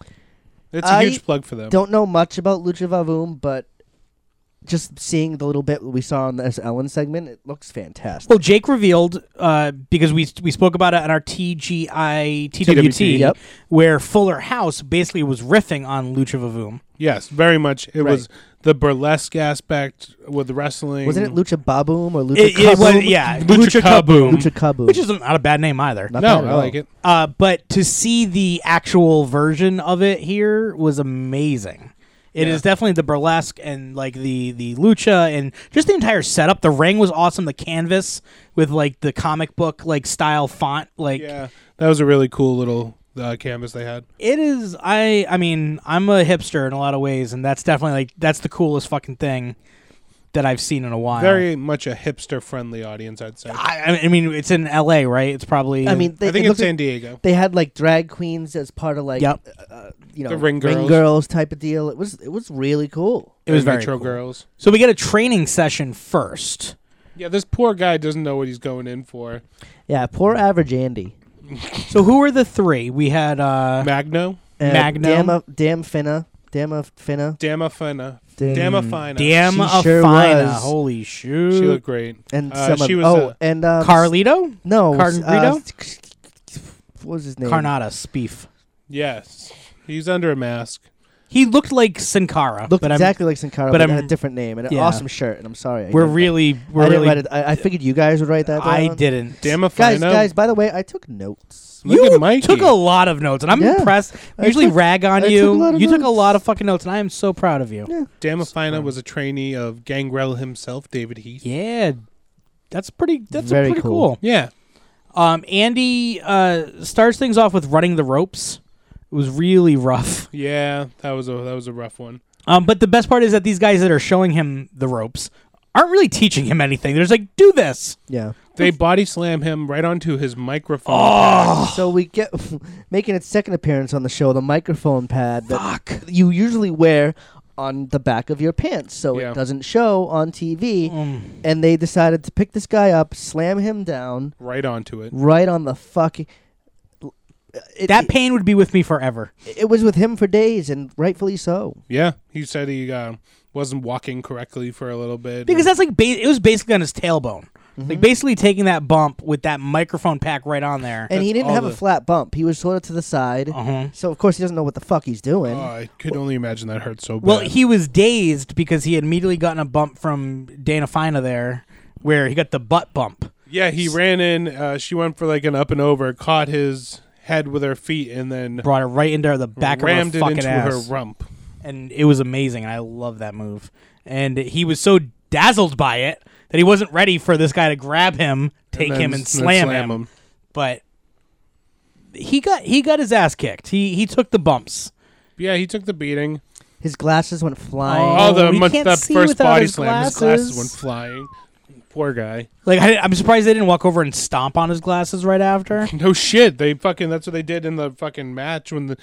[SPEAKER 6] It's a
[SPEAKER 5] I
[SPEAKER 6] huge plug for them.
[SPEAKER 5] Don't know much about Lucha Vavoom, but just seeing the little bit we saw on this Ellen segment, it looks fantastic.
[SPEAKER 4] Well, Jake revealed uh, because we we spoke about it on our TGI
[SPEAKER 6] TWT,
[SPEAKER 4] TWT,
[SPEAKER 5] yep.
[SPEAKER 4] where Fuller House basically was riffing on Lucha Vavoom.
[SPEAKER 6] Yes, very much. It was the burlesque aspect with wrestling.
[SPEAKER 5] Wasn't it Lucha Baboom or Lucha
[SPEAKER 4] It, it
[SPEAKER 5] Kaboom?
[SPEAKER 4] was yeah,
[SPEAKER 6] Lucha Kaboom.
[SPEAKER 5] Lucha Kaboom.
[SPEAKER 4] which is not a bad name either.
[SPEAKER 5] Not
[SPEAKER 6] No,
[SPEAKER 5] bad at
[SPEAKER 6] I
[SPEAKER 5] all.
[SPEAKER 6] like it.
[SPEAKER 4] Uh, but to see the actual version of it here was amazing. It is definitely the burlesque and like the the lucha and just the entire setup. The ring was awesome. The canvas with like the comic book like style font. Like
[SPEAKER 6] Yeah, that was a really cool little uh, canvas they had.
[SPEAKER 4] it is. I I mean I'm a hipster in a lot of ways, and that's definitely like that's the coolest fucking thing that I've seen in a while.
[SPEAKER 6] Very much a hipster-friendly audience, I'd say. I,
[SPEAKER 4] I, I mean it's in L.A. right? It's probably
[SPEAKER 5] I mean, they,
[SPEAKER 6] think it's
[SPEAKER 5] it looked like
[SPEAKER 6] San Diego.
[SPEAKER 5] they had like drag queens as part of like
[SPEAKER 4] Yep.
[SPEAKER 5] uh, you know
[SPEAKER 6] The ring girls.
[SPEAKER 5] type of deal. It was it was really cool.
[SPEAKER 4] it was
[SPEAKER 6] And
[SPEAKER 4] very
[SPEAKER 6] Metro
[SPEAKER 4] cool.
[SPEAKER 6] Girls.
[SPEAKER 4] So we get a training session first.
[SPEAKER 6] Yeah, this poor guy doesn't know what he's going in for.
[SPEAKER 5] Yeah, poor average Andy.
[SPEAKER 4] So who were the three? We had uh
[SPEAKER 6] Magno,
[SPEAKER 5] Uh,
[SPEAKER 4] Magnum.
[SPEAKER 5] Damn, damn Finna. Damn Finna.
[SPEAKER 6] Damafina,
[SPEAKER 5] Damn.
[SPEAKER 6] Damafina.
[SPEAKER 4] Damn
[SPEAKER 5] She
[SPEAKER 4] a
[SPEAKER 5] sure
[SPEAKER 4] fina.
[SPEAKER 5] was.
[SPEAKER 4] Holy shoot.
[SPEAKER 6] She looked great.
[SPEAKER 5] And
[SPEAKER 6] Uh,
[SPEAKER 5] some
[SPEAKER 6] she
[SPEAKER 5] of,
[SPEAKER 6] was,
[SPEAKER 5] oh,
[SPEAKER 6] uh,
[SPEAKER 5] and um,
[SPEAKER 4] Carlito?
[SPEAKER 5] No,
[SPEAKER 4] Carden
[SPEAKER 5] uh,
[SPEAKER 4] Brito?
[SPEAKER 5] what was his name?
[SPEAKER 4] Carnata, beef.
[SPEAKER 6] Yes, he's under a mask.
[SPEAKER 4] He looked like Sin Cara.
[SPEAKER 5] Looked
[SPEAKER 4] but
[SPEAKER 5] exactly like Sin Cara,
[SPEAKER 4] but
[SPEAKER 5] but, had
[SPEAKER 4] I'm-
[SPEAKER 5] a different name and an
[SPEAKER 4] yeah.
[SPEAKER 5] awesome shirt. And I'm sorry, I
[SPEAKER 4] I'm, we're
[SPEAKER 5] didn't-
[SPEAKER 4] really
[SPEAKER 5] I
[SPEAKER 4] we're
[SPEAKER 5] didn't
[SPEAKER 4] really
[SPEAKER 5] write it. I, I figured you guys would write that.
[SPEAKER 4] I
[SPEAKER 5] down.
[SPEAKER 4] didn't.
[SPEAKER 6] Damafina.
[SPEAKER 5] Guys, guys. By the way, I took notes.
[SPEAKER 6] Look
[SPEAKER 4] you
[SPEAKER 6] at Mikey.
[SPEAKER 4] took a lot of notes, and I'm
[SPEAKER 5] Yeah.
[SPEAKER 4] impressed.
[SPEAKER 5] I
[SPEAKER 4] Usually
[SPEAKER 5] took-
[SPEAKER 4] rag on
[SPEAKER 5] I took
[SPEAKER 4] you.
[SPEAKER 5] a lot of
[SPEAKER 4] you took a
[SPEAKER 5] notes.
[SPEAKER 4] lot of fucking notes, and I am so proud of you. Yeah,
[SPEAKER 6] Damafina was a trainee of Gangrel himself, David Heath.
[SPEAKER 4] that's pretty. That's
[SPEAKER 5] Very
[SPEAKER 4] pretty
[SPEAKER 5] cool.
[SPEAKER 4] cool.
[SPEAKER 6] Yeah,
[SPEAKER 4] Um, Andy uh, starts things off with running the ropes. It was really rough.
[SPEAKER 6] yeah, that was a that was a rough one.
[SPEAKER 4] Um, but the best part is that these guys that are showing him the ropes aren't really teaching him anything. They're just like, do this.
[SPEAKER 5] Yeah.
[SPEAKER 6] They body slam him right onto his microphone.
[SPEAKER 5] So we get making its second appearance on the show, the microphone pad that you usually wear on the back of your pants, so
[SPEAKER 6] Yeah.
[SPEAKER 5] it doesn't show on TV.
[SPEAKER 4] Mm.
[SPEAKER 5] And they decided to pick this guy up, slam him down
[SPEAKER 6] right onto it.
[SPEAKER 5] right on the fucking. It,
[SPEAKER 4] That pain would be with me forever.
[SPEAKER 5] it, it was with him for days, and rightfully so.
[SPEAKER 6] Yeah, he said he uh, wasn't walking correctly for a little bit.
[SPEAKER 4] Because that's like, ba- it was basically on his tailbone.
[SPEAKER 5] Mm-hmm.
[SPEAKER 4] Like, basically taking that bump with that microphone pack right on there. Uh-huh.
[SPEAKER 5] And he
[SPEAKER 6] That's
[SPEAKER 5] didn't
[SPEAKER 6] all
[SPEAKER 5] have a
[SPEAKER 6] the-
[SPEAKER 5] flat bump; he was sort of to the side. So of course he doesn't know what the fuck he's doing.
[SPEAKER 6] oh, I could only imagine that hurt so bad.
[SPEAKER 4] well, he was dazed because he had immediately gotten a bump from Dana Fina there where he got the butt bump.
[SPEAKER 6] yeah, he ran in. Uh, she went for like an up and over, caught his head with her feet, and then
[SPEAKER 4] Brought it right into the back
[SPEAKER 6] rammed
[SPEAKER 4] of
[SPEAKER 6] it
[SPEAKER 4] her fucking
[SPEAKER 6] into
[SPEAKER 4] ass.
[SPEAKER 6] her rump.
[SPEAKER 4] and it was amazing and i love that move and he was so dazzled by it that he wasn't ready for this guy to grab him take
[SPEAKER 6] then
[SPEAKER 4] him
[SPEAKER 6] s- then
[SPEAKER 4] and slam,
[SPEAKER 6] slam
[SPEAKER 4] him.
[SPEAKER 6] him.
[SPEAKER 4] but he got he got his ass kicked he he took the bumps
[SPEAKER 6] Yeah, he took the beating.
[SPEAKER 5] His glasses went flying.
[SPEAKER 6] Oh, the
[SPEAKER 4] he
[SPEAKER 6] mon-
[SPEAKER 4] can't
[SPEAKER 6] the
[SPEAKER 4] see
[SPEAKER 6] first
[SPEAKER 4] without
[SPEAKER 6] body
[SPEAKER 4] his
[SPEAKER 6] slam, his
[SPEAKER 4] glasses.
[SPEAKER 6] glasses went flying. Poor guy.
[SPEAKER 4] like I, i'm surprised they didn't walk over and stomp on his glasses right after
[SPEAKER 6] No shit. They fucking. That's what they did in the fucking match when the.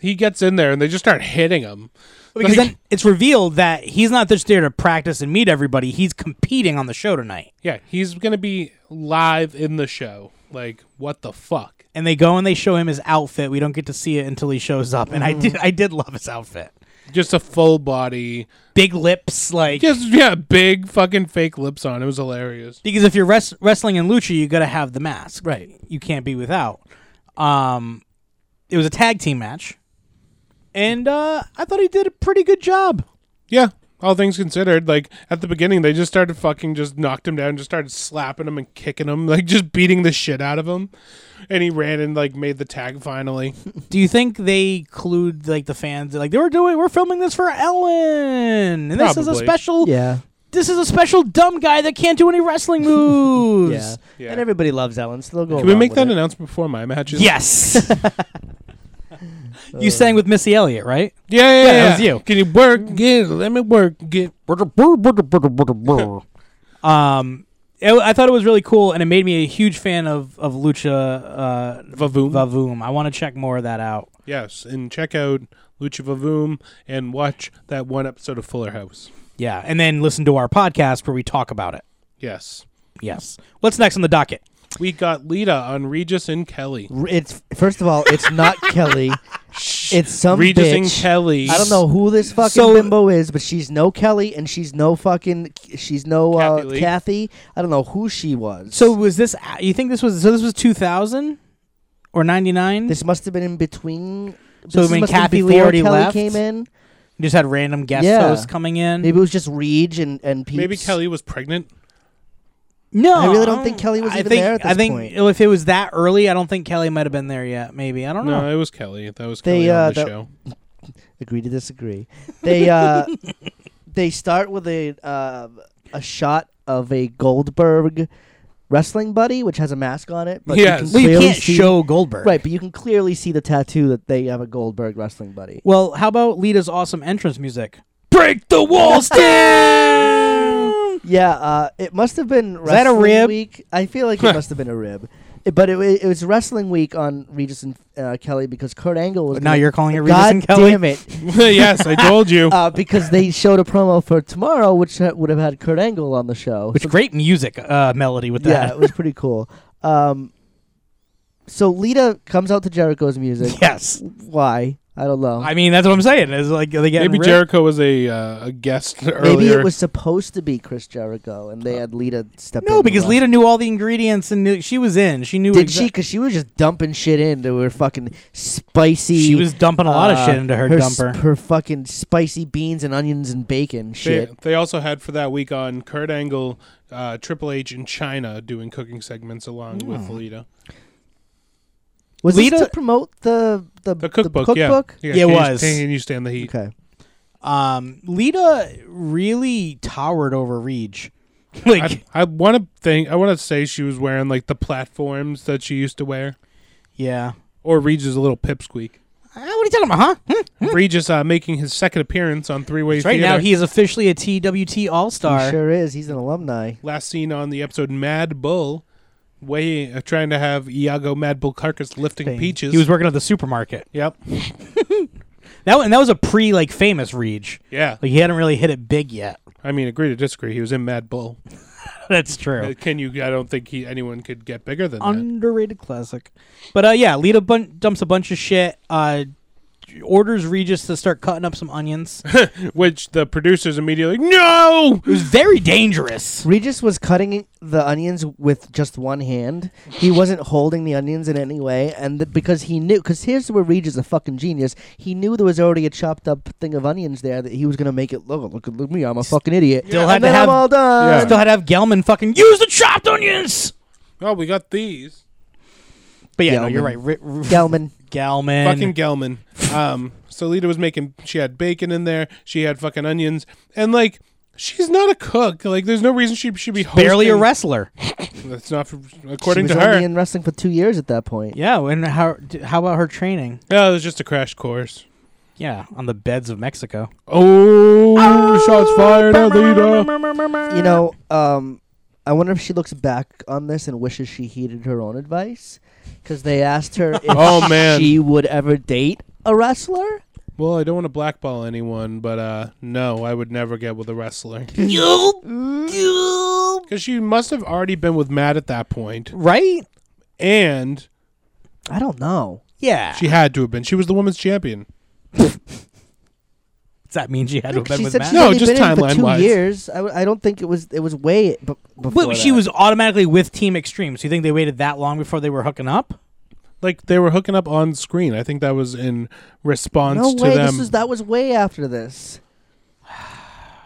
[SPEAKER 6] He gets in there and they just start hitting him.
[SPEAKER 4] because
[SPEAKER 6] Like-
[SPEAKER 4] then it's revealed that he's not just there to practice and meet everybody he's competing on the show tonight
[SPEAKER 6] yeah, he's gonna be live in the show. Like, what the fuck?
[SPEAKER 4] and they go and they show him his outfit we don't get to see it until he shows up and i
[SPEAKER 6] Mm.
[SPEAKER 4] did i did love his outfit
[SPEAKER 6] Just a full body
[SPEAKER 4] big lips like
[SPEAKER 6] Just yeah, big fucking fake lips on. It was hilarious.
[SPEAKER 4] because if you're res- wrestling in lucha, you got to have the mask. Right. You can't be without. Um, it was a tag team match, and uh, I thought he did a pretty good job.
[SPEAKER 6] Yeah, all things considered, like at the beginning, they just started fucking, just knocked him down, just started slapping him and kicking him, like just beating the shit out of him. And he ran and like made the tag finally.
[SPEAKER 4] Do you think they clued like the fans like they were doing? We're filming this for Ellen, and this is a
[SPEAKER 6] Probably.
[SPEAKER 4] special.
[SPEAKER 5] yeah.
[SPEAKER 4] This is a special dumb guy that can't do any wrestling moves.
[SPEAKER 5] yeah,
[SPEAKER 6] Yeah.
[SPEAKER 5] And everybody loves Ellen, so they'll go.
[SPEAKER 6] Can we
[SPEAKER 5] along
[SPEAKER 6] make
[SPEAKER 5] with
[SPEAKER 6] that
[SPEAKER 5] it.
[SPEAKER 6] announcement before my matches?
[SPEAKER 4] Yes. you sang with Missy Elliott, right?
[SPEAKER 6] yeah, yeah, yeah.
[SPEAKER 4] that was you.
[SPEAKER 6] Can you work? Get let me work. Get
[SPEAKER 4] Um, it, I thought it was really cool, and it made me a huge fan of of Lucha uh,
[SPEAKER 6] Vavoom.
[SPEAKER 4] Vavoom. I want to check more of that out.
[SPEAKER 6] yes, and check out Lucha Vavoom and watch that one episode of Fuller House.
[SPEAKER 4] Yeah, and then listen to our podcast where we talk about it.
[SPEAKER 6] Yes,
[SPEAKER 4] Yes. What's next on the docket?
[SPEAKER 6] We got Lita on Regis and Kelly.
[SPEAKER 5] R- It's first of all, it's not Kelly. It's some
[SPEAKER 6] Regis
[SPEAKER 5] bitch.
[SPEAKER 6] and Kelly.
[SPEAKER 5] I don't know who this fucking
[SPEAKER 4] So-
[SPEAKER 5] bimbo is, but she's no Kelly and she's no fucking she's no uh,
[SPEAKER 6] Kathy Lee.
[SPEAKER 5] Kathy. I don't know who she was.
[SPEAKER 4] So was this? You think this was? So this was 2000 or 99?
[SPEAKER 5] this must have been in between.
[SPEAKER 4] So
[SPEAKER 5] this
[SPEAKER 4] when
[SPEAKER 5] must have been
[SPEAKER 4] Kathy Lee
[SPEAKER 5] before
[SPEAKER 4] already
[SPEAKER 5] Kelly
[SPEAKER 4] left?
[SPEAKER 5] came in.
[SPEAKER 6] Mm-hmm.
[SPEAKER 4] You just had random guest
[SPEAKER 5] Yeah.
[SPEAKER 4] hosts coming in.
[SPEAKER 5] Maybe it was just Reed and and peeps.
[SPEAKER 6] Maybe Kelly was pregnant.
[SPEAKER 4] No,
[SPEAKER 5] I really don't think Kelly was
[SPEAKER 4] I
[SPEAKER 5] even
[SPEAKER 4] think-
[SPEAKER 5] there at
[SPEAKER 4] I
[SPEAKER 5] this
[SPEAKER 4] think
[SPEAKER 5] point.
[SPEAKER 4] if it was that early, I don't think Kelly might have been there yet. Maybe I don't know.
[SPEAKER 6] No, it was Kelly. That was
[SPEAKER 5] They,
[SPEAKER 6] Kelly
[SPEAKER 5] uh,
[SPEAKER 6] on the
[SPEAKER 5] that-
[SPEAKER 6] show.
[SPEAKER 5] Agree to disagree. They uh, they start with a uh, a shot of a Goldberg wrestling buddy, which has a mask on it. But
[SPEAKER 6] Yes.
[SPEAKER 5] you can
[SPEAKER 4] Well, you
[SPEAKER 5] clearly
[SPEAKER 4] can't
[SPEAKER 5] see-
[SPEAKER 4] show Goldberg,
[SPEAKER 5] Right, but you can clearly see the tattoo that they have a Goldberg wrestling buddy.
[SPEAKER 4] Well, how about Lita's awesome entrance music? Break the walls down.
[SPEAKER 5] Yeah, uh, it must have been wrestling
[SPEAKER 4] that a rib?
[SPEAKER 5] week. I feel like it must have been a rib, It- but it, wa- it was wrestling week on Regis and uh, Kelly because Kurt Angle was.
[SPEAKER 4] But now
[SPEAKER 5] gonna-
[SPEAKER 4] you're calling it Regis
[SPEAKER 5] God
[SPEAKER 4] and Kelly?
[SPEAKER 5] Damn it!
[SPEAKER 6] yes, I told you.
[SPEAKER 5] Uh, because they showed a promo for tomorrow, which ha- would have had Kurt Angle on the show.
[SPEAKER 4] Which
[SPEAKER 5] So-
[SPEAKER 4] great music uh, melody with
[SPEAKER 5] yeah,
[SPEAKER 4] that.
[SPEAKER 5] it was pretty cool. Um, so Lita comes out to Jericho's music.
[SPEAKER 4] yes.
[SPEAKER 5] Why? I don't know.
[SPEAKER 4] I mean, that's what I'm saying. Is like are they getting
[SPEAKER 6] Maybe
[SPEAKER 4] ripped?
[SPEAKER 6] Jericho was a uh, a guest earlier.
[SPEAKER 5] Maybe it was supposed to be Chris Jericho, and they had Lita step in.
[SPEAKER 4] No,
[SPEAKER 5] and
[SPEAKER 4] because
[SPEAKER 5] wrestle.
[SPEAKER 4] Lita knew all the ingredients and knew, she was in. She knew.
[SPEAKER 5] Did
[SPEAKER 4] exa-
[SPEAKER 5] she? Because she was just dumping shit into her fucking spicy.
[SPEAKER 4] She was dumping a lot of
[SPEAKER 5] uh,
[SPEAKER 4] shit into her,
[SPEAKER 5] s-
[SPEAKER 4] dumper.
[SPEAKER 5] Her fucking spicy beans and onions and bacon
[SPEAKER 6] They,
[SPEAKER 5] shit.
[SPEAKER 6] they also had for that week on Kurt Angle, uh, Triple H in China doing cooking segments along with
[SPEAKER 4] Hmm.
[SPEAKER 6] Lita.
[SPEAKER 5] Was
[SPEAKER 4] Lita-
[SPEAKER 5] this to promote the the,
[SPEAKER 6] The cookbook,
[SPEAKER 5] The
[SPEAKER 6] yeah.
[SPEAKER 5] cookbook?
[SPEAKER 6] yeah.
[SPEAKER 4] Yeah, it
[SPEAKER 6] Can you-
[SPEAKER 4] was.
[SPEAKER 6] Can you stand the heat?
[SPEAKER 5] Okay.
[SPEAKER 4] um, Lita really towered over Reach. Like
[SPEAKER 6] I, I want to think. I want to say she was wearing like the platforms that she used to wear,
[SPEAKER 4] Yeah.
[SPEAKER 6] or Regis a little pipsqueak.
[SPEAKER 4] Uh, what are you talking about, huh? Hmm?
[SPEAKER 6] Regis uh, making his second appearance on Three Way
[SPEAKER 4] Right
[SPEAKER 6] Theater.
[SPEAKER 4] now, he is officially a TWT All
[SPEAKER 5] He
[SPEAKER 4] Star.
[SPEAKER 5] sure is. He's an alumni.
[SPEAKER 6] last seen on the episode Mad Bull, way uh, trying to have Iago Mad Bull Carcass lifting peaches.
[SPEAKER 4] He was working at the supermarket.
[SPEAKER 6] Yep.
[SPEAKER 4] That and that was a pre like famous Reach.
[SPEAKER 6] Yeah.
[SPEAKER 4] Like he hadn't really hit it big yet.
[SPEAKER 6] I mean, agree to disagree. He was in Mad Bull.
[SPEAKER 4] That's true.
[SPEAKER 6] Uh, Can you? I don't think he anyone could get bigger than that.
[SPEAKER 4] Underrated classic. But uh, yeah, Lita bun- dumps a bunch of shit. Uh, orders Regis to start cutting up some onions. it
[SPEAKER 6] Which the producers immediately no.
[SPEAKER 4] was very dangerous.
[SPEAKER 5] Regis was cutting the onions with just one hand. He wasn't holding the onions in any way, and th- because he knew, because here's where Regis is a fucking genius. He knew there was already a chopped up thing of onions there that he was gonna make it look. Look, look at me, I'm a fucking idiot.
[SPEAKER 4] Still
[SPEAKER 5] and
[SPEAKER 4] had to
[SPEAKER 5] then
[SPEAKER 4] have-
[SPEAKER 5] I'm all done.
[SPEAKER 6] Yeah.
[SPEAKER 4] Still had to have Gelman fucking use the chopped onions.
[SPEAKER 6] Oh, we got these.
[SPEAKER 4] But yeah, no,
[SPEAKER 5] Gelman.
[SPEAKER 4] you're right. Ri- ri-
[SPEAKER 5] Gelman.
[SPEAKER 4] Gelman.
[SPEAKER 6] Fucking Gelman. Um, so Lita was making. She had bacon in there. She had fucking onions, and like. She's not a cook. Like, there's no reason she should be hosting.
[SPEAKER 4] barely a wrestler.
[SPEAKER 6] That's not for,
[SPEAKER 5] She
[SPEAKER 6] according
[SPEAKER 5] was
[SPEAKER 6] to her.
[SPEAKER 5] only in wrestling for two years at that point.
[SPEAKER 4] Yeah, and how d- how about her training?
[SPEAKER 6] Yeah, it was just a crash course.
[SPEAKER 4] Yeah, on the beds of Mexico.
[SPEAKER 6] Oh, shots fired at Lita.
[SPEAKER 5] you know, um, I wonder if she looks back on this and wishes she heeded her own advice because they asked her if
[SPEAKER 6] Oh, man.
[SPEAKER 5] she would ever date a wrestler.
[SPEAKER 6] Well, I don't want to blackball anyone, but uh, no, I would never get with a wrestler. Because she must have already been with Matt at that point,
[SPEAKER 4] Right?
[SPEAKER 6] and
[SPEAKER 5] I don't know.
[SPEAKER 4] Yeah.
[SPEAKER 6] she had to have been. She was the women's champion.
[SPEAKER 4] Does that mean she had to have been
[SPEAKER 5] She
[SPEAKER 4] with
[SPEAKER 5] said
[SPEAKER 4] Matt?
[SPEAKER 5] she's
[SPEAKER 6] No,
[SPEAKER 5] only
[SPEAKER 6] just
[SPEAKER 5] been in for
[SPEAKER 6] timeline
[SPEAKER 5] two
[SPEAKER 6] wise.
[SPEAKER 5] years. I, w- I don't think it was. It was way b- before.
[SPEAKER 4] But she
[SPEAKER 5] that.
[SPEAKER 4] was automatically with Team Extreme. So you think they waited that long before they were hooking up?
[SPEAKER 6] Like they were hooking up on screen. I think that was in response
[SPEAKER 5] No
[SPEAKER 6] to
[SPEAKER 5] way.
[SPEAKER 6] them.
[SPEAKER 5] This was that was way after this.
[SPEAKER 6] I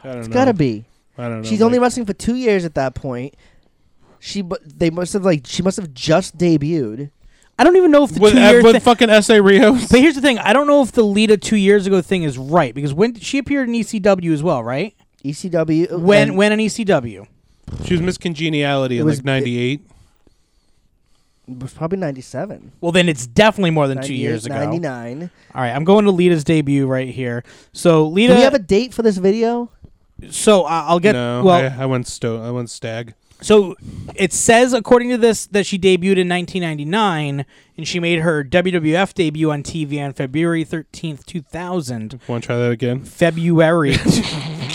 [SPEAKER 6] don't
[SPEAKER 5] It's
[SPEAKER 6] know.
[SPEAKER 5] gotta be.
[SPEAKER 6] I don't know.
[SPEAKER 5] She's
[SPEAKER 6] like-
[SPEAKER 5] only wrestling for two years at that point. She, bu- they must have like she must have just debuted.
[SPEAKER 4] I don't even know if the
[SPEAKER 6] with,
[SPEAKER 4] two
[SPEAKER 6] uh,
[SPEAKER 4] years.
[SPEAKER 6] with
[SPEAKER 4] thi-
[SPEAKER 6] fucking S. A. Rios.
[SPEAKER 4] but here's the thing: I don't know if the Lita two years ago thing is right because when she appeared in ECW as well, right?
[SPEAKER 5] ECW.
[SPEAKER 4] When
[SPEAKER 5] E and
[SPEAKER 4] when in E ECW?
[SPEAKER 6] She was Miss Congeniality
[SPEAKER 5] It
[SPEAKER 6] in
[SPEAKER 5] was-
[SPEAKER 6] like '98.
[SPEAKER 5] it was probably ninety seven.
[SPEAKER 4] Well, then it's definitely more than two years ago.
[SPEAKER 5] 99.
[SPEAKER 4] All right, I'm going to Lita's debut right here. So Lita,
[SPEAKER 5] Do we have a date for this video?
[SPEAKER 4] so I- I'll get
[SPEAKER 6] no,
[SPEAKER 4] well.
[SPEAKER 6] I, I went sto- I went stag.
[SPEAKER 4] So it says, according to this, that she debuted in 1999, and she made her WWF debut on TV on February 13th, 2000.
[SPEAKER 6] Want to try that again?
[SPEAKER 4] February.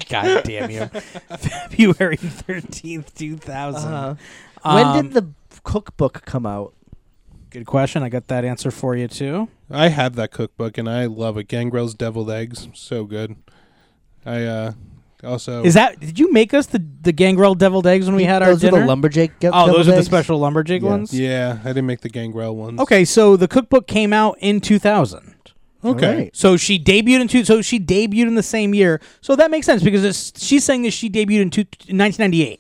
[SPEAKER 4] God damn you. February 13th, 2000.
[SPEAKER 5] Uh-huh. when
[SPEAKER 4] Um,
[SPEAKER 5] did the cookbook come out?
[SPEAKER 4] Good question. I got that answer for you, too.
[SPEAKER 6] I have that cookbook and I love it. Gangrel's deviled eggs, so good. I uh
[SPEAKER 5] Oh.
[SPEAKER 6] also
[SPEAKER 4] Is that, did you make us the, the gangrel deviled eggs when we had our
[SPEAKER 5] those
[SPEAKER 4] dinner?
[SPEAKER 5] Are the lumberjack. Go-
[SPEAKER 4] oh, those
[SPEAKER 5] deviled
[SPEAKER 4] are the
[SPEAKER 5] eggs?
[SPEAKER 4] special lumberjig
[SPEAKER 5] Yeah.
[SPEAKER 4] ones?
[SPEAKER 6] yeah, I didn't make the Gangrel ones.
[SPEAKER 4] Okay, so the cookbook came out in 2000.
[SPEAKER 6] okay.
[SPEAKER 5] Alright.
[SPEAKER 4] So she debuted in two, so she debuted in the same year. So that makes sense because it's, she's saying that she debuted in, two, in 1998.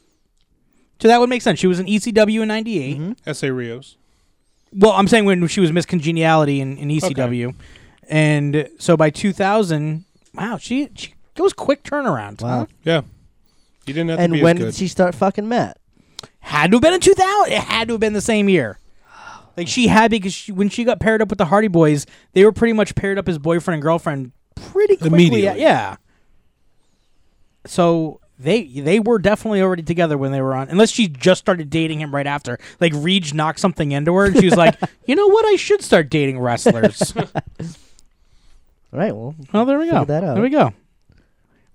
[SPEAKER 4] So that would make sense. She was in ECW in 98.
[SPEAKER 5] Mm-hmm.
[SPEAKER 6] S.A. Rios.
[SPEAKER 4] Well, I'm saying when she was Miss Congeniality in, in ECW, and so by 2000, wow, she, she it was quick turnaround.
[SPEAKER 5] Wow.
[SPEAKER 4] huh?
[SPEAKER 6] Yeah, you didn't have to
[SPEAKER 5] And
[SPEAKER 6] be
[SPEAKER 5] when
[SPEAKER 6] as good.
[SPEAKER 5] did she start fucking Matt?
[SPEAKER 4] had to have been in 2000. It had to have been the same year. Like she had because she, when she got paired up with the Hardy Boys, they were pretty much paired up as boyfriend and girlfriend pretty quickly. uh,
[SPEAKER 6] Immediately.
[SPEAKER 4] yeah. So they they were definitely already together when they were on, unless she just started dating him right after. Like Reed knocked something into her, and she was like, "You know what? I should start dating wrestlers."
[SPEAKER 5] All right. Well,
[SPEAKER 4] Well, Oh, there we go.
[SPEAKER 5] Figure that out.
[SPEAKER 4] There we go.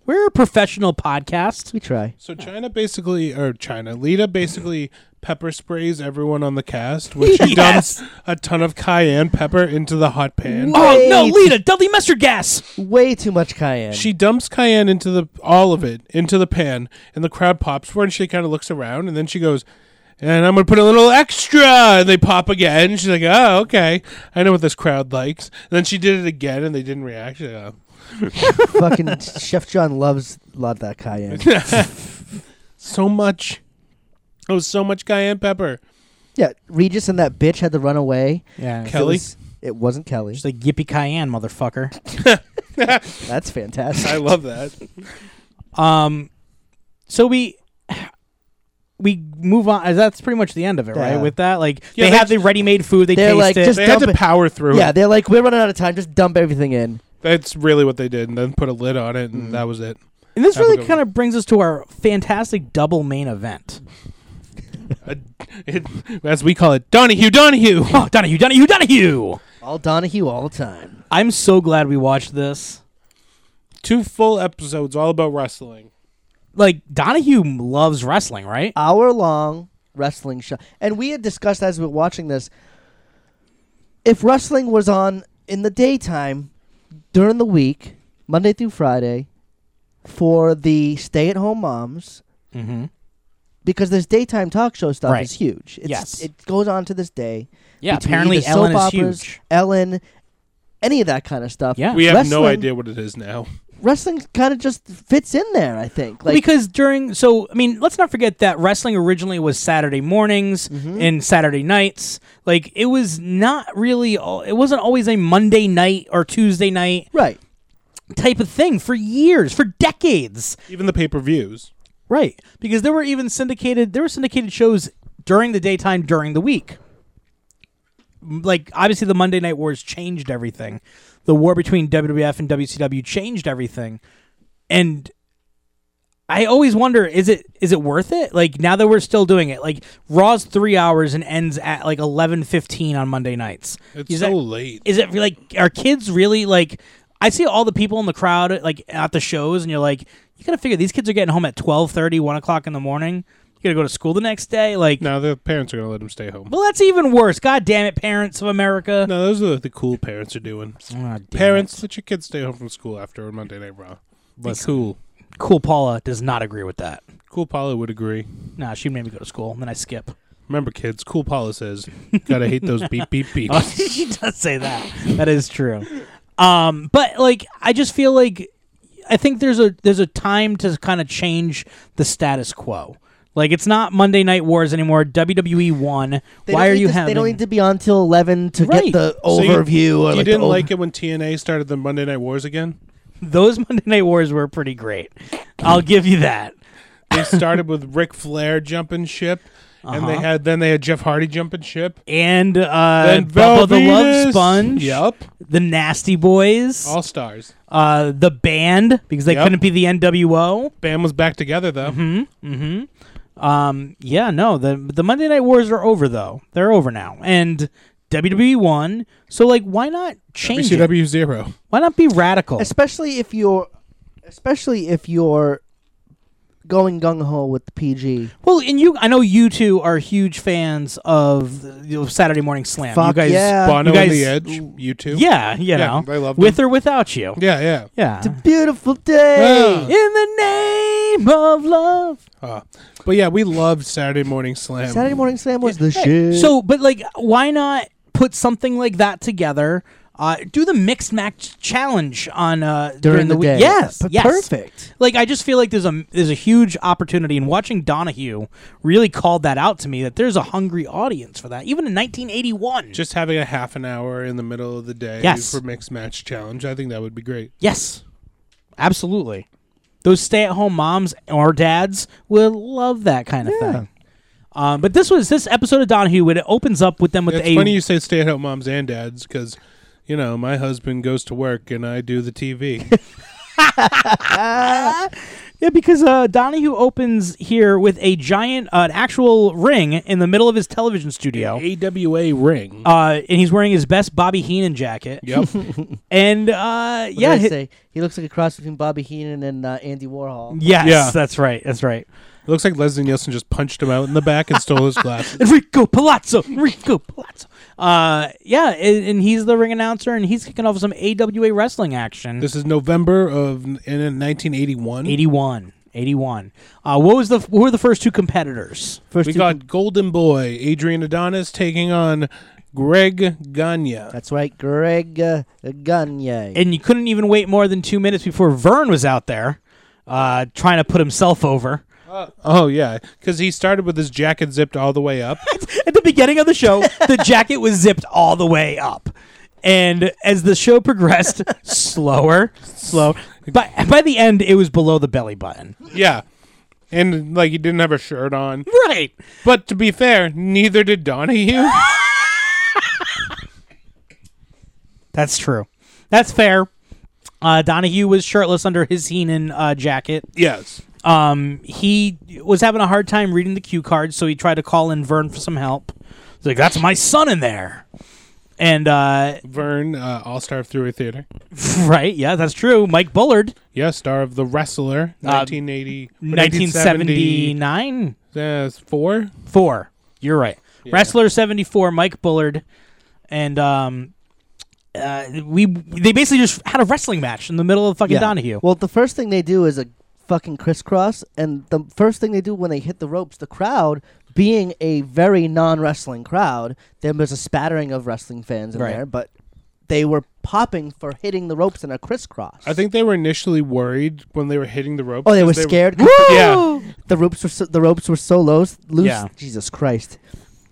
[SPEAKER 4] We're a professional podcast.
[SPEAKER 5] we try.
[SPEAKER 6] so China basically, or China, Lita basically pepper sprays everyone on the cast when she
[SPEAKER 4] Yes.
[SPEAKER 6] dumps a ton of cayenne pepper into the hot pan.
[SPEAKER 4] Oh no,
[SPEAKER 5] Wait.
[SPEAKER 4] Lita, Dudley Mustard Gas.
[SPEAKER 5] Way too much cayenne.
[SPEAKER 6] She dumps cayenne into the all of it into the pan, and the crowd pops for, her, and she kind of looks around, and then she goes, "And I'm gonna put a little extra." And they pop again. She's like, "Oh, okay, I know what this crowd likes." And then she did it again, and they didn't react. She's like, "Oh."
[SPEAKER 5] fucking Chef John loves lot that cayenne.
[SPEAKER 6] so much. It was so much cayenne pepper.
[SPEAKER 5] yeah, Regis and that bitch had to run away.
[SPEAKER 4] Yeah.
[SPEAKER 5] It
[SPEAKER 6] Kelly?
[SPEAKER 5] was- It wasn't Kelly.
[SPEAKER 4] She's like yippee cayenne, motherfucker.
[SPEAKER 5] That's fantastic.
[SPEAKER 6] I love that.
[SPEAKER 4] Um, so we we move on. That's pretty much the end of it,
[SPEAKER 5] Yeah.
[SPEAKER 4] right? With that, like
[SPEAKER 6] Yeah,
[SPEAKER 4] they
[SPEAKER 6] they
[SPEAKER 4] have the ready-made food. They
[SPEAKER 5] they're
[SPEAKER 4] taste
[SPEAKER 5] like,
[SPEAKER 4] it.
[SPEAKER 5] just-
[SPEAKER 6] They had
[SPEAKER 5] dump
[SPEAKER 6] to
[SPEAKER 5] it.
[SPEAKER 6] power through
[SPEAKER 5] yeah,
[SPEAKER 6] it.
[SPEAKER 5] they're like, we're running out of time. Just dump everything in.
[SPEAKER 6] That's really what they did, and then put a lid on it, and that was it.
[SPEAKER 4] and this
[SPEAKER 6] Have a
[SPEAKER 4] really
[SPEAKER 6] good
[SPEAKER 4] kind of brings us to our fantastic double main event.
[SPEAKER 6] it. As we call it, Donahue, Donahue.
[SPEAKER 4] Oh, Donahue, Donahue, Donahue!
[SPEAKER 5] All Donahue, all the time.
[SPEAKER 4] I'm so glad we watched this.
[SPEAKER 6] Two full episodes all about wrestling.
[SPEAKER 4] Like Donahue loves wrestling, right?
[SPEAKER 5] Hour long wrestling show. And we had discussed as we were watching this if wrestling was on in the daytime during the week, Monday through Friday, for the stay at home moms,
[SPEAKER 4] Mm-hmm.
[SPEAKER 5] because this daytime talk show stuff
[SPEAKER 4] Right.
[SPEAKER 5] is huge. It's,
[SPEAKER 4] Yes.
[SPEAKER 5] It goes on to this day.
[SPEAKER 4] Yeah,
[SPEAKER 5] Between
[SPEAKER 4] apparently
[SPEAKER 5] the
[SPEAKER 4] Ellen
[SPEAKER 5] soap
[SPEAKER 4] is
[SPEAKER 5] operas,
[SPEAKER 4] huge.
[SPEAKER 5] Ellen, any of that kind of stuff.
[SPEAKER 4] Yeah,
[SPEAKER 6] We have no
[SPEAKER 5] Wrestling-
[SPEAKER 6] idea what it is now.
[SPEAKER 5] Wrestling kind of just fits in there, I think. Like,
[SPEAKER 4] because during so I mean, let's not forget that wrestling originally was Saturday mornings and Saturday nights. Like it was not really al- it wasn't always a Monday night or Tuesday night
[SPEAKER 5] right.
[SPEAKER 4] type of thing for years, for decades.
[SPEAKER 6] Even the pay per views.
[SPEAKER 4] Right. Because there were even syndicated there were syndicated shows during the daytime during the week. M- Like obviously the Monday Night Wars changed everything. The war between WWF and WCW changed everything. And I always wonder is it is it worth it? Like now that we're still doing it. Like Raw's 3 hours and ends at like 11:15 on Monday nights.
[SPEAKER 6] It's
[SPEAKER 4] Is
[SPEAKER 6] so
[SPEAKER 4] that-
[SPEAKER 6] late.
[SPEAKER 4] is it like are kids really like i see all the people in the crowd like at the shows and you're like you gotta figure these kids are getting home at 12 1 o'clock in the morning you gotta go to school the next day like
[SPEAKER 6] Now the parents are gonna let them stay home.
[SPEAKER 4] well that's even worse god damn it parents of america
[SPEAKER 6] No, those are what the cool parents are doing.
[SPEAKER 4] Aw, damn
[SPEAKER 6] Parents, let your kids stay home from school after Monday Night Raw. Be cool.
[SPEAKER 4] it. cool paula does not agree with that
[SPEAKER 6] Cool Paula would agree.
[SPEAKER 4] nah she made me go to school and then i skip
[SPEAKER 6] Remember, kids, Cool Paula says, gotta hate those beep, beep, beep.
[SPEAKER 4] Oh, she does say that. That is true. Um, but like, I just feel like I think there's a there's a time to kind of change the status quo. Like, it's not Monday Night Wars anymore. WWE won.
[SPEAKER 5] They
[SPEAKER 4] Why
[SPEAKER 5] don't
[SPEAKER 4] are
[SPEAKER 5] need
[SPEAKER 4] you
[SPEAKER 5] to-
[SPEAKER 4] having?
[SPEAKER 5] They don't need to be on till eleven to
[SPEAKER 4] Right.
[SPEAKER 5] get the
[SPEAKER 6] So you-
[SPEAKER 5] overview. or
[SPEAKER 6] you
[SPEAKER 5] like
[SPEAKER 6] didn't
[SPEAKER 5] the
[SPEAKER 6] like it when TNA started the Monday Night Wars again?
[SPEAKER 4] Those Monday Night Wars were pretty great. I'll give you that.
[SPEAKER 6] They started with Ric Flair jumping ship, and they had then they had Jeff Hardy jumping ship.
[SPEAKER 4] And uh,
[SPEAKER 6] Then
[SPEAKER 4] Bubba the Love
[SPEAKER 6] Velveeta.
[SPEAKER 4] Sponge.
[SPEAKER 6] Yep.
[SPEAKER 4] The Nasty Boys.
[SPEAKER 6] All stars.
[SPEAKER 4] Uh, the band because they
[SPEAKER 6] Yep.
[SPEAKER 4] couldn't be the NWO.
[SPEAKER 6] Bam was back together though.
[SPEAKER 4] Mm-hmm. Um, yeah, no, the the Monday Night Wars are over though. They're over now, and WWE won. So like, why not change it?
[SPEAKER 6] WCW zero.
[SPEAKER 4] Why not be radical?
[SPEAKER 5] especially if you're, especially if you're going gung ho with the PG.
[SPEAKER 4] Well, and you, I know you two are huge fans of you know, Saturday Morning Slam. you
[SPEAKER 5] Fuck
[SPEAKER 4] guys,
[SPEAKER 5] yeah.
[SPEAKER 6] Bono
[SPEAKER 4] you
[SPEAKER 6] and
[SPEAKER 4] guys-
[SPEAKER 6] the Edge, you two.
[SPEAKER 4] yeah, you know,
[SPEAKER 6] I love
[SPEAKER 4] with
[SPEAKER 6] them.
[SPEAKER 4] or without you,
[SPEAKER 6] Yeah, yeah. Ah.
[SPEAKER 4] yeah.
[SPEAKER 5] It's a beautiful day.
[SPEAKER 6] Yeah.
[SPEAKER 4] In the name of love.
[SPEAKER 6] Uh, but yeah, we loved Saturday Morning Slam.
[SPEAKER 5] Saturday morning slam was the
[SPEAKER 4] Hey,
[SPEAKER 5] shit.
[SPEAKER 4] So, but like, why not put something like that together? Uh, do the mixed match challenge on uh, during,
[SPEAKER 5] during, the,
[SPEAKER 4] week.
[SPEAKER 5] day,
[SPEAKER 4] Yes,
[SPEAKER 5] P-
[SPEAKER 4] yes.
[SPEAKER 5] perfect.
[SPEAKER 4] Like I just feel like there's a there's a huge opportunity, and watching Donahue really called that out to me that there's a hungry audience for that, even in 1981.
[SPEAKER 6] Just having a half an hour in the middle of the day
[SPEAKER 4] Yes.
[SPEAKER 6] for mixed match challenge, I think that would be great.
[SPEAKER 4] yes, absolutely. Those stay-at-home moms or dads will love that kind of thing. Um, but this was this episode of Donahue when it opens up with them with
[SPEAKER 6] it's
[SPEAKER 4] a
[SPEAKER 6] funny you say stay-at-home moms and dads because, you know, my husband goes to work and I do the TV.
[SPEAKER 4] Yeah, because uh, Donahue opens here with a giant, uh, an actual ring in the middle of his television studio.
[SPEAKER 6] AWA ring.
[SPEAKER 4] Uh, and he's wearing his best Bobby Heenan jacket.
[SPEAKER 6] Yep.
[SPEAKER 4] And uh,
[SPEAKER 5] What did
[SPEAKER 4] yeah,
[SPEAKER 5] I
[SPEAKER 4] hi-
[SPEAKER 5] say? he looks like a cross between Bobby Heenan and uh, Andy Warhol.
[SPEAKER 4] yes,
[SPEAKER 6] Yeah.
[SPEAKER 4] that's right, that's right.
[SPEAKER 6] Looks like Leslie Nielsen just punched him out in the back and stole his glasses.
[SPEAKER 4] Enrico Palazzo, Enrico Palazzo. Uh, yeah, and, and he's the ring announcer, and he's kicking off some AWA wrestling action.
[SPEAKER 6] This is November of in 1981.
[SPEAKER 4] 81, 81. Uh, what was the what were the first two competitors?
[SPEAKER 5] First
[SPEAKER 6] We
[SPEAKER 5] two
[SPEAKER 6] got Golden Boy Adrian Adonis taking on Greg Gagne.
[SPEAKER 5] That's right, Greg uh, Gagne.
[SPEAKER 4] and you couldn't even wait more than two minutes before Vern was out there uh, trying to put himself over.
[SPEAKER 6] Oh yeah, because he started with his jacket zipped all the way up.
[SPEAKER 4] At the beginning of the show, the jacket was zipped all the way up. And as the show progressed, slower, slow. By, by the end, it was below the belly button.
[SPEAKER 6] yeah, and like he didn't have a shirt on.
[SPEAKER 4] Right.
[SPEAKER 6] But to be fair, neither did Donahue.
[SPEAKER 4] That's true. That's fair. Uh, Donahue was shirtless under his Heenan uh, jacket.
[SPEAKER 6] yes,
[SPEAKER 4] Um, he was having a hard time reading the cue cards, so he tried to call in Vern for some help. He's like, that's my son in there. And uh,
[SPEAKER 6] Vern, uh, all star of Through a Theater.
[SPEAKER 4] Right. Yeah, that's true. Mike Bullard,
[SPEAKER 6] Yeah, star of The Wrestler, 1980, 1970,
[SPEAKER 4] 1979.
[SPEAKER 6] uh, four.
[SPEAKER 4] Four. You're right. Wrestler 74, Mike Bullard. And um, uh, we they basically just had a wrestling match in the middle of fucking
[SPEAKER 5] Yeah.
[SPEAKER 4] Donahue.
[SPEAKER 5] Well, the first thing they do is a fucking crisscross, and the first thing they do when they hit the ropes, the crowd, being a very non-wrestling crowd, there was a spattering of wrestling fans in
[SPEAKER 4] Right.
[SPEAKER 5] there, but they were popping for hitting the ropes in a crisscross.
[SPEAKER 6] I think they were initially worried when they were hitting the rope.
[SPEAKER 5] Oh, they were scared. 'cause
[SPEAKER 6] Yeah,
[SPEAKER 5] The ropes were so, the ropes were so low, loose.
[SPEAKER 4] Yeah.
[SPEAKER 5] Jesus Christ!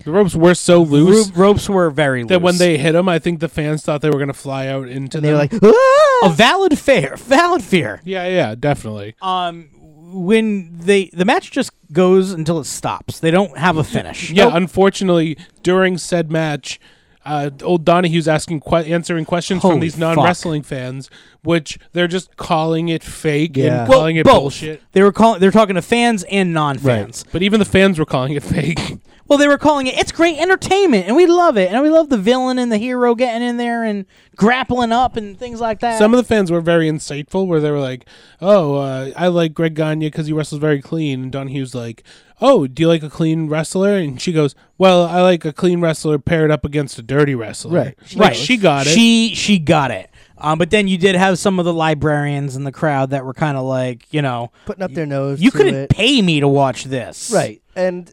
[SPEAKER 6] the ropes were so loose
[SPEAKER 4] Ro- ropes were very loose.
[SPEAKER 6] that when they hit them, I think the fans thought they were gonna fly out into.
[SPEAKER 5] And they were
[SPEAKER 6] them.
[SPEAKER 5] like,
[SPEAKER 4] Uh, a
[SPEAKER 5] "Ah!"
[SPEAKER 4] valid fear, valid fear.
[SPEAKER 6] yeah, yeah, definitely.
[SPEAKER 4] Um, when they the match just goes until it stops. They don't have a finish.
[SPEAKER 6] Yeah, unfortunately, during said match, uh, old Donahue's asking que- answering questions
[SPEAKER 4] Holy
[SPEAKER 6] from these non wrestling fans, which they're just calling it fake
[SPEAKER 5] Yeah.
[SPEAKER 6] and
[SPEAKER 4] Well,
[SPEAKER 6] calling it
[SPEAKER 4] both.
[SPEAKER 6] bullshit.
[SPEAKER 4] They were calling. They're talking to fans and non-fans.
[SPEAKER 6] But even the fans were calling it fake.
[SPEAKER 4] Well, they were calling it. It's great entertainment, and we love it, and we love the villain and the hero getting in there and grappling up and things like that.
[SPEAKER 6] Some of the fans were very insightful, where they were like, "Oh, uh, I like Greg Gagne because he wrestles very clean." And Donahue's like, "Oh, do you like a clean wrestler?" And she goes, "Well, I like a clean wrestler paired up against a dirty wrestler."
[SPEAKER 5] Right.
[SPEAKER 6] right. She got it.
[SPEAKER 4] She she got it. Um, but then you did have some of the librarians in the crowd that were kind of like, you know,
[SPEAKER 5] putting up their nose.
[SPEAKER 4] you
[SPEAKER 5] to
[SPEAKER 4] couldn't
[SPEAKER 5] it.
[SPEAKER 4] pay me to watch this,
[SPEAKER 5] right? And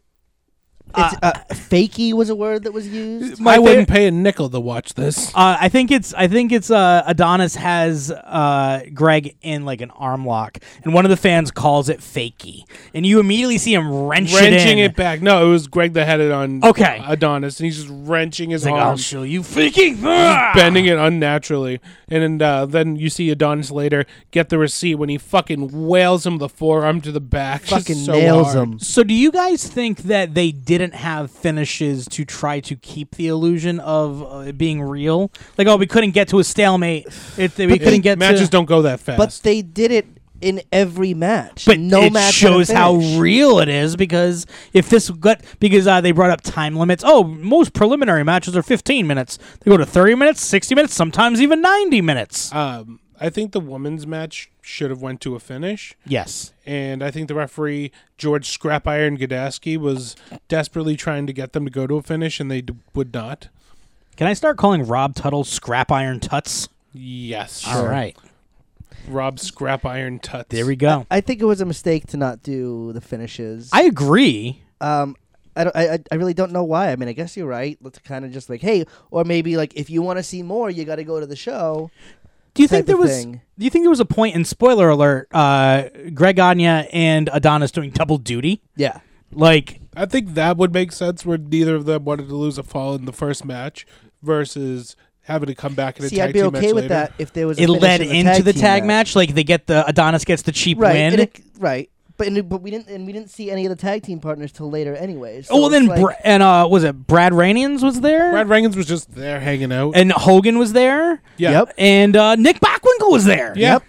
[SPEAKER 5] it's, uh, fakey was a word that was used.
[SPEAKER 4] My
[SPEAKER 6] I wouldn't
[SPEAKER 4] fa-
[SPEAKER 6] pay a nickel to watch this.
[SPEAKER 4] Uh, I think it's I think it's uh, Adonis has uh, Greg in like an arm lock, and one of the fans calls it fakey, and you immediately see him wrench
[SPEAKER 6] wrenching
[SPEAKER 4] it, in.
[SPEAKER 6] it back. No, it was Greg that had it on.
[SPEAKER 4] Okay.
[SPEAKER 6] Adonis, and he's just wrenching his
[SPEAKER 4] It's like, "Oh, Ah! I'll
[SPEAKER 6] arm,
[SPEAKER 4] show you faking.
[SPEAKER 6] bending it unnaturally, and then uh, then you see Adonis later get the receipt when he fucking wails him the forearm to the back, Just
[SPEAKER 5] fucking
[SPEAKER 6] so
[SPEAKER 5] nails
[SPEAKER 6] hard.
[SPEAKER 5] them.
[SPEAKER 4] So, do you guys think that they didn't have finishes to try to keep the illusion of uh, it being real? Like, oh, we couldn't get to a stalemate. It, we couldn't get
[SPEAKER 6] matches
[SPEAKER 4] to.
[SPEAKER 6] don't go that fast.
[SPEAKER 5] But they did it in every match.
[SPEAKER 4] But
[SPEAKER 5] no
[SPEAKER 4] it
[SPEAKER 5] match had a
[SPEAKER 4] shows how
[SPEAKER 5] finish.
[SPEAKER 4] real it is because if this got because uh, they brought up time limits. Oh, most
[SPEAKER 5] Uh,
[SPEAKER 4] preliminary matches are 15 minutes. They go to 30 minutes, 60 minutes, sometimes even 90 minutes.
[SPEAKER 6] um, I think the women's match should have went to a finish,
[SPEAKER 7] Yes.
[SPEAKER 6] and I think the referee George Scrap Iron Gadaski was desperately trying to get them to go to a finish, and they d- would not.
[SPEAKER 4] Can I start calling Rob Tuttle Scrap Iron Tuts?
[SPEAKER 6] Yes,
[SPEAKER 7] All right.
[SPEAKER 6] Rob Scrap Iron Tuts.
[SPEAKER 4] There we go.
[SPEAKER 5] I think it was a mistake to not do the finishes.
[SPEAKER 4] I agree.
[SPEAKER 5] um, I, don't, I I- I really don't know why. I mean, I guess you're right. Let's kind of just like, hey, or maybe like if you want to see more, you got to go to the show.
[SPEAKER 4] Do you think
[SPEAKER 5] Type
[SPEAKER 4] there
[SPEAKER 5] of
[SPEAKER 4] was?
[SPEAKER 5] thing.
[SPEAKER 4] Do you think there was a point in spoiler alert? Uh, Greg Gagne and Adonis doing double duty,
[SPEAKER 5] Yeah,
[SPEAKER 4] like
[SPEAKER 6] I think that would make sense where neither of them wanted to lose a fall in the first match versus having to come back in a
[SPEAKER 5] see,
[SPEAKER 6] tag
[SPEAKER 5] I'd be
[SPEAKER 6] team
[SPEAKER 5] okay
[SPEAKER 6] match
[SPEAKER 5] with
[SPEAKER 6] later.
[SPEAKER 5] that if there was. A
[SPEAKER 4] it
[SPEAKER 5] finish
[SPEAKER 4] led
[SPEAKER 5] in
[SPEAKER 4] into the
[SPEAKER 5] team
[SPEAKER 4] tag match. Like they get the Adonis gets the cheap
[SPEAKER 5] right?
[SPEAKER 4] win.
[SPEAKER 5] and it- right, but and, it- but we didn't and we didn't see any of the tag team partners till later, anyways.
[SPEAKER 4] oh well,
[SPEAKER 5] it's
[SPEAKER 4] then
[SPEAKER 5] like,
[SPEAKER 4] Bra- and uh, was it Brad Ranians was there?
[SPEAKER 6] Brad Rankins was just there hanging out.
[SPEAKER 4] and Hogan was there.
[SPEAKER 6] yeah.
[SPEAKER 5] Yep.
[SPEAKER 4] And uh, Nick Bockwinkel was there.
[SPEAKER 6] Yep.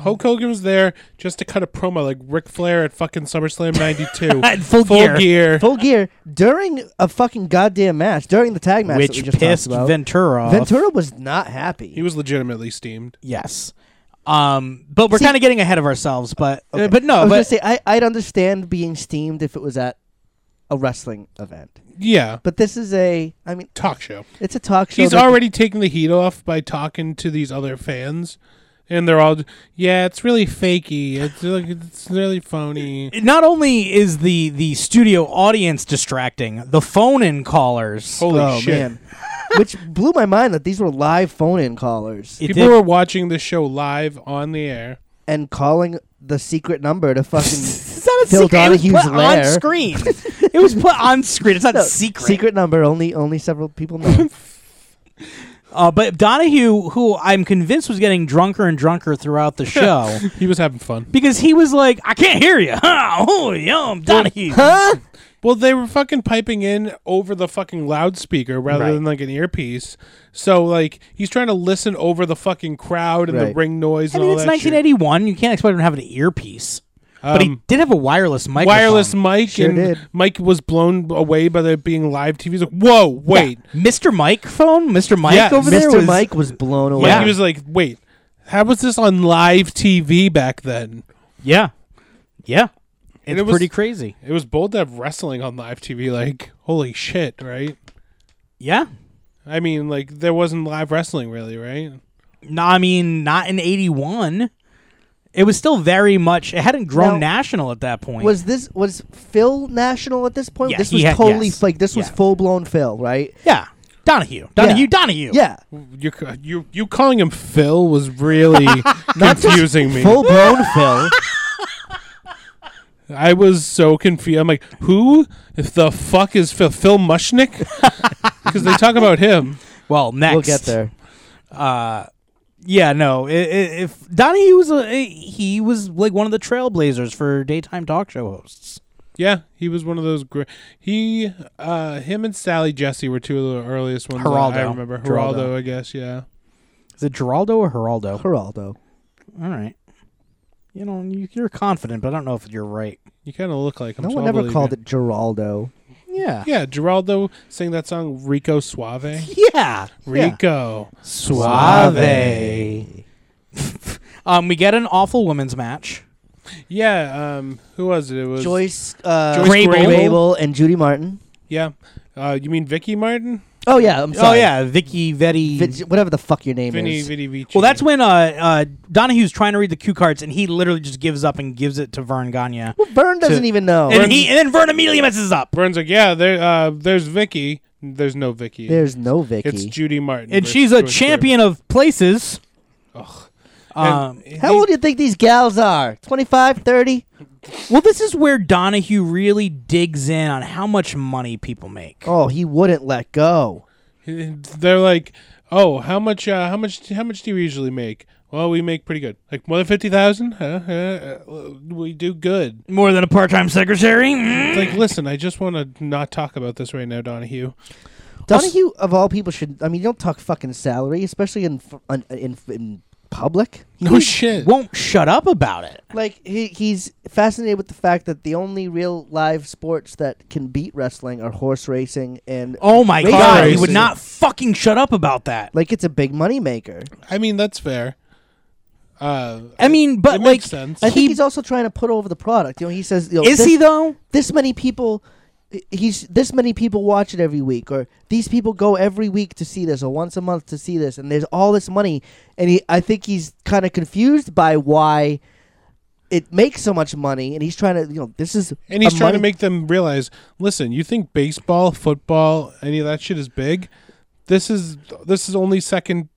[SPEAKER 6] Hulk Hogan was there just to cut a promo like Ric Flair at fucking SummerSlam 92.
[SPEAKER 4] At full,
[SPEAKER 6] Full
[SPEAKER 4] gear.
[SPEAKER 6] gear.
[SPEAKER 5] full gear during a fucking goddamn match during the tag match, that we
[SPEAKER 4] which
[SPEAKER 5] just talked
[SPEAKER 4] pissed
[SPEAKER 5] about.
[SPEAKER 4] Ventura. off.
[SPEAKER 5] Ventura was not happy.
[SPEAKER 6] He was legitimately steamed.
[SPEAKER 4] Yes. Um, but we're
[SPEAKER 5] See-
[SPEAKER 4] kind of getting ahead of ourselves. But uh,
[SPEAKER 5] Okay.
[SPEAKER 4] but
[SPEAKER 5] I
[SPEAKER 4] no,
[SPEAKER 5] was gonna
[SPEAKER 4] but
[SPEAKER 5] say I, I'd understand being steamed if it was at a wrestling event,
[SPEAKER 6] Yeah.
[SPEAKER 5] but this is a. I mean,
[SPEAKER 6] Talk show.
[SPEAKER 5] it's a talk show.
[SPEAKER 6] He's
[SPEAKER 5] that-
[SPEAKER 6] already taking the heat off by talking to these other fans. And they're all, yeah, it's really fakey. It's like it's really phony.
[SPEAKER 4] not only is the the studio audience distracting, the phone in callers.
[SPEAKER 6] Holy
[SPEAKER 5] oh
[SPEAKER 6] shit!
[SPEAKER 5] man, which blew my mind that these were live phone-in callers
[SPEAKER 4] It
[SPEAKER 6] People
[SPEAKER 4] did-
[SPEAKER 6] were watching this show live on the air.
[SPEAKER 5] and calling the secret number to fucking
[SPEAKER 4] it's not a
[SPEAKER 5] Phil
[SPEAKER 4] secret. it was
[SPEAKER 5] Donahue's
[SPEAKER 4] put on
[SPEAKER 5] lair.
[SPEAKER 4] screen. it was put on screen. It's not
[SPEAKER 5] No,
[SPEAKER 4] secret.
[SPEAKER 5] secret number. Only only several people know.
[SPEAKER 4] Uh, but Donahue, who I'm convinced was getting drunker and drunker throughout the show,
[SPEAKER 6] He was having fun.
[SPEAKER 4] because he was like, "I can't hear you." Huh? Oh, yum, Donahue.
[SPEAKER 5] huh?
[SPEAKER 6] Well, they were fucking piping in over the fucking loudspeaker rather
[SPEAKER 4] Right.
[SPEAKER 6] than like an earpiece. So like he's trying to listen over the fucking crowd and the
[SPEAKER 5] Right.
[SPEAKER 6] ring noise
[SPEAKER 4] I
[SPEAKER 6] and
[SPEAKER 4] mean,
[SPEAKER 6] all
[SPEAKER 4] it's
[SPEAKER 6] that. shit.
[SPEAKER 4] 1981. You can't expect him to have an earpiece.
[SPEAKER 6] Um,
[SPEAKER 4] But he did have a wireless microphone.
[SPEAKER 6] wireless mic
[SPEAKER 5] Sure
[SPEAKER 6] and
[SPEAKER 5] did.
[SPEAKER 6] Mike was blown away by there being live TV. He's like, whoa, wait.
[SPEAKER 4] Mr. Microphone, Mr. Mike
[SPEAKER 6] Yeah,
[SPEAKER 4] over there
[SPEAKER 5] Mr.
[SPEAKER 4] was
[SPEAKER 5] Mike was blown
[SPEAKER 6] Like,
[SPEAKER 5] away.
[SPEAKER 4] Yeah.
[SPEAKER 6] He was like, wait, how was this on live TV back then?
[SPEAKER 4] Yeah, yeah.
[SPEAKER 6] And
[SPEAKER 4] It's
[SPEAKER 6] it was-
[SPEAKER 4] pretty crazy.
[SPEAKER 6] It was bold to have wrestling on live TV. Like, holy shit, right?
[SPEAKER 4] Yeah.
[SPEAKER 6] I mean, like there wasn't live wrestling really, right?
[SPEAKER 4] No, I mean not in '81. It was still very much. It hadn't grown
[SPEAKER 5] Now,
[SPEAKER 4] national at that point.
[SPEAKER 5] Was this was Phil national at this point?
[SPEAKER 4] Yeah,
[SPEAKER 5] this
[SPEAKER 4] he
[SPEAKER 5] was
[SPEAKER 4] had-
[SPEAKER 5] totally
[SPEAKER 4] yes.
[SPEAKER 5] like this was
[SPEAKER 4] Yeah.
[SPEAKER 5] full blown Phil, right?
[SPEAKER 4] yeah, Donahue, Donahue,
[SPEAKER 5] Yeah.
[SPEAKER 4] Donahue.
[SPEAKER 5] Yeah,
[SPEAKER 6] You you you calling him Phil was really confusing me.
[SPEAKER 5] full blown Phil.
[SPEAKER 6] I was so confused. I'm like, who if the fuck is Phil? Phil Mushnick? Because they talk about him.
[SPEAKER 4] Well, next
[SPEAKER 5] We'll get there.
[SPEAKER 4] Uh, yeah, no. i- i- If Donahue was a, he was like one of the trailblazers for daytime talk show hosts.
[SPEAKER 6] Yeah, he was one of those. Gr- he, uh, him and Sally Jesse were two of the earliest ones I- I
[SPEAKER 4] Geraldo.
[SPEAKER 6] remember.
[SPEAKER 4] Geraldo.
[SPEAKER 6] Geraldo, I guess. Yeah.
[SPEAKER 4] Is it Geraldo or Geraldo?
[SPEAKER 5] Geraldo.
[SPEAKER 4] All right. You know, you, you're confident, but I don't know if you're right.
[SPEAKER 6] You kind of look like him.
[SPEAKER 5] No
[SPEAKER 6] so
[SPEAKER 5] one
[SPEAKER 6] I'll
[SPEAKER 5] ever
[SPEAKER 6] believe
[SPEAKER 5] called
[SPEAKER 6] you.
[SPEAKER 5] it Geraldo.
[SPEAKER 4] Yeah.
[SPEAKER 6] Yeah, Geraldo sang that song Rico Suave.
[SPEAKER 4] Yeah.
[SPEAKER 6] Rico.
[SPEAKER 4] Suave. um, we get an awful women's match.
[SPEAKER 6] Yeah. Um, who was it? It was
[SPEAKER 5] Joyce, uh,
[SPEAKER 6] Joyce
[SPEAKER 4] Grable.
[SPEAKER 6] Grable.
[SPEAKER 5] Grable and Judy Martin.
[SPEAKER 6] Yeah. Uh, you mean Vicky Martin?
[SPEAKER 5] Oh yeah, I'm sorry.
[SPEAKER 4] Oh yeah, Vicky Vetti.
[SPEAKER 5] Vin- whatever the fuck your name
[SPEAKER 6] Vinny
[SPEAKER 5] is.
[SPEAKER 6] Vitti Vici.
[SPEAKER 4] well, that's when uh, uh, Donahue's trying to read the cue cards, and he literally just gives up and gives it to Vern Gagne.
[SPEAKER 5] Vern doesn't even know.
[SPEAKER 4] And he and then Vern immediately messes up,
[SPEAKER 6] Burns like, yeah, there, uh, there's Vicky. There's no Vicky.
[SPEAKER 5] There's no Vicky.
[SPEAKER 6] it's Judy Martin.
[SPEAKER 4] and
[SPEAKER 6] versus
[SPEAKER 4] she's a
[SPEAKER 6] Joyce Grable.
[SPEAKER 4] champion of places.
[SPEAKER 6] Ugh.
[SPEAKER 4] Um,
[SPEAKER 6] And
[SPEAKER 5] How
[SPEAKER 6] he-
[SPEAKER 5] old do you think these gals are? 25, 30?
[SPEAKER 4] well, this is where Donahue really digs in on how much money people make.
[SPEAKER 5] Oh, he wouldn't let go.
[SPEAKER 6] They're like, oh, how much? Uh, how much? How much do you usually make? Well, we make pretty good, like more than fifty thousand. Huh? Huh? Uh, we do good.
[SPEAKER 4] More than a part-time secretary. Mm.
[SPEAKER 6] It's like, listen, I just want to not talk about this right now, Donahue.
[SPEAKER 5] Donahue, of all people, should. I mean, you don't talk fucking salary, especially in f- on- in, in public.
[SPEAKER 6] No shit.
[SPEAKER 4] Won't shut up about it.
[SPEAKER 5] Like he, he's fascinated with the fact that the only real live sports that can beat wrestling are horse racing and
[SPEAKER 4] Oh my
[SPEAKER 5] Car
[SPEAKER 4] god, he
[SPEAKER 6] racing.
[SPEAKER 4] would not fucking shut up about that.
[SPEAKER 5] like it's a big moneymaker.
[SPEAKER 6] I mean, that's fair. Uh,
[SPEAKER 4] I mean, but
[SPEAKER 6] it
[SPEAKER 4] like,
[SPEAKER 6] makes sense.
[SPEAKER 5] I think
[SPEAKER 4] He-
[SPEAKER 5] he's also trying to put over the product. You know, he says, you know,
[SPEAKER 4] is
[SPEAKER 5] this,
[SPEAKER 4] he though?
[SPEAKER 5] this many people? He's this many people watch it every week, or these people go every week to see this, or once a month to see this, and there's all this money, and he, I think he's kind of confused by why it makes so much money, and he's trying to, you know, this is
[SPEAKER 6] and he's
[SPEAKER 5] a
[SPEAKER 6] trying to
[SPEAKER 5] money-
[SPEAKER 6] make them realize. Listen, you think baseball, football, any of that shit is big? This is this is only second,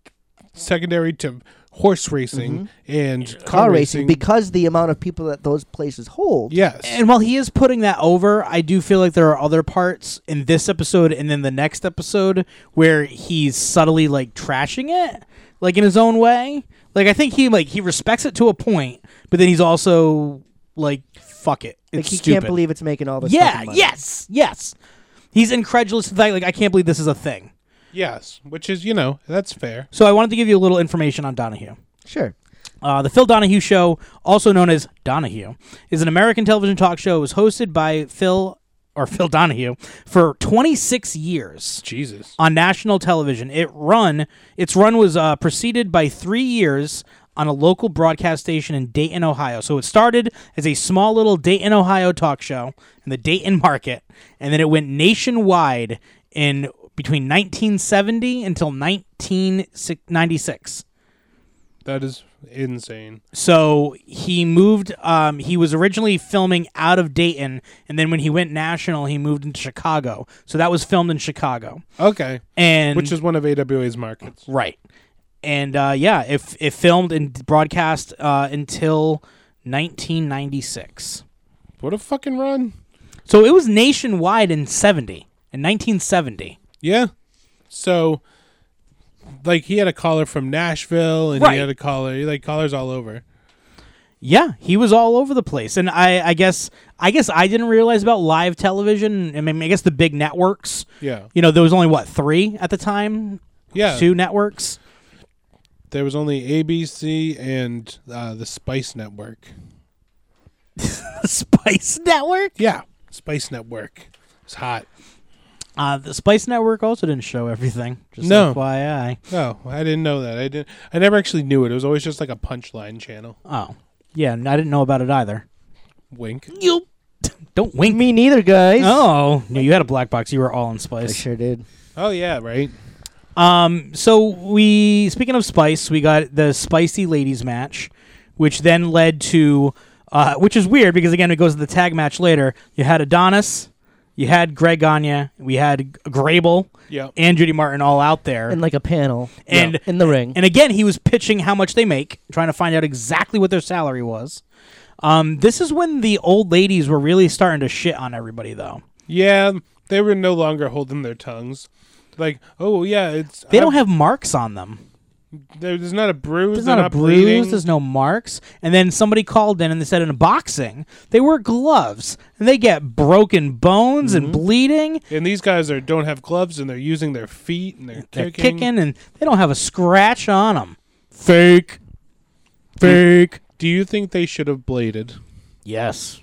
[SPEAKER 6] secondary to horse racing and car,
[SPEAKER 5] car racing because the amount of people that those places hold.
[SPEAKER 6] yes,
[SPEAKER 4] And while he is putting that over, I do feel like there are other parts in this episode and then the next episode where he's subtly like trashing it, like in his own way. Like I think he like he respects it to a point, but then he's also like fuck it. It's
[SPEAKER 5] Like he
[SPEAKER 4] stupid.
[SPEAKER 5] can't believe it's making all this.
[SPEAKER 4] Yeah,
[SPEAKER 5] fucking money.
[SPEAKER 4] yes, yes. He's incredulous to the fact like I can't believe this is a thing.
[SPEAKER 6] yes, which is you know that's fair.
[SPEAKER 4] So I wanted to give you a little information on Donahue.
[SPEAKER 5] sure.
[SPEAKER 4] Uh, the Phil Donahue Show, also known as Donahue, is an American television talk show. It was hosted by Phil or Phil Donahue for 26 years
[SPEAKER 6] Jesus,
[SPEAKER 4] on national television. It run its run was uh, preceded by three years on a local broadcast station in Dayton, Ohio. So it started as a small little Dayton, Ohio talk show in the Dayton market, and then it went nationwide in between 1970 until 1996.
[SPEAKER 6] that is insane.
[SPEAKER 4] So he moved. Um, he was originally filming out of Dayton, and then when he went national, he moved into Chicago. So that was filmed in Chicago,
[SPEAKER 6] Okay,
[SPEAKER 4] and
[SPEAKER 6] which is one of AWA's markets.
[SPEAKER 4] right. And uh, yeah, it, it filmed and broadcast uh, until 1996.
[SPEAKER 6] What a fucking run!
[SPEAKER 4] So it was nationwide in 70 in 1970.
[SPEAKER 6] Yeah. So, like, he had a caller from Nashville, and
[SPEAKER 4] Right.
[SPEAKER 6] he had a caller, like, callers all over.
[SPEAKER 4] Yeah, he was all over the place, and I, I guess I guess I didn't realize about live television. I mean, I guess the big networks.
[SPEAKER 6] Yeah.
[SPEAKER 4] you know, there was only what three at the time.
[SPEAKER 6] Yeah.
[SPEAKER 4] two networks.
[SPEAKER 6] There was only ABC and uh, the Spice Network.
[SPEAKER 4] The Spice Network.
[SPEAKER 6] Yeah. Spice Network. It's hot.
[SPEAKER 4] Uh, the Spice Network also didn't show everything. Just
[SPEAKER 6] No.
[SPEAKER 4] FYI.
[SPEAKER 6] Oh, I didn't know that. I didn't. I never actually knew it. It was always just like a punchline channel.
[SPEAKER 4] Oh, yeah, and I didn't know about it either.
[SPEAKER 6] Wink.
[SPEAKER 4] You don't wink.
[SPEAKER 5] Me neither, guys.
[SPEAKER 4] Oh, no, you had a black box. You were all in
[SPEAKER 5] I
[SPEAKER 4] Spice.
[SPEAKER 5] sure did.
[SPEAKER 6] Oh yeah, right.
[SPEAKER 4] Um, so we speaking of Spice, we got the Spicy Ladies match, which then led to, uh, which is weird because again it goes to the tag match later. You had Adonis, you had Greg Gagne, we had Grable,
[SPEAKER 6] Yeah.
[SPEAKER 4] and Judy Martin all out there,
[SPEAKER 5] In like a panel.
[SPEAKER 4] And-
[SPEAKER 5] Yeah. in the ring.
[SPEAKER 4] And again, he was pitching how much they make, trying to find out exactly what their salary was. Um, this is when the old ladies were really starting to shit on everybody, though.
[SPEAKER 6] Yeah. They were no longer holding their tongues. Like, oh yeah, it's
[SPEAKER 4] They don't have marks on them.
[SPEAKER 6] have. There's not a bruise.
[SPEAKER 4] Uh, There's
[SPEAKER 6] they're
[SPEAKER 4] not a bruise.
[SPEAKER 6] bleeding.
[SPEAKER 4] There's no marks. And then somebody called in and they said in boxing they wear gloves and they get broken bones and bleeding.
[SPEAKER 6] And these guys are don't have gloves, and they're using their feet, and they're,
[SPEAKER 4] They're
[SPEAKER 6] kicking.
[SPEAKER 4] kicking and they don't have a scratch on them. Fake. Fake.
[SPEAKER 6] Do you think they should have bladed?
[SPEAKER 4] Yes.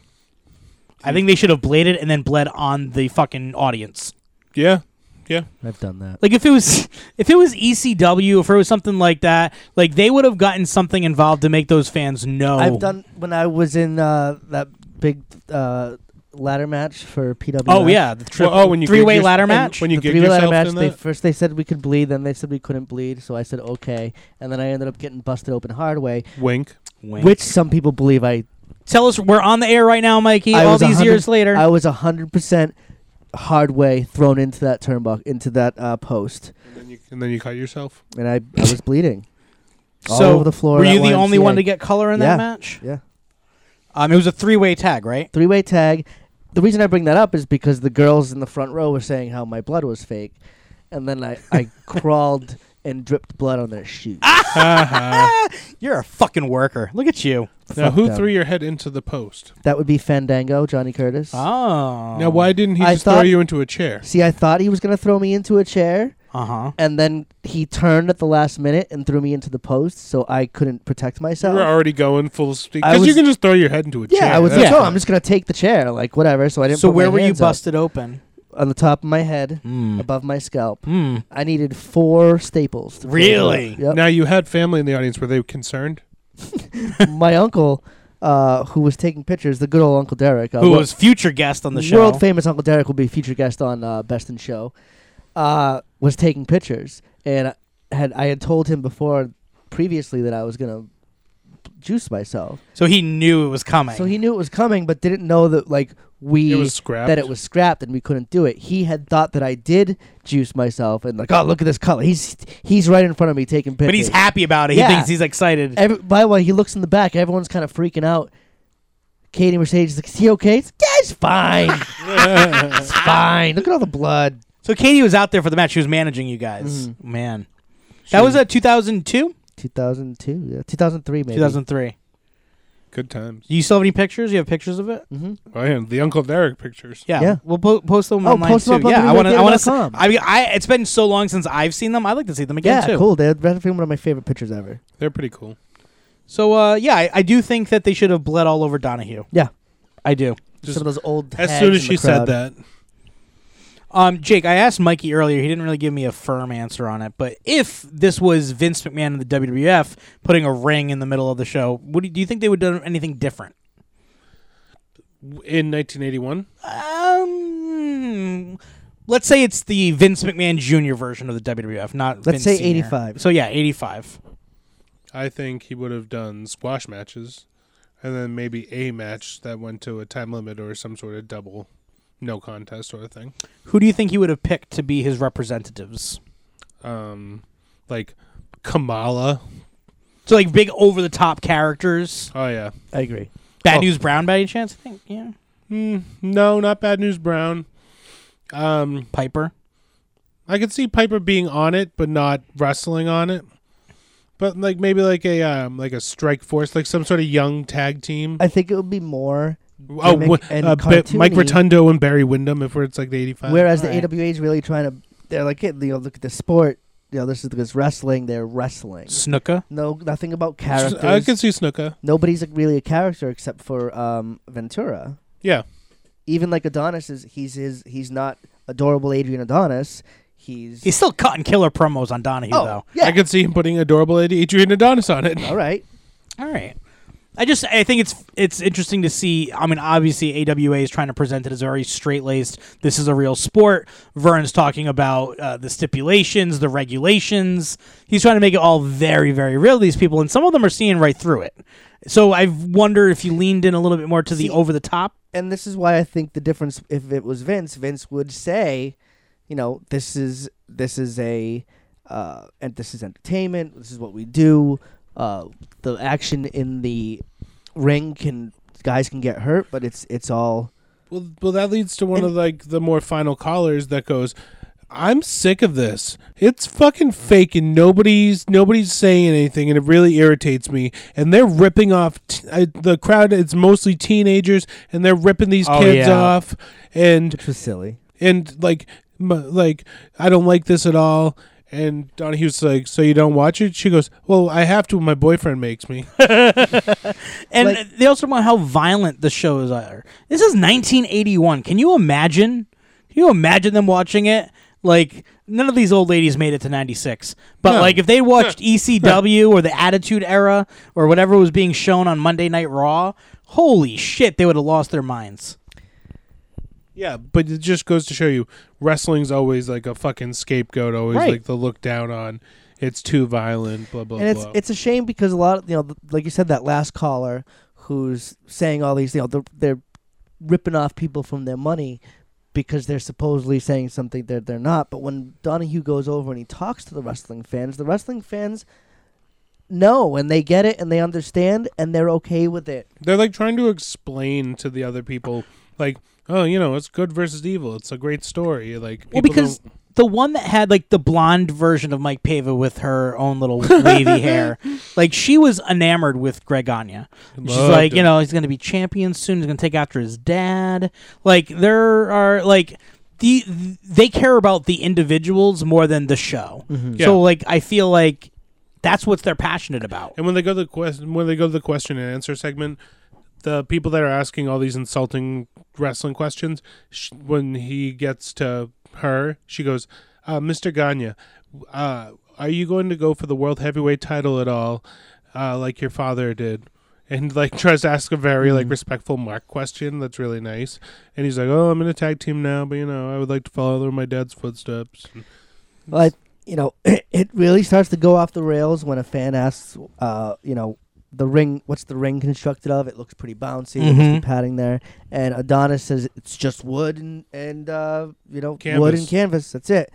[SPEAKER 4] I think they should have bladed and then bled on the fucking audience.
[SPEAKER 6] Yeah, yeah.
[SPEAKER 5] I've done that.
[SPEAKER 4] Like if it was if it was ECW, if it was something like that, like they would have gotten something involved to make those fans know.
[SPEAKER 6] Oh.
[SPEAKER 5] I've done when I was in uh, that big uh, ladder match for PW.
[SPEAKER 4] Oh yeah, the tri-
[SPEAKER 6] Well, oh, when you
[SPEAKER 4] three-way
[SPEAKER 6] gig your-
[SPEAKER 4] ladder
[SPEAKER 6] and
[SPEAKER 4] match.
[SPEAKER 6] when you
[SPEAKER 5] the
[SPEAKER 6] gig
[SPEAKER 5] three-way ladder
[SPEAKER 6] yourself
[SPEAKER 5] match.
[SPEAKER 6] in
[SPEAKER 5] They
[SPEAKER 6] that?
[SPEAKER 5] first they said we could bleed, then they said we couldn't bleed. So I said okay, and then I ended up getting busted open hard way,
[SPEAKER 6] Wink.
[SPEAKER 5] which some people believe I.
[SPEAKER 4] Tell us, we're on the air right now, Mikey.
[SPEAKER 5] I
[SPEAKER 4] all
[SPEAKER 5] was a
[SPEAKER 4] these
[SPEAKER 5] hundred-
[SPEAKER 4] years later,
[SPEAKER 5] I was hundred percent hard way thrown into that turnbuckle into that uh, post,
[SPEAKER 6] And then you, and then you cut yourself.
[SPEAKER 5] and I I was bleeding. All
[SPEAKER 4] So,
[SPEAKER 5] over the floor.
[SPEAKER 4] were
[SPEAKER 5] at
[SPEAKER 4] you the only
[SPEAKER 5] YMCA.
[SPEAKER 4] one to get color in
[SPEAKER 5] Yeah.
[SPEAKER 4] that match?
[SPEAKER 5] Yeah.
[SPEAKER 4] Um, it was a three-way tag, right?
[SPEAKER 5] three way tag. The reason I bring that up is because the girls in the front row were saying how my blood was fake, and then I, I crawled and dripped blood on their shoes.
[SPEAKER 6] Ah!
[SPEAKER 4] You're a fucking worker. Look at you.
[SPEAKER 6] Uh-huh. Now,
[SPEAKER 5] Fuck
[SPEAKER 6] who
[SPEAKER 5] them.
[SPEAKER 6] threw your head into the post?
[SPEAKER 5] That would be Fandango, Johnny Curtis.
[SPEAKER 4] Oh.
[SPEAKER 6] Now, why didn't he
[SPEAKER 5] Um, I
[SPEAKER 6] just throw
[SPEAKER 5] thought-
[SPEAKER 6] you into a chair?
[SPEAKER 5] See, I thought he was gonna throw me into a chair,
[SPEAKER 4] Uh huh.
[SPEAKER 5] and then he turned at the last minute and threw me into the post, so I couldn't protect
[SPEAKER 6] You
[SPEAKER 5] myself.
[SPEAKER 6] were already going full speed
[SPEAKER 5] I
[SPEAKER 6] because you
[SPEAKER 5] was-
[SPEAKER 6] can just throw your head into a
[SPEAKER 5] yeah,
[SPEAKER 6] chair.
[SPEAKER 5] I was
[SPEAKER 6] That's
[SPEAKER 5] like, oh,
[SPEAKER 6] fine.
[SPEAKER 5] I'm just gonna take the chair, like whatever. So I didn't.
[SPEAKER 4] So
[SPEAKER 5] put
[SPEAKER 4] where
[SPEAKER 5] my
[SPEAKER 4] were you
[SPEAKER 5] hands up.
[SPEAKER 4] busted open?
[SPEAKER 5] On the top of my head,
[SPEAKER 4] Hmm.
[SPEAKER 5] above my scalp.
[SPEAKER 4] Hmm.
[SPEAKER 5] I needed four staples. to fill it up.
[SPEAKER 4] Really?
[SPEAKER 5] Yep.
[SPEAKER 6] Now you had family in the audience. Were they concerned?
[SPEAKER 5] my uncle, uh, who was taking pictures, the good old Uncle Derek, uh,
[SPEAKER 4] who
[SPEAKER 5] wor-
[SPEAKER 4] was future guest on the show.
[SPEAKER 5] world famous Uncle Derek, will be featured guest on uh, Best in Show, uh, was taking pictures, and I had I had told him before previously that I was gonna juice myself,
[SPEAKER 4] so he knew it was coming.
[SPEAKER 5] so he knew it was coming, but didn't know that like we
[SPEAKER 6] It was scrapped.
[SPEAKER 5] that it was scrapped and we couldn't do it. He had thought that I did juice myself and like, oh look at this color. He's he's right in front of me taking pictures.
[SPEAKER 4] but he's happy about it.
[SPEAKER 5] Yeah.
[SPEAKER 4] He thinks he's excited.
[SPEAKER 5] Every, by the way, he looks in the back. Everyone's kind of freaking out. Katie Mercedes is like, is he okay? It's, yeah, it's fine. it's fine. Look at all the blood.
[SPEAKER 4] so Katie was out there for the match. She was managing you guys.
[SPEAKER 5] Mhm.
[SPEAKER 4] Man, that was a 2002,
[SPEAKER 5] 2002, yeah, 2003 maybe.
[SPEAKER 4] 2003.
[SPEAKER 6] Good times.
[SPEAKER 4] Do you still have any pictures? You have pictures of it?
[SPEAKER 5] Mhm.
[SPEAKER 6] I am the Uncle Derek pictures.
[SPEAKER 4] Yeah,
[SPEAKER 5] Yeah.
[SPEAKER 4] we'll po- post them
[SPEAKER 5] Oh,
[SPEAKER 4] online
[SPEAKER 5] post them
[SPEAKER 4] too.
[SPEAKER 5] up on
[SPEAKER 4] yeah, I want to. I want to.
[SPEAKER 5] www.com.
[SPEAKER 4] I mean, I it's been so long since I've seen them. I'd like to see them again
[SPEAKER 5] Yeah,
[SPEAKER 4] too.
[SPEAKER 5] cool. They're definitely one of my favorite pictures ever.
[SPEAKER 6] They're pretty cool.
[SPEAKER 4] So uh, yeah, I, I do think that they should have bled all over Donahue.
[SPEAKER 5] Yeah.
[SPEAKER 4] I do.
[SPEAKER 6] Just
[SPEAKER 5] Some of those old.
[SPEAKER 6] As
[SPEAKER 5] tags
[SPEAKER 6] soon
[SPEAKER 5] in
[SPEAKER 6] as
[SPEAKER 5] the
[SPEAKER 6] she
[SPEAKER 5] crowd.
[SPEAKER 6] said that,
[SPEAKER 4] Um, Jake, I asked Mikey earlier. He didn't really give me a firm answer on it, but if this was Vince McMahon and the WWF putting a ring in the middle of the show, would you, do you think they would have done anything different?
[SPEAKER 6] in 1981,
[SPEAKER 4] Um, let's say it's the Vince McMahon Jr. version of the WWF, not Vince
[SPEAKER 5] Let's say
[SPEAKER 4] Senior.
[SPEAKER 5] 85.
[SPEAKER 4] So yeah, eighty-five.
[SPEAKER 6] I think he would have done squash matches, and then maybe a match that went to a time limit or some sort of double, no contest sort of thing.
[SPEAKER 4] Who do you think he would have picked to be his representatives?
[SPEAKER 6] Um, like Kamala.
[SPEAKER 4] So like big over-the-top characters.
[SPEAKER 6] Oh yeah.
[SPEAKER 5] I agree.
[SPEAKER 4] Bad
[SPEAKER 6] Oh.
[SPEAKER 4] News Brown by any chance? I think yeah.
[SPEAKER 6] Hmm, no, not bad news, Brown. Um,
[SPEAKER 4] Piper.
[SPEAKER 6] I could see Piper being on it, but not wrestling on it. But like maybe like a um, like a strike force, like some sort of young tag team.
[SPEAKER 5] I think it would be more.
[SPEAKER 6] Oh,
[SPEAKER 5] gimmick
[SPEAKER 6] wi-
[SPEAKER 5] and
[SPEAKER 6] uh, Bi- Mike
[SPEAKER 5] cartoony.
[SPEAKER 6] Rotundo and Barry Windham, if it's like the eighty-five.
[SPEAKER 5] Whereas the
[SPEAKER 4] Alright.
[SPEAKER 5] AWA is really trying to, they're like, hey, you know, look at this sport. You know, this is this wrestling. They're wrestling.
[SPEAKER 4] Snooka.
[SPEAKER 5] No, nothing about
[SPEAKER 6] S-
[SPEAKER 5] characters.
[SPEAKER 6] I could see Snuka.
[SPEAKER 5] Nobody's like, really a character except for um, Ventura.
[SPEAKER 6] Yeah,
[SPEAKER 5] Even like Adonis is, he's his, he's not adorable Adrian Adonis. He's,
[SPEAKER 4] He's still cutting killer promos on Donahue
[SPEAKER 5] oh
[SPEAKER 4] though.
[SPEAKER 5] yeah.
[SPEAKER 6] I could see him putting adorable Adrian Adonis on it.
[SPEAKER 5] All right.
[SPEAKER 4] All right. I just I think it's it's interesting to see. I mean, obviously AWA is trying to present it as very straight laced. This is a real sport. Vern's talking about uh, the stipulations, the regulations. He's trying to make it all very very real. to These people and some of them are seeing right through it. So I wonder if you leaned in a little bit more to the over the top.
[SPEAKER 5] And this is why I think the difference. If it was Vince, Vince would say, you know, this is this is a, uh, and this is entertainment. This is what we do. Uh, the action in the ring can guys can get hurt, but it's it's all
[SPEAKER 6] Well, well, that leads to one of like the more final callers that goes, "I'm sick of this. It's fucking fake, and nobody's nobody's saying anything, and it really irritates me. And they're ripping off t- I, the crowd. It's mostly teenagers, and they're ripping these
[SPEAKER 4] Oh,
[SPEAKER 6] kids
[SPEAKER 4] yeah.
[SPEAKER 6] off. And
[SPEAKER 5] which was silly.
[SPEAKER 6] and like m- like I don't like this at all." And Donahue's like, "So you don't watch it?" She goes, "Well, I have to. My boyfriend makes me."
[SPEAKER 4] And
[SPEAKER 5] Like-
[SPEAKER 4] they also talk about how violent the shows are. This is 1981. Can you imagine? Can you imagine them watching it? Like none of these old ladies made it to 96. But
[SPEAKER 6] No.
[SPEAKER 4] like if they watched ECW or the Attitude Era or whatever was being shown on Monday Night Raw, holy shit, they would have lost their minds.
[SPEAKER 6] Yeah, but it just goes to show you wrestling's always like a fucking scapegoat, always
[SPEAKER 4] Right.
[SPEAKER 6] like the look down on. It's too violent, blah blah
[SPEAKER 5] and it's
[SPEAKER 6] blah.
[SPEAKER 5] it's a shame because a lot of you know, th- like you said, that last caller who's saying all these, you know, they're, they're ripping off people from their money because they're supposedly saying something that they're not. But when Donahue goes over and he talks to the wrestling fans, the wrestling fans know and they get it and they understand and they're okay with it.
[SPEAKER 6] They're like trying to explain to the other people, like, oh, you know, it's good versus evil. It's a great story. Like,
[SPEAKER 4] Well,
[SPEAKER 6] people
[SPEAKER 4] because
[SPEAKER 6] don't-
[SPEAKER 4] the one that had like the blonde version of Mike Pava with her own little wavy hair, like she was enamored with Greg Anya. She's
[SPEAKER 6] Loved
[SPEAKER 4] like, you
[SPEAKER 6] him.
[SPEAKER 4] know, he's going to be champion soon. He's going to take after his dad. Like there are like the they care about the individuals more than the show.
[SPEAKER 6] Mm-hmm. Yeah.
[SPEAKER 4] So like I feel like that's what they're passionate about.
[SPEAKER 6] and when they go to the question, when they go to the question and answer segment, the people that are asking all these insulting wrestling questions, sh- when he gets to her, she goes, uh, "Mr. Gagne, uh, are you going to go for the world heavyweight title at all?" uh, like your father did, and like tries to ask a very
[SPEAKER 5] Mm.
[SPEAKER 6] like respectful Mark question that's really nice. And he's like, "Oh, I'm in a tag team now, but you know, I would like to follow my dad's footsteps." And
[SPEAKER 5] But you know, it really starts to go off the rails when a fan asks, uh, you know, the ring. What's the ring constructed of? It looks pretty bouncy. It
[SPEAKER 6] Mm-hmm.
[SPEAKER 5] looks
[SPEAKER 4] Mhm.
[SPEAKER 5] be padding there, and Adonis says it's just wood and and uh, you know, wood
[SPEAKER 6] Canvas.
[SPEAKER 5] and canvas. That's it.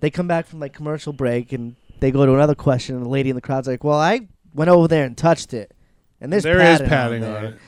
[SPEAKER 5] They come back from like commercial break and they go to another question, and the lady in the crowd's like, "Well, I went over there and touched it, and there's
[SPEAKER 6] there is
[SPEAKER 5] padding
[SPEAKER 6] padding
[SPEAKER 5] on,
[SPEAKER 6] on
[SPEAKER 5] there."
[SPEAKER 6] it.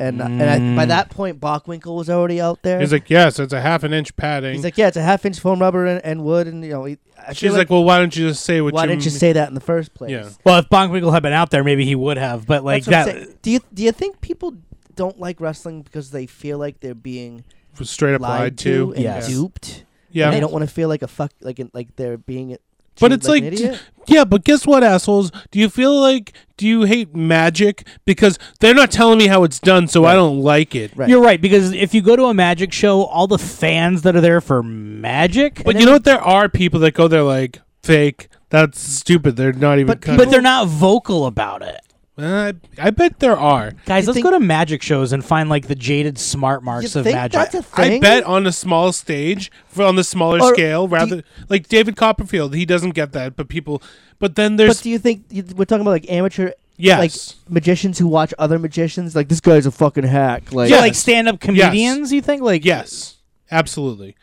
[SPEAKER 5] And and I, by
[SPEAKER 4] Mm.
[SPEAKER 5] that point, Bockwinkel was already out there.
[SPEAKER 6] He's like, "Yes, it's a half an inch padding."
[SPEAKER 5] He's like, yeah, it's a half inch foam rubber and, and wood, and you know, he- I feel
[SPEAKER 6] She's like, "Well, why don't you just say what
[SPEAKER 5] why
[SPEAKER 6] you
[SPEAKER 5] didn't you
[SPEAKER 6] mean?"
[SPEAKER 5] say that in the first place?
[SPEAKER 6] Yeah.
[SPEAKER 4] Well, if Bonkwinkle had been out there, maybe he would have. But like
[SPEAKER 5] That's what I'm
[SPEAKER 4] that,
[SPEAKER 5] saying. Do you do you think people don't like wrestling because they feel like they're being
[SPEAKER 6] straight up lied,
[SPEAKER 5] lied
[SPEAKER 6] to?"
[SPEAKER 5] to and
[SPEAKER 4] Yes.
[SPEAKER 5] duped?
[SPEAKER 6] Yeah,
[SPEAKER 5] And they don't want to feel like a fuck, like an- like they're being.
[SPEAKER 6] But
[SPEAKER 5] treated
[SPEAKER 6] it's
[SPEAKER 5] an
[SPEAKER 6] like,
[SPEAKER 5] idiot.
[SPEAKER 6] Yeah, but guess what, assholes? Do you feel like do you hate magic because they're not telling me how it's done, so I don't like it?
[SPEAKER 5] Right.
[SPEAKER 4] You're right because if you go to a magic show, all the fans that are there for magic,
[SPEAKER 6] But you know what? There are people that go there like fake. That's stupid. They're not even.
[SPEAKER 5] But
[SPEAKER 6] kind
[SPEAKER 4] but they're not vocal about it.
[SPEAKER 6] uh, I bet there are.
[SPEAKER 4] Guys,
[SPEAKER 5] You
[SPEAKER 4] let's
[SPEAKER 5] think-
[SPEAKER 4] go to magic shows and find like the jaded smart
[SPEAKER 5] you
[SPEAKER 4] marks of
[SPEAKER 5] think
[SPEAKER 4] magic.
[SPEAKER 5] that's a thing?
[SPEAKER 6] I bet on a small stage, for on the smaller
[SPEAKER 5] Or
[SPEAKER 6] scale,
[SPEAKER 5] do
[SPEAKER 6] rather
[SPEAKER 5] you-
[SPEAKER 6] like David Copperfield. He doesn't get that, but people. But then there's
[SPEAKER 5] But do you think you, we're talking about like amateur,
[SPEAKER 6] yes,
[SPEAKER 5] like magicians who watch other magicians? Like this guy's a fucking hack. Like,
[SPEAKER 4] yeah,
[SPEAKER 6] Yes.
[SPEAKER 4] like stand-up comedians. You think like
[SPEAKER 6] yes, absolutely.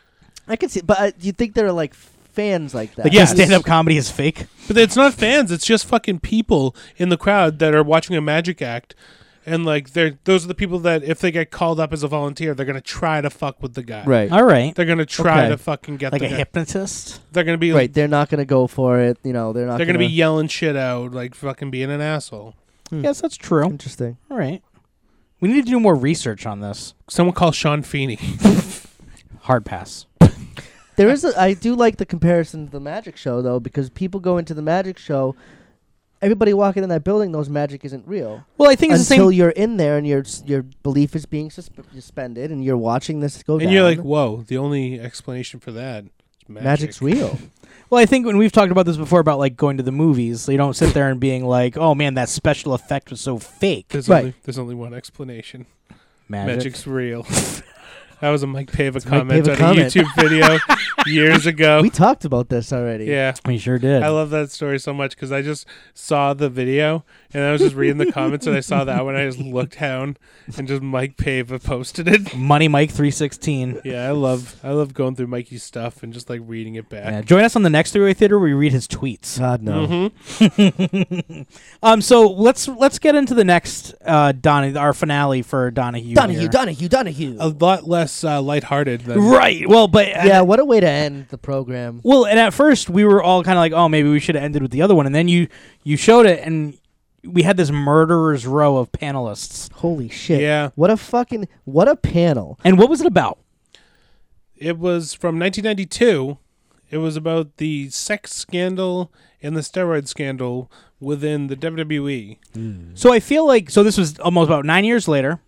[SPEAKER 5] I can see. But uh, do you think there are like fans like that?
[SPEAKER 4] like
[SPEAKER 6] Yes.
[SPEAKER 4] this stand-up comedy is fake?
[SPEAKER 6] But it's not fans. It's just fucking people in the crowd that are watching a magic act, and like they're those are the people that if they get called up as a volunteer, they're gonna try to fuck with the guy.
[SPEAKER 5] right,
[SPEAKER 4] All right,
[SPEAKER 6] They're gonna try
[SPEAKER 5] Okay.
[SPEAKER 6] to fucking get
[SPEAKER 4] like
[SPEAKER 6] the
[SPEAKER 4] a
[SPEAKER 6] guy.
[SPEAKER 4] hypnotist.
[SPEAKER 6] They're gonna be
[SPEAKER 5] right. They're not gonna go for it. You know, they're not.
[SPEAKER 6] They're gonna be yelling shit out, like fucking being an asshole.
[SPEAKER 4] Hmm. Yes, that's true.
[SPEAKER 5] interesting.
[SPEAKER 4] All right, we need to do more research on this.
[SPEAKER 6] Someone call Sean Feeney.
[SPEAKER 4] Hard pass.
[SPEAKER 5] There is a I do like the comparison to the magic show though because people go into the magic show everybody walking in that building knows magic isn't real
[SPEAKER 4] Well, I think it's
[SPEAKER 5] until
[SPEAKER 4] the same.
[SPEAKER 5] you're in there and your s- your belief is being susp- suspended and you're watching this go down.
[SPEAKER 6] and you're like, whoa. The only explanation for that is magic.
[SPEAKER 5] magic's real.
[SPEAKER 4] Well, I think when we've talked about this before about like going to the movies, so you don't sit there and being like, "Oh man, that special effect was so fake."
[SPEAKER 6] There's
[SPEAKER 5] Right.
[SPEAKER 6] only there's only one explanation. Magic's real. that was a Mike Pava
[SPEAKER 5] Mike
[SPEAKER 6] comment
[SPEAKER 5] Pava
[SPEAKER 6] on
[SPEAKER 5] comment.
[SPEAKER 6] a YouTube video years ago.
[SPEAKER 5] we talked about this already.
[SPEAKER 6] yeah.
[SPEAKER 4] We sure did.
[SPEAKER 6] I love that story so much because I just saw the video and I was just reading the comments and I saw that one. I just looked down and just Mike Pava posted it.
[SPEAKER 4] Money Mike three sixteen.
[SPEAKER 6] Yeah, I love I love going through Mikey's stuff and just like reading it
[SPEAKER 4] Yeah,
[SPEAKER 6] back.
[SPEAKER 4] join us on the next three-way theater where we read his tweets.
[SPEAKER 5] God no.
[SPEAKER 6] Mm-hmm.
[SPEAKER 4] Um, so let's let's get into the next uh, Donny our finale for Donahue.
[SPEAKER 5] Donahue,
[SPEAKER 4] here.
[SPEAKER 5] Donahue, Donahue.
[SPEAKER 6] A lot less uh, lighthearted than
[SPEAKER 4] right. Well, but uh,
[SPEAKER 5] yeah, what a way to end the program.
[SPEAKER 4] Well, and at first we were all kind of like, oh, maybe we should have ended with the other one, and then you you showed it, and we had this murderer's row of panelists.
[SPEAKER 5] Holy shit.
[SPEAKER 6] Yeah.
[SPEAKER 5] What a fucking what a panel.
[SPEAKER 4] And what was it about?
[SPEAKER 6] It was from 1992. It was about the sex scandal and the steroid scandal within the E. WWE.
[SPEAKER 4] So I feel like so this was almost about nine years later,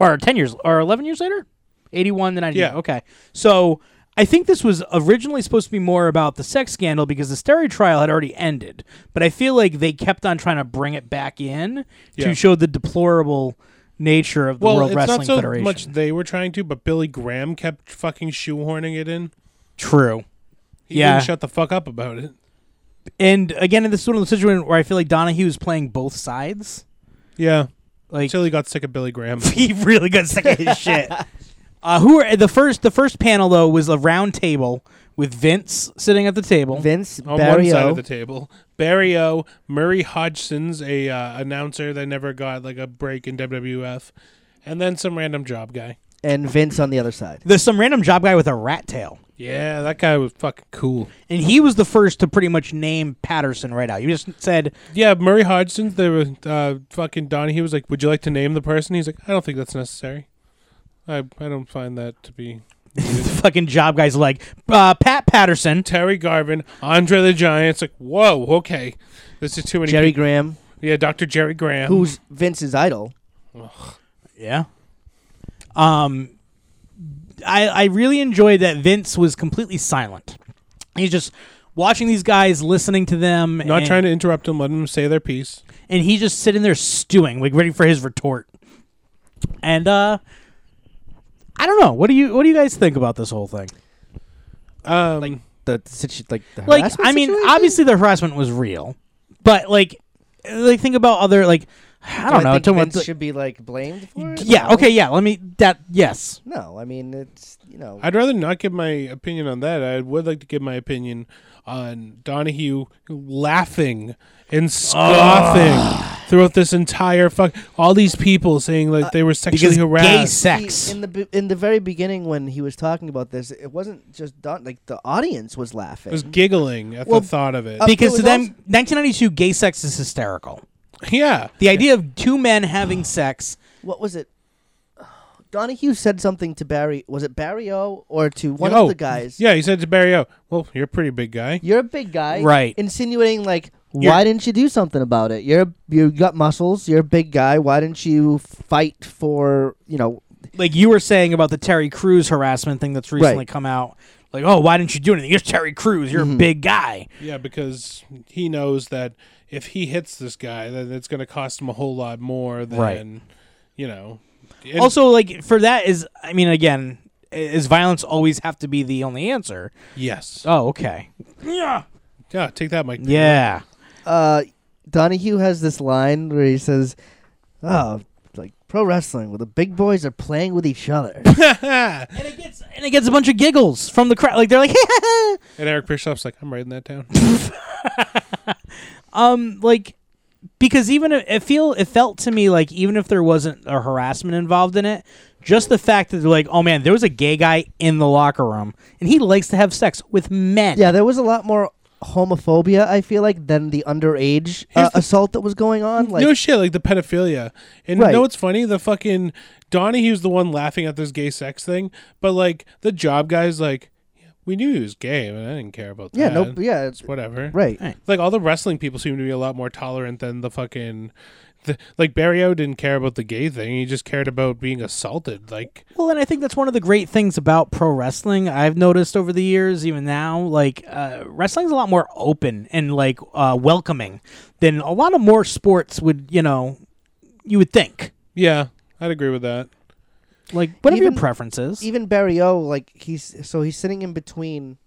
[SPEAKER 4] or ten years, or eleven years later, eighty-one to ninety.
[SPEAKER 6] Yeah.
[SPEAKER 4] Okay. So I think this was originally supposed to be more about the sex scandal because the steroid trial had already ended, but I feel like they kept on trying to bring it back in
[SPEAKER 6] Yeah.
[SPEAKER 4] to show the deplorable nature of the
[SPEAKER 6] Well,
[SPEAKER 4] World
[SPEAKER 6] it's
[SPEAKER 4] Wrestling
[SPEAKER 6] not so
[SPEAKER 4] Federation.
[SPEAKER 6] much they were trying to, but Billy Graham kept fucking shoehorning it in.
[SPEAKER 4] True.
[SPEAKER 6] He
[SPEAKER 4] Yeah.
[SPEAKER 6] didn't shut the fuck up about it.
[SPEAKER 4] And again, this is one of the situations where I feel like Donahue is playing both sides.
[SPEAKER 6] Yeah.
[SPEAKER 4] Like
[SPEAKER 6] Until he got sick of Billy Graham.
[SPEAKER 4] he really got sick of his shit. Uh, who were the first? The first panel though was a round table with Vince sitting at the table.
[SPEAKER 5] Vince
[SPEAKER 6] on one side
[SPEAKER 5] Barrio.
[SPEAKER 6] of the table. Barrio, Murray Hodgson's a uh, announcer that never got like a break in WWF, and then some random job guy.
[SPEAKER 5] and Vince on the other side.
[SPEAKER 4] There's some random job guy with a rat tail,
[SPEAKER 6] Yeah, that guy was fucking cool.
[SPEAKER 4] and he was the first to pretty much name Patterson right out. He just said,
[SPEAKER 6] Yeah, Murray Hodgson, the uh, fucking Donnie, he was like, "Would you like to name the person?" He's like, "I don't think that's necessary. I I don't find that to be."
[SPEAKER 4] "Fucking job guys like uh, Pat Patterson."
[SPEAKER 6] Terry Garvin, Andre the Giant. It's like, whoa, okay, this is too many.
[SPEAKER 5] Jerry
[SPEAKER 6] peop-
[SPEAKER 5] Graham,
[SPEAKER 6] yeah, Doctor Jerry Graham.
[SPEAKER 5] who's Vince's idol.
[SPEAKER 4] Yeah. Um, I I really enjoyed that Vince was completely silent. He's just watching these guys, listening to them,
[SPEAKER 6] Not
[SPEAKER 4] and,
[SPEAKER 6] trying to interrupt them, letting them say their piece.
[SPEAKER 4] and he's just sitting there stewing, like ready for his retort. And uh, I don't know. What do you What do you guys think about this whole thing?
[SPEAKER 6] Um,
[SPEAKER 5] The situ- like the
[SPEAKER 4] Like,
[SPEAKER 5] harassment
[SPEAKER 4] I mean,
[SPEAKER 5] situation?
[SPEAKER 4] obviously the harassment was real, but like, like think about other like I
[SPEAKER 5] Do
[SPEAKER 4] don't know.
[SPEAKER 5] think
[SPEAKER 4] tell me-
[SPEAKER 5] Vince should be like blamed for it?
[SPEAKER 4] yeah.
[SPEAKER 5] No.
[SPEAKER 4] Okay. Yeah. Let me. That. Yes.
[SPEAKER 5] No, I mean it's you know
[SPEAKER 6] I'd rather not give my opinion on that. I would like to give my opinion on Donahue laughing and scoffing throughout this entire fuck. All these people saying like they were sexually
[SPEAKER 4] Because gay
[SPEAKER 6] harassed.
[SPEAKER 4] sex.
[SPEAKER 5] See, in the be- in the very beginning when he was talking about this, it wasn't just Don. Like the audience was laughing.
[SPEAKER 6] I was giggling at
[SPEAKER 5] Well,
[SPEAKER 6] the thought of it.
[SPEAKER 5] uh,
[SPEAKER 4] because to
[SPEAKER 5] it was
[SPEAKER 4] them,
[SPEAKER 5] also-
[SPEAKER 4] 1992 gay sex is hysterical.
[SPEAKER 6] yeah,
[SPEAKER 4] The idea of two men having sex.
[SPEAKER 5] what was it? Donahue said something to Barry. Was it Barry O or to one
[SPEAKER 6] Oh,
[SPEAKER 5] of the guys?
[SPEAKER 6] Yeah, he said to Barry, "Oh, well, you're a pretty big guy."
[SPEAKER 5] you're a big guy,
[SPEAKER 4] Right.
[SPEAKER 5] Insinuating like,
[SPEAKER 4] You're-
[SPEAKER 5] why didn't you do something about it? You're you got muscles. You're a big guy. Why didn't you fight for you know?
[SPEAKER 4] Like you were saying about the Terry Crews harassment thing that's recently
[SPEAKER 5] Right.
[SPEAKER 4] come out. Like, oh, why didn't you do anything? You're Terry Crews. You're a big guy.
[SPEAKER 6] Yeah, because he knows that if he hits this guy, then it's going to cost him a whole lot more than
[SPEAKER 4] Right.
[SPEAKER 6] you know. And-
[SPEAKER 4] also, like for that is, I mean, again, i- is violence always have to be the only answer?
[SPEAKER 6] yes.
[SPEAKER 4] Oh, okay. Yeah.
[SPEAKER 6] Yeah, take that, Mike.
[SPEAKER 4] Yeah.
[SPEAKER 5] Uh, Donahue has this line where he says, "Oh, like pro wrestling, where the big boys are playing with each other."
[SPEAKER 4] And it gets and it gets a bunch of giggles from the crowd. Like they're like,
[SPEAKER 6] And Eric Bischoff's like, I'm writing that down.
[SPEAKER 4] um, like because even if, it feel it felt to me like even if there wasn't a harassment involved in it, just the fact that they're like, oh man, there was a gay guy in the locker room and he likes to have sex with men.
[SPEAKER 5] Yeah, there was a lot more homophobia. I feel like than the underage uh,
[SPEAKER 6] Here's the-
[SPEAKER 5] assault that was going on. Like,
[SPEAKER 6] no shit, like the pedophilia. And
[SPEAKER 5] Right.
[SPEAKER 6] you know what's funny? The fucking Donahue's the one laughing at this gay sex thing, but like the job guy's like, yeah, we knew he was gay, but I didn't care about
[SPEAKER 5] yeah,
[SPEAKER 6] that.
[SPEAKER 5] no, yeah,
[SPEAKER 6] It's whatever.
[SPEAKER 5] right.
[SPEAKER 4] Right.
[SPEAKER 6] Like all the wrestling people seem to be a lot more tolerant than the fucking. The, like Barrio didn't care about the gay thing; he just cared about being assaulted. Like
[SPEAKER 4] Well, and I think that's one of the great things about pro wrestling I've noticed over the years, even now. Like, uh, wrestling's a lot more open and like uh, welcoming than a lot of more sports would, you know, you would think.
[SPEAKER 6] Yeah, I'd agree with that.
[SPEAKER 4] Like, whatever
[SPEAKER 5] Even-
[SPEAKER 4] your preference is.
[SPEAKER 5] Even Barry O, like he's so he's sitting in between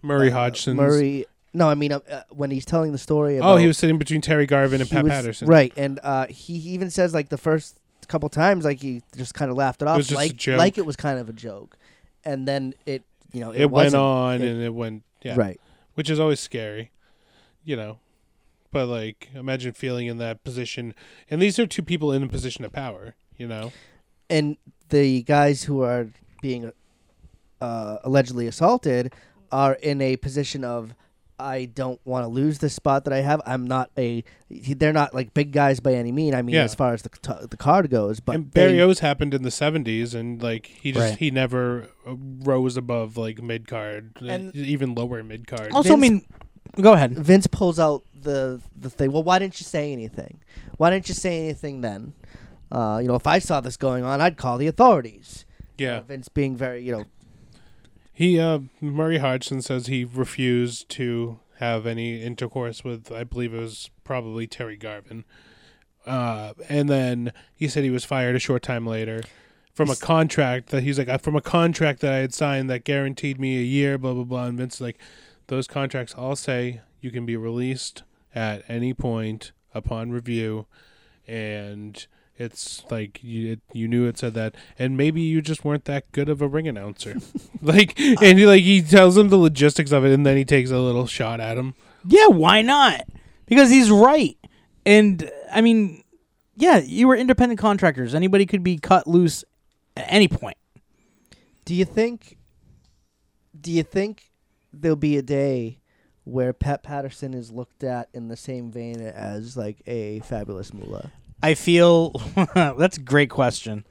[SPEAKER 6] Murray
[SPEAKER 5] uh,
[SPEAKER 6] Hodgson.
[SPEAKER 5] Murray. No, I mean uh, uh, when he's telling the story. About,
[SPEAKER 6] Oh, he was sitting between Terry Garvin and
[SPEAKER 5] he
[SPEAKER 6] Pat
[SPEAKER 5] was-
[SPEAKER 6] Patterson.
[SPEAKER 5] Right, and uh, he even says like the first couple times, like he just kind of laughed it off,
[SPEAKER 6] was just a
[SPEAKER 5] like
[SPEAKER 6] joke.
[SPEAKER 5] like it was kind of a joke, and then it, you know, it,
[SPEAKER 6] It, went
[SPEAKER 5] wasn't.
[SPEAKER 6] on
[SPEAKER 5] It-
[SPEAKER 6] and it went yeah,
[SPEAKER 5] Right.
[SPEAKER 6] which is always scary, you know. But like, imagine feeling in that position, and these are two people in a position of power, you know.
[SPEAKER 5] and the guys who are being uh, allegedly assaulted are in a position of I don't want to lose this spot that I have. I'm not a. They're not like big guys by any mean. I mean,
[SPEAKER 6] Yeah.
[SPEAKER 5] as far as the t- the card goes, but
[SPEAKER 6] and
[SPEAKER 5] they-
[SPEAKER 6] Barry O's happened in the '70s, and like he just
[SPEAKER 4] Right.
[SPEAKER 6] he never uh, rose above like mid card,
[SPEAKER 5] And-
[SPEAKER 6] even lower mid card.
[SPEAKER 4] also, I mean,
[SPEAKER 5] Vince-
[SPEAKER 4] go ahead.
[SPEAKER 5] Vince pulls out the the thing. Well, why didn't you say anything? Why didn't you say anything then? Uh, you know, if I saw this going on, I'd call the authorities.
[SPEAKER 6] yeah,
[SPEAKER 5] Uh, Vince being very, you know,
[SPEAKER 6] He uh, Murray Hodgson says he refused to have any intercourse with I believe it was probably Terry Garvin. Uh, and then he said he was fired a short time later from a contract that he's like "I- from a contract that I had signed that guaranteed me a year blah blah blah and Vince is like those contracts all say you can be released at any point upon review and it's like you it, you knew it said that, and maybe you just weren't that good of a ring announcer. like, and he, like he tells him the logistics of it, and then he takes a little shot at him.
[SPEAKER 4] Yeah, why not? Because he's right. And I mean, yeah, you were independent contractors. Anybody could be cut loose at any point.
[SPEAKER 5] Do you think? Do you think there'll be a day where Pat Patterson is looked at in the same vein as like a fabulous mullah?
[SPEAKER 4] I feel that's a great question.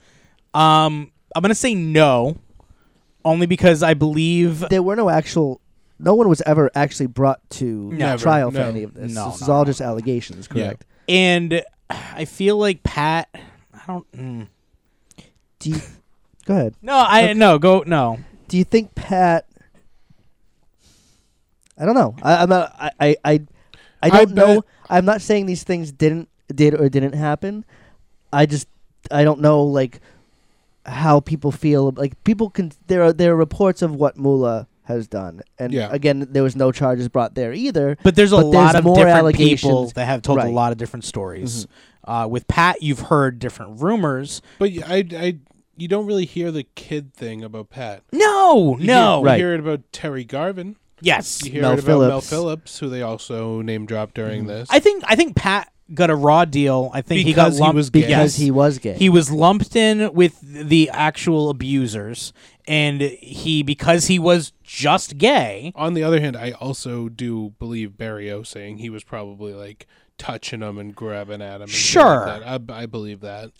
[SPEAKER 4] Um, I'm gonna say no, only because I believe
[SPEAKER 5] There were no actual. No one was ever actually brought to
[SPEAKER 6] Never,
[SPEAKER 5] trial for
[SPEAKER 6] no.
[SPEAKER 5] any of this.
[SPEAKER 4] No,
[SPEAKER 5] this is
[SPEAKER 4] no,
[SPEAKER 5] all
[SPEAKER 4] no.
[SPEAKER 5] just allegations, correct?
[SPEAKER 4] and I feel like Pat. I don't. Mm.
[SPEAKER 5] Do you, go ahead.
[SPEAKER 4] No, I no go no.
[SPEAKER 5] Do you think Pat? I don't know. I, I'm not. I I I, I
[SPEAKER 6] I
[SPEAKER 5] don't know.
[SPEAKER 6] bet-
[SPEAKER 5] I'm not saying these things didn't did or didn't happen. I just I don't know like how people feel. Like people can there are there are reports of what Mullah has done, and
[SPEAKER 6] Yeah.
[SPEAKER 5] again there was no charges brought there either.
[SPEAKER 4] But there's a
[SPEAKER 5] But there's
[SPEAKER 4] lot of
[SPEAKER 5] more
[SPEAKER 4] different
[SPEAKER 5] allegations.
[SPEAKER 4] people that have told
[SPEAKER 5] Right.
[SPEAKER 4] a lot of different stories. Uh, with Pat, you've heard different rumors.
[SPEAKER 6] But y- I, I, you don't really hear the kid thing about Pat.
[SPEAKER 4] No,
[SPEAKER 6] You
[SPEAKER 4] no.
[SPEAKER 6] hear,
[SPEAKER 5] Right.
[SPEAKER 6] You hear it about Terry Garvin.
[SPEAKER 4] Yes.
[SPEAKER 6] You hear
[SPEAKER 5] Mel
[SPEAKER 6] it about Mel
[SPEAKER 5] Phillips.
[SPEAKER 6] Phillips, who they also name dropped during this.
[SPEAKER 4] Mm-hmm. I think I think Pat got a raw deal. I think he got
[SPEAKER 6] Because he
[SPEAKER 4] lumped
[SPEAKER 6] was gay.
[SPEAKER 5] because
[SPEAKER 4] yes.
[SPEAKER 5] he was gay.
[SPEAKER 4] He was lumped in with the actual abusers, and he because he was just gay.
[SPEAKER 6] On the other hand, I also do believe Barrio saying he was probably like touching him and grabbing at him. and shit like
[SPEAKER 4] Sure.
[SPEAKER 6] that. I, I believe that.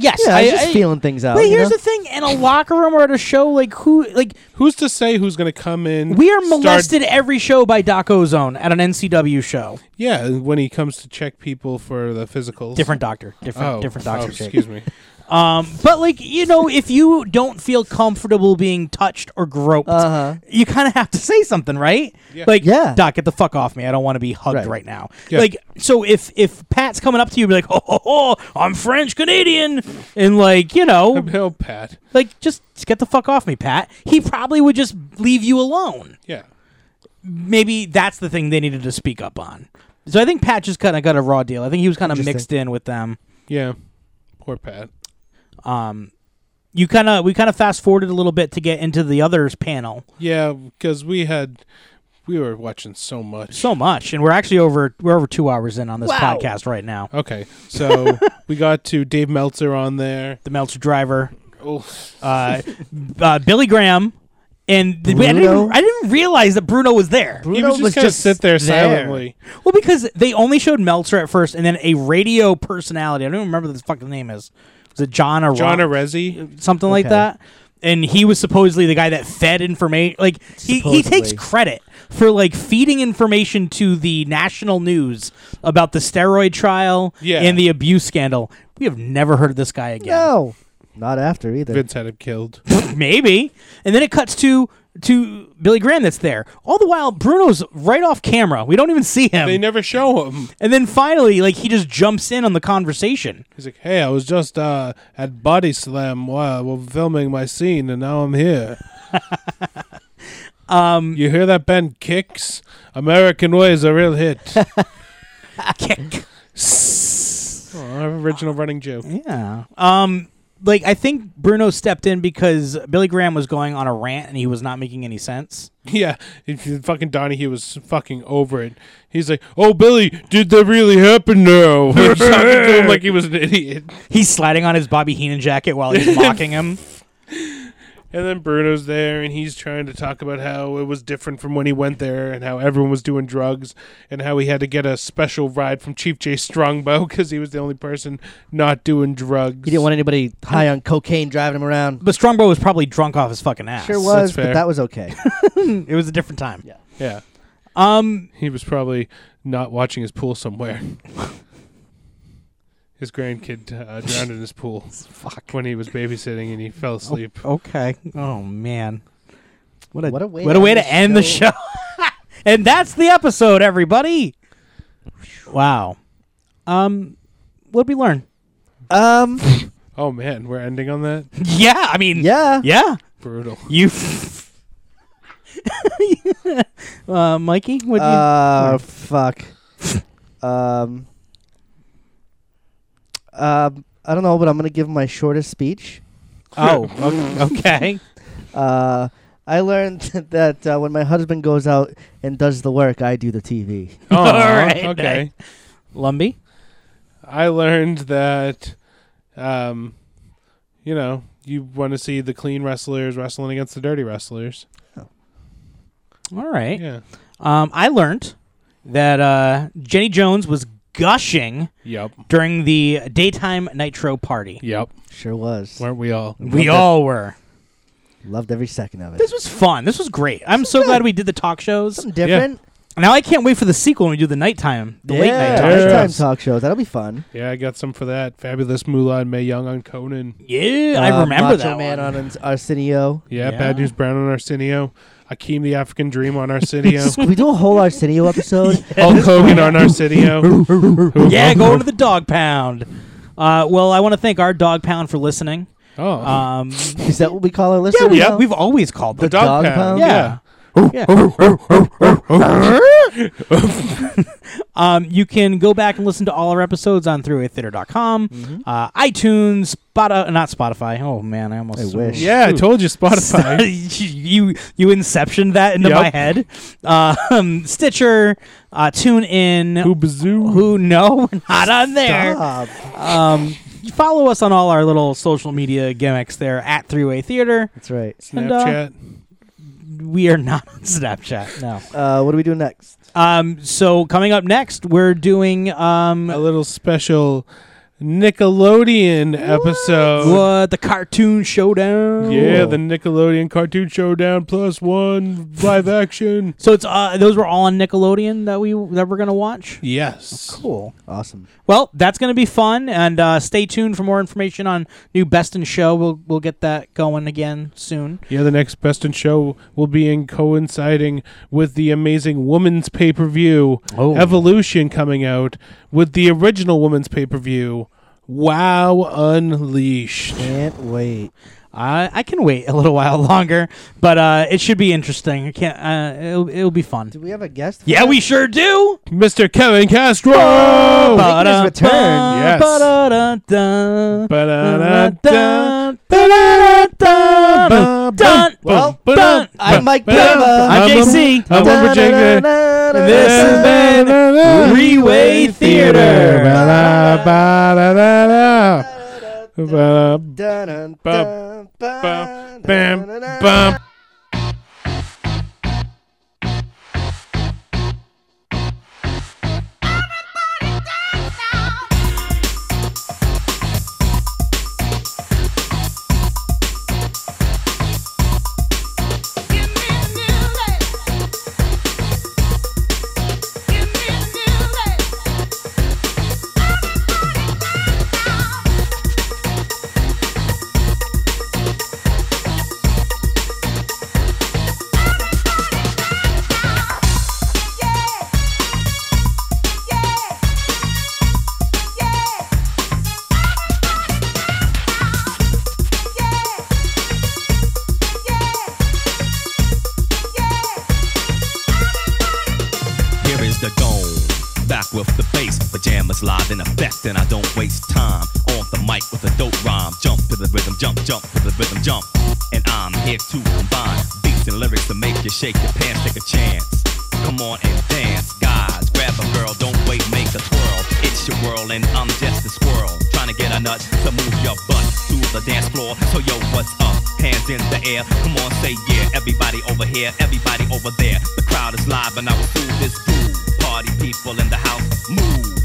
[SPEAKER 4] Yes,
[SPEAKER 5] yeah, I,
[SPEAKER 4] I,
[SPEAKER 5] was just
[SPEAKER 4] I-
[SPEAKER 5] feeling things out.
[SPEAKER 4] But
[SPEAKER 5] you
[SPEAKER 4] here's
[SPEAKER 5] know?
[SPEAKER 4] the thing: in a locker room or at a show, like who, like
[SPEAKER 6] Who's to say who's going to come in?
[SPEAKER 4] we are
[SPEAKER 6] start-
[SPEAKER 4] molested every show by Doc Ozone at an NCW show.
[SPEAKER 6] Yeah, when he comes to check people for the physicals.
[SPEAKER 4] Different doctor, different
[SPEAKER 6] Oh,
[SPEAKER 4] different
[SPEAKER 6] oh,
[SPEAKER 4] doctor. Jake.
[SPEAKER 6] excuse me.
[SPEAKER 4] Um, but like you know, if you don't feel comfortable being touched or groped,
[SPEAKER 5] Uh-huh.
[SPEAKER 4] you kind of have to say something, right?
[SPEAKER 6] Yeah.
[SPEAKER 4] Like,
[SPEAKER 5] Yeah.
[SPEAKER 4] Doc, get the fuck off me! I don't want to be hugged right,
[SPEAKER 5] Right.
[SPEAKER 4] now.
[SPEAKER 6] Yeah.
[SPEAKER 4] Like, so if if Pat's coming up to you, be like, oh, ho, ho, I'm French Canadian, and like you know,
[SPEAKER 6] Bill Pat.
[SPEAKER 4] like just get the fuck off me, Pat. He probably would just leave you alone.
[SPEAKER 6] Yeah.
[SPEAKER 4] Maybe that's the thing they needed to speak up on. So I think Pat just kind of got a raw deal. I think he was kind of
[SPEAKER 5] Interesting.
[SPEAKER 4] mixed in with them.
[SPEAKER 6] Yeah. Poor Pat.
[SPEAKER 4] um you kind of we kind of fast forwarded a little bit to get into the others panel
[SPEAKER 6] Yeah, because we had we were watching so much.
[SPEAKER 4] so much and we're actually over we're over two hours in on this podcast right now
[SPEAKER 6] okay, so we got to Dave Meltzer on there.
[SPEAKER 4] the meltzer driver
[SPEAKER 6] Oh,
[SPEAKER 4] uh, uh billy graham and the, I, didn't,
[SPEAKER 5] Bruno?
[SPEAKER 4] even- I didn't realize that bruno was there
[SPEAKER 6] he
[SPEAKER 5] Bruno
[SPEAKER 6] was just gonna sit there, silently.
[SPEAKER 4] well because they only showed meltzer at first and then a radio personality i don't even remember what this fucking name is was it john or
[SPEAKER 6] John
[SPEAKER 4] Ron-
[SPEAKER 6] Arezzi.
[SPEAKER 4] something like
[SPEAKER 5] Okay.
[SPEAKER 4] that. And he was supposedly the guy that fed information. Like he, he takes
[SPEAKER 5] Supposedly.
[SPEAKER 4] credit for like feeding information to the national news about the steroid trial
[SPEAKER 6] Yeah.
[SPEAKER 4] and the abuse scandal. We have never heard of this guy again.
[SPEAKER 5] no, not after either.
[SPEAKER 6] Vince had him killed.
[SPEAKER 4] Maybe. And then it cuts to to Billy Graham that's there. All the while, Bruno's right off camera. We don't even see him.
[SPEAKER 6] They never show him.
[SPEAKER 4] and then finally, like he just jumps in on the conversation.
[SPEAKER 6] He's like, "Hey, I was just uh, at Body Slam while while filming my scene, and now I'm here." um, you hear that, Ben? Kicks. American Way is a real hit.
[SPEAKER 4] Kick.
[SPEAKER 6] oh, our original running joke.
[SPEAKER 4] Yeah. Um like I think Bruno stepped in because Billy Graham was going on a rant and he was not making any sense.
[SPEAKER 6] Yeah, if you- fucking Donahue was fucking over it. He's like, "Oh, Billy, did that really happen now?" He was talking to him like he was an idiot.
[SPEAKER 4] He's sliding on his Bobby Heenan jacket while he's mocking him.
[SPEAKER 6] And then Bruno's there, and he's trying to talk about how it was different from when he went there, and how everyone was doing drugs, and how he had to get a special ride from Chief J Strongbow because he was the only person not doing drugs.
[SPEAKER 5] He didn't want anybody high on cocaine driving him around.
[SPEAKER 4] But Strongbow was probably drunk off his fucking ass.
[SPEAKER 5] Sure was,
[SPEAKER 6] fair.
[SPEAKER 5] but that was okay.
[SPEAKER 4] It was a different time.
[SPEAKER 5] Yeah.
[SPEAKER 6] Yeah,
[SPEAKER 4] Um
[SPEAKER 6] he was probably not watching his pool somewhere. his grandkid uh, drowned in his pool
[SPEAKER 4] fuck.
[SPEAKER 6] when he was babysitting, and he fell asleep.
[SPEAKER 4] Okay. Oh man. What a
[SPEAKER 5] What a way
[SPEAKER 4] what a
[SPEAKER 5] to
[SPEAKER 4] way
[SPEAKER 5] end
[SPEAKER 4] to
[SPEAKER 5] the
[SPEAKER 4] end the show. and that's the episode, everybody. Wow. Um what did we learn?
[SPEAKER 5] um,
[SPEAKER 6] Oh man, we're ending on that.
[SPEAKER 4] Yeah, I mean
[SPEAKER 5] yeah.
[SPEAKER 4] yeah.
[SPEAKER 6] Brutal.
[SPEAKER 4] You. uh, Mikey, what
[SPEAKER 5] Uh, fuck. um, um, I don't know, but I'm gonna give my shortest speech.
[SPEAKER 4] you? Oh, o- okay.
[SPEAKER 5] Uh, I learned that uh, when my husband goes out and does the work, I do the TV.
[SPEAKER 6] Oh,
[SPEAKER 4] All right,
[SPEAKER 6] okay.
[SPEAKER 4] Lumby.
[SPEAKER 6] I learned that, um, you know, you want to see the clean wrestlers wrestling against the dirty wrestlers.
[SPEAKER 4] All right.
[SPEAKER 6] Yeah.
[SPEAKER 4] Um, I learned that uh, Jenny Jones was gushing
[SPEAKER 6] Yep.
[SPEAKER 4] during the daytime Nitro party.
[SPEAKER 6] Yep.
[SPEAKER 5] Sure was.
[SPEAKER 6] Weren't we all?
[SPEAKER 4] We all were.
[SPEAKER 5] Loved every second of it.
[SPEAKER 4] This was fun. This was great. I'm so glad we did the talk shows.
[SPEAKER 5] Something different.
[SPEAKER 4] Now I can't wait for the sequel when we do the nighttime, the late night
[SPEAKER 5] yeah,
[SPEAKER 4] talk
[SPEAKER 6] Yeah.
[SPEAKER 4] shows.
[SPEAKER 5] nighttime talk shows. That'll be fun.
[SPEAKER 6] Yeah, I got some for that. Fabulous Moolah and May Young on Conan.
[SPEAKER 4] Yeah, I
[SPEAKER 5] Uh,
[SPEAKER 4] remember
[SPEAKER 5] Macho
[SPEAKER 4] that
[SPEAKER 5] Man
[SPEAKER 4] one.
[SPEAKER 5] on Ars- Arsenio.
[SPEAKER 6] Yeah,
[SPEAKER 4] Yeah.
[SPEAKER 6] Bad News Brown on Arsenio. Akeem the African Dream on Arsenio,
[SPEAKER 5] Can we do a whole Arsenio episode?
[SPEAKER 6] Hulk Hogan on Arsenio.
[SPEAKER 4] yeah, go to the dog pound. Uh, well, I want to thank our dog pound for listening.
[SPEAKER 6] Oh,
[SPEAKER 4] Um,
[SPEAKER 5] Is that what we call our listeners?
[SPEAKER 6] we-
[SPEAKER 5] now?
[SPEAKER 4] we've always called
[SPEAKER 6] the
[SPEAKER 4] them.
[SPEAKER 6] dog,
[SPEAKER 5] dog
[SPEAKER 6] pound.
[SPEAKER 5] pound?
[SPEAKER 6] Yeah.
[SPEAKER 4] yeah. um, you can go back and listen to all our episodes on throughwaytheater.com,
[SPEAKER 6] Mm-hmm.
[SPEAKER 4] uh, iTunes, Spotify, not Spotify. Oh man, I almost
[SPEAKER 5] I wish.
[SPEAKER 6] yeah, I told you Spotify.
[SPEAKER 4] you you inceptioned that into
[SPEAKER 6] Yep.
[SPEAKER 4] my head. Uh, um, Stitcher, uh, tune in.
[SPEAKER 6] Who bazoo?
[SPEAKER 4] Who no, we're not on there.
[SPEAKER 5] Bob.
[SPEAKER 4] Um, follow us on all our little social media gimmicks there at Three Way Theater.
[SPEAKER 5] That's right.
[SPEAKER 4] And, uh,
[SPEAKER 6] Snapchat.
[SPEAKER 4] We are not on Snapchat. No.
[SPEAKER 5] Uh, what do we do next?
[SPEAKER 4] Um, so coming up next, we're doing um,
[SPEAKER 6] a little special Nickelodeon episode.
[SPEAKER 4] what uh, the cartoon showdown.
[SPEAKER 6] Yeah, the Nickelodeon Cartoon Showdown plus one live action.
[SPEAKER 4] so it's uh, those were all on Nickelodeon that we that we're gonna watch.
[SPEAKER 6] Yes.
[SPEAKER 4] Cool.
[SPEAKER 5] Awesome.
[SPEAKER 4] Well, that's going to be fun, and uh, stay tuned for more information on new Best in Show. We'll we'll get that going again soon.
[SPEAKER 6] Yeah, the next Best in Show will be in coinciding with the amazing Woman's Pay Per View Evolution coming out with the original Woman's Pay Per View. Wow, Unleashed.
[SPEAKER 5] Can't wait.
[SPEAKER 4] I I can wait a little while longer, but uh, it should be interesting. I can't. Uh, it'll, it'll be fun.
[SPEAKER 5] Do we have a guest? for
[SPEAKER 4] Yeah,
[SPEAKER 5] that?
[SPEAKER 4] we sure do.
[SPEAKER 6] Mr. Kevin Castro! Oh,
[SPEAKER 5] Making his return,
[SPEAKER 6] yes.
[SPEAKER 4] Ba-da-da-da.
[SPEAKER 6] Ba-da-da-da.
[SPEAKER 4] Ba-da-da-da. Dun.
[SPEAKER 5] Well,
[SPEAKER 4] dun.
[SPEAKER 5] I'm Mike Pava.
[SPEAKER 4] I'm JC.
[SPEAKER 6] I'm Wilbur Jenkins.
[SPEAKER 4] This has been Three-Way Theater.
[SPEAKER 6] Ba-da-ba-da-da-da.
[SPEAKER 5] Ba-dun,
[SPEAKER 6] Bum,
[SPEAKER 5] dun,
[SPEAKER 6] bam,
[SPEAKER 5] dun,
[SPEAKER 6] bum.
[SPEAKER 7] Here is the gong. Back with the bass, pajamas live in effect, and I don't waste time. On the mic with a dope rhyme, jump to the rhythm, jump, jump to the rhythm, jump. And I'm here to combine beats and lyrics to make you shake your pants, take a chance. Come on and dance, guys. Grab a girl, don't wait, make a twirl. It's your world and I'm just a squirrel, trying to get a nut to move your butt to the dance floor. So yo, what's up? Hands in the air, come on, say yeah. Everybody over here, everybody over there. The crowd is live and I will do this fool. Party people in the house, move.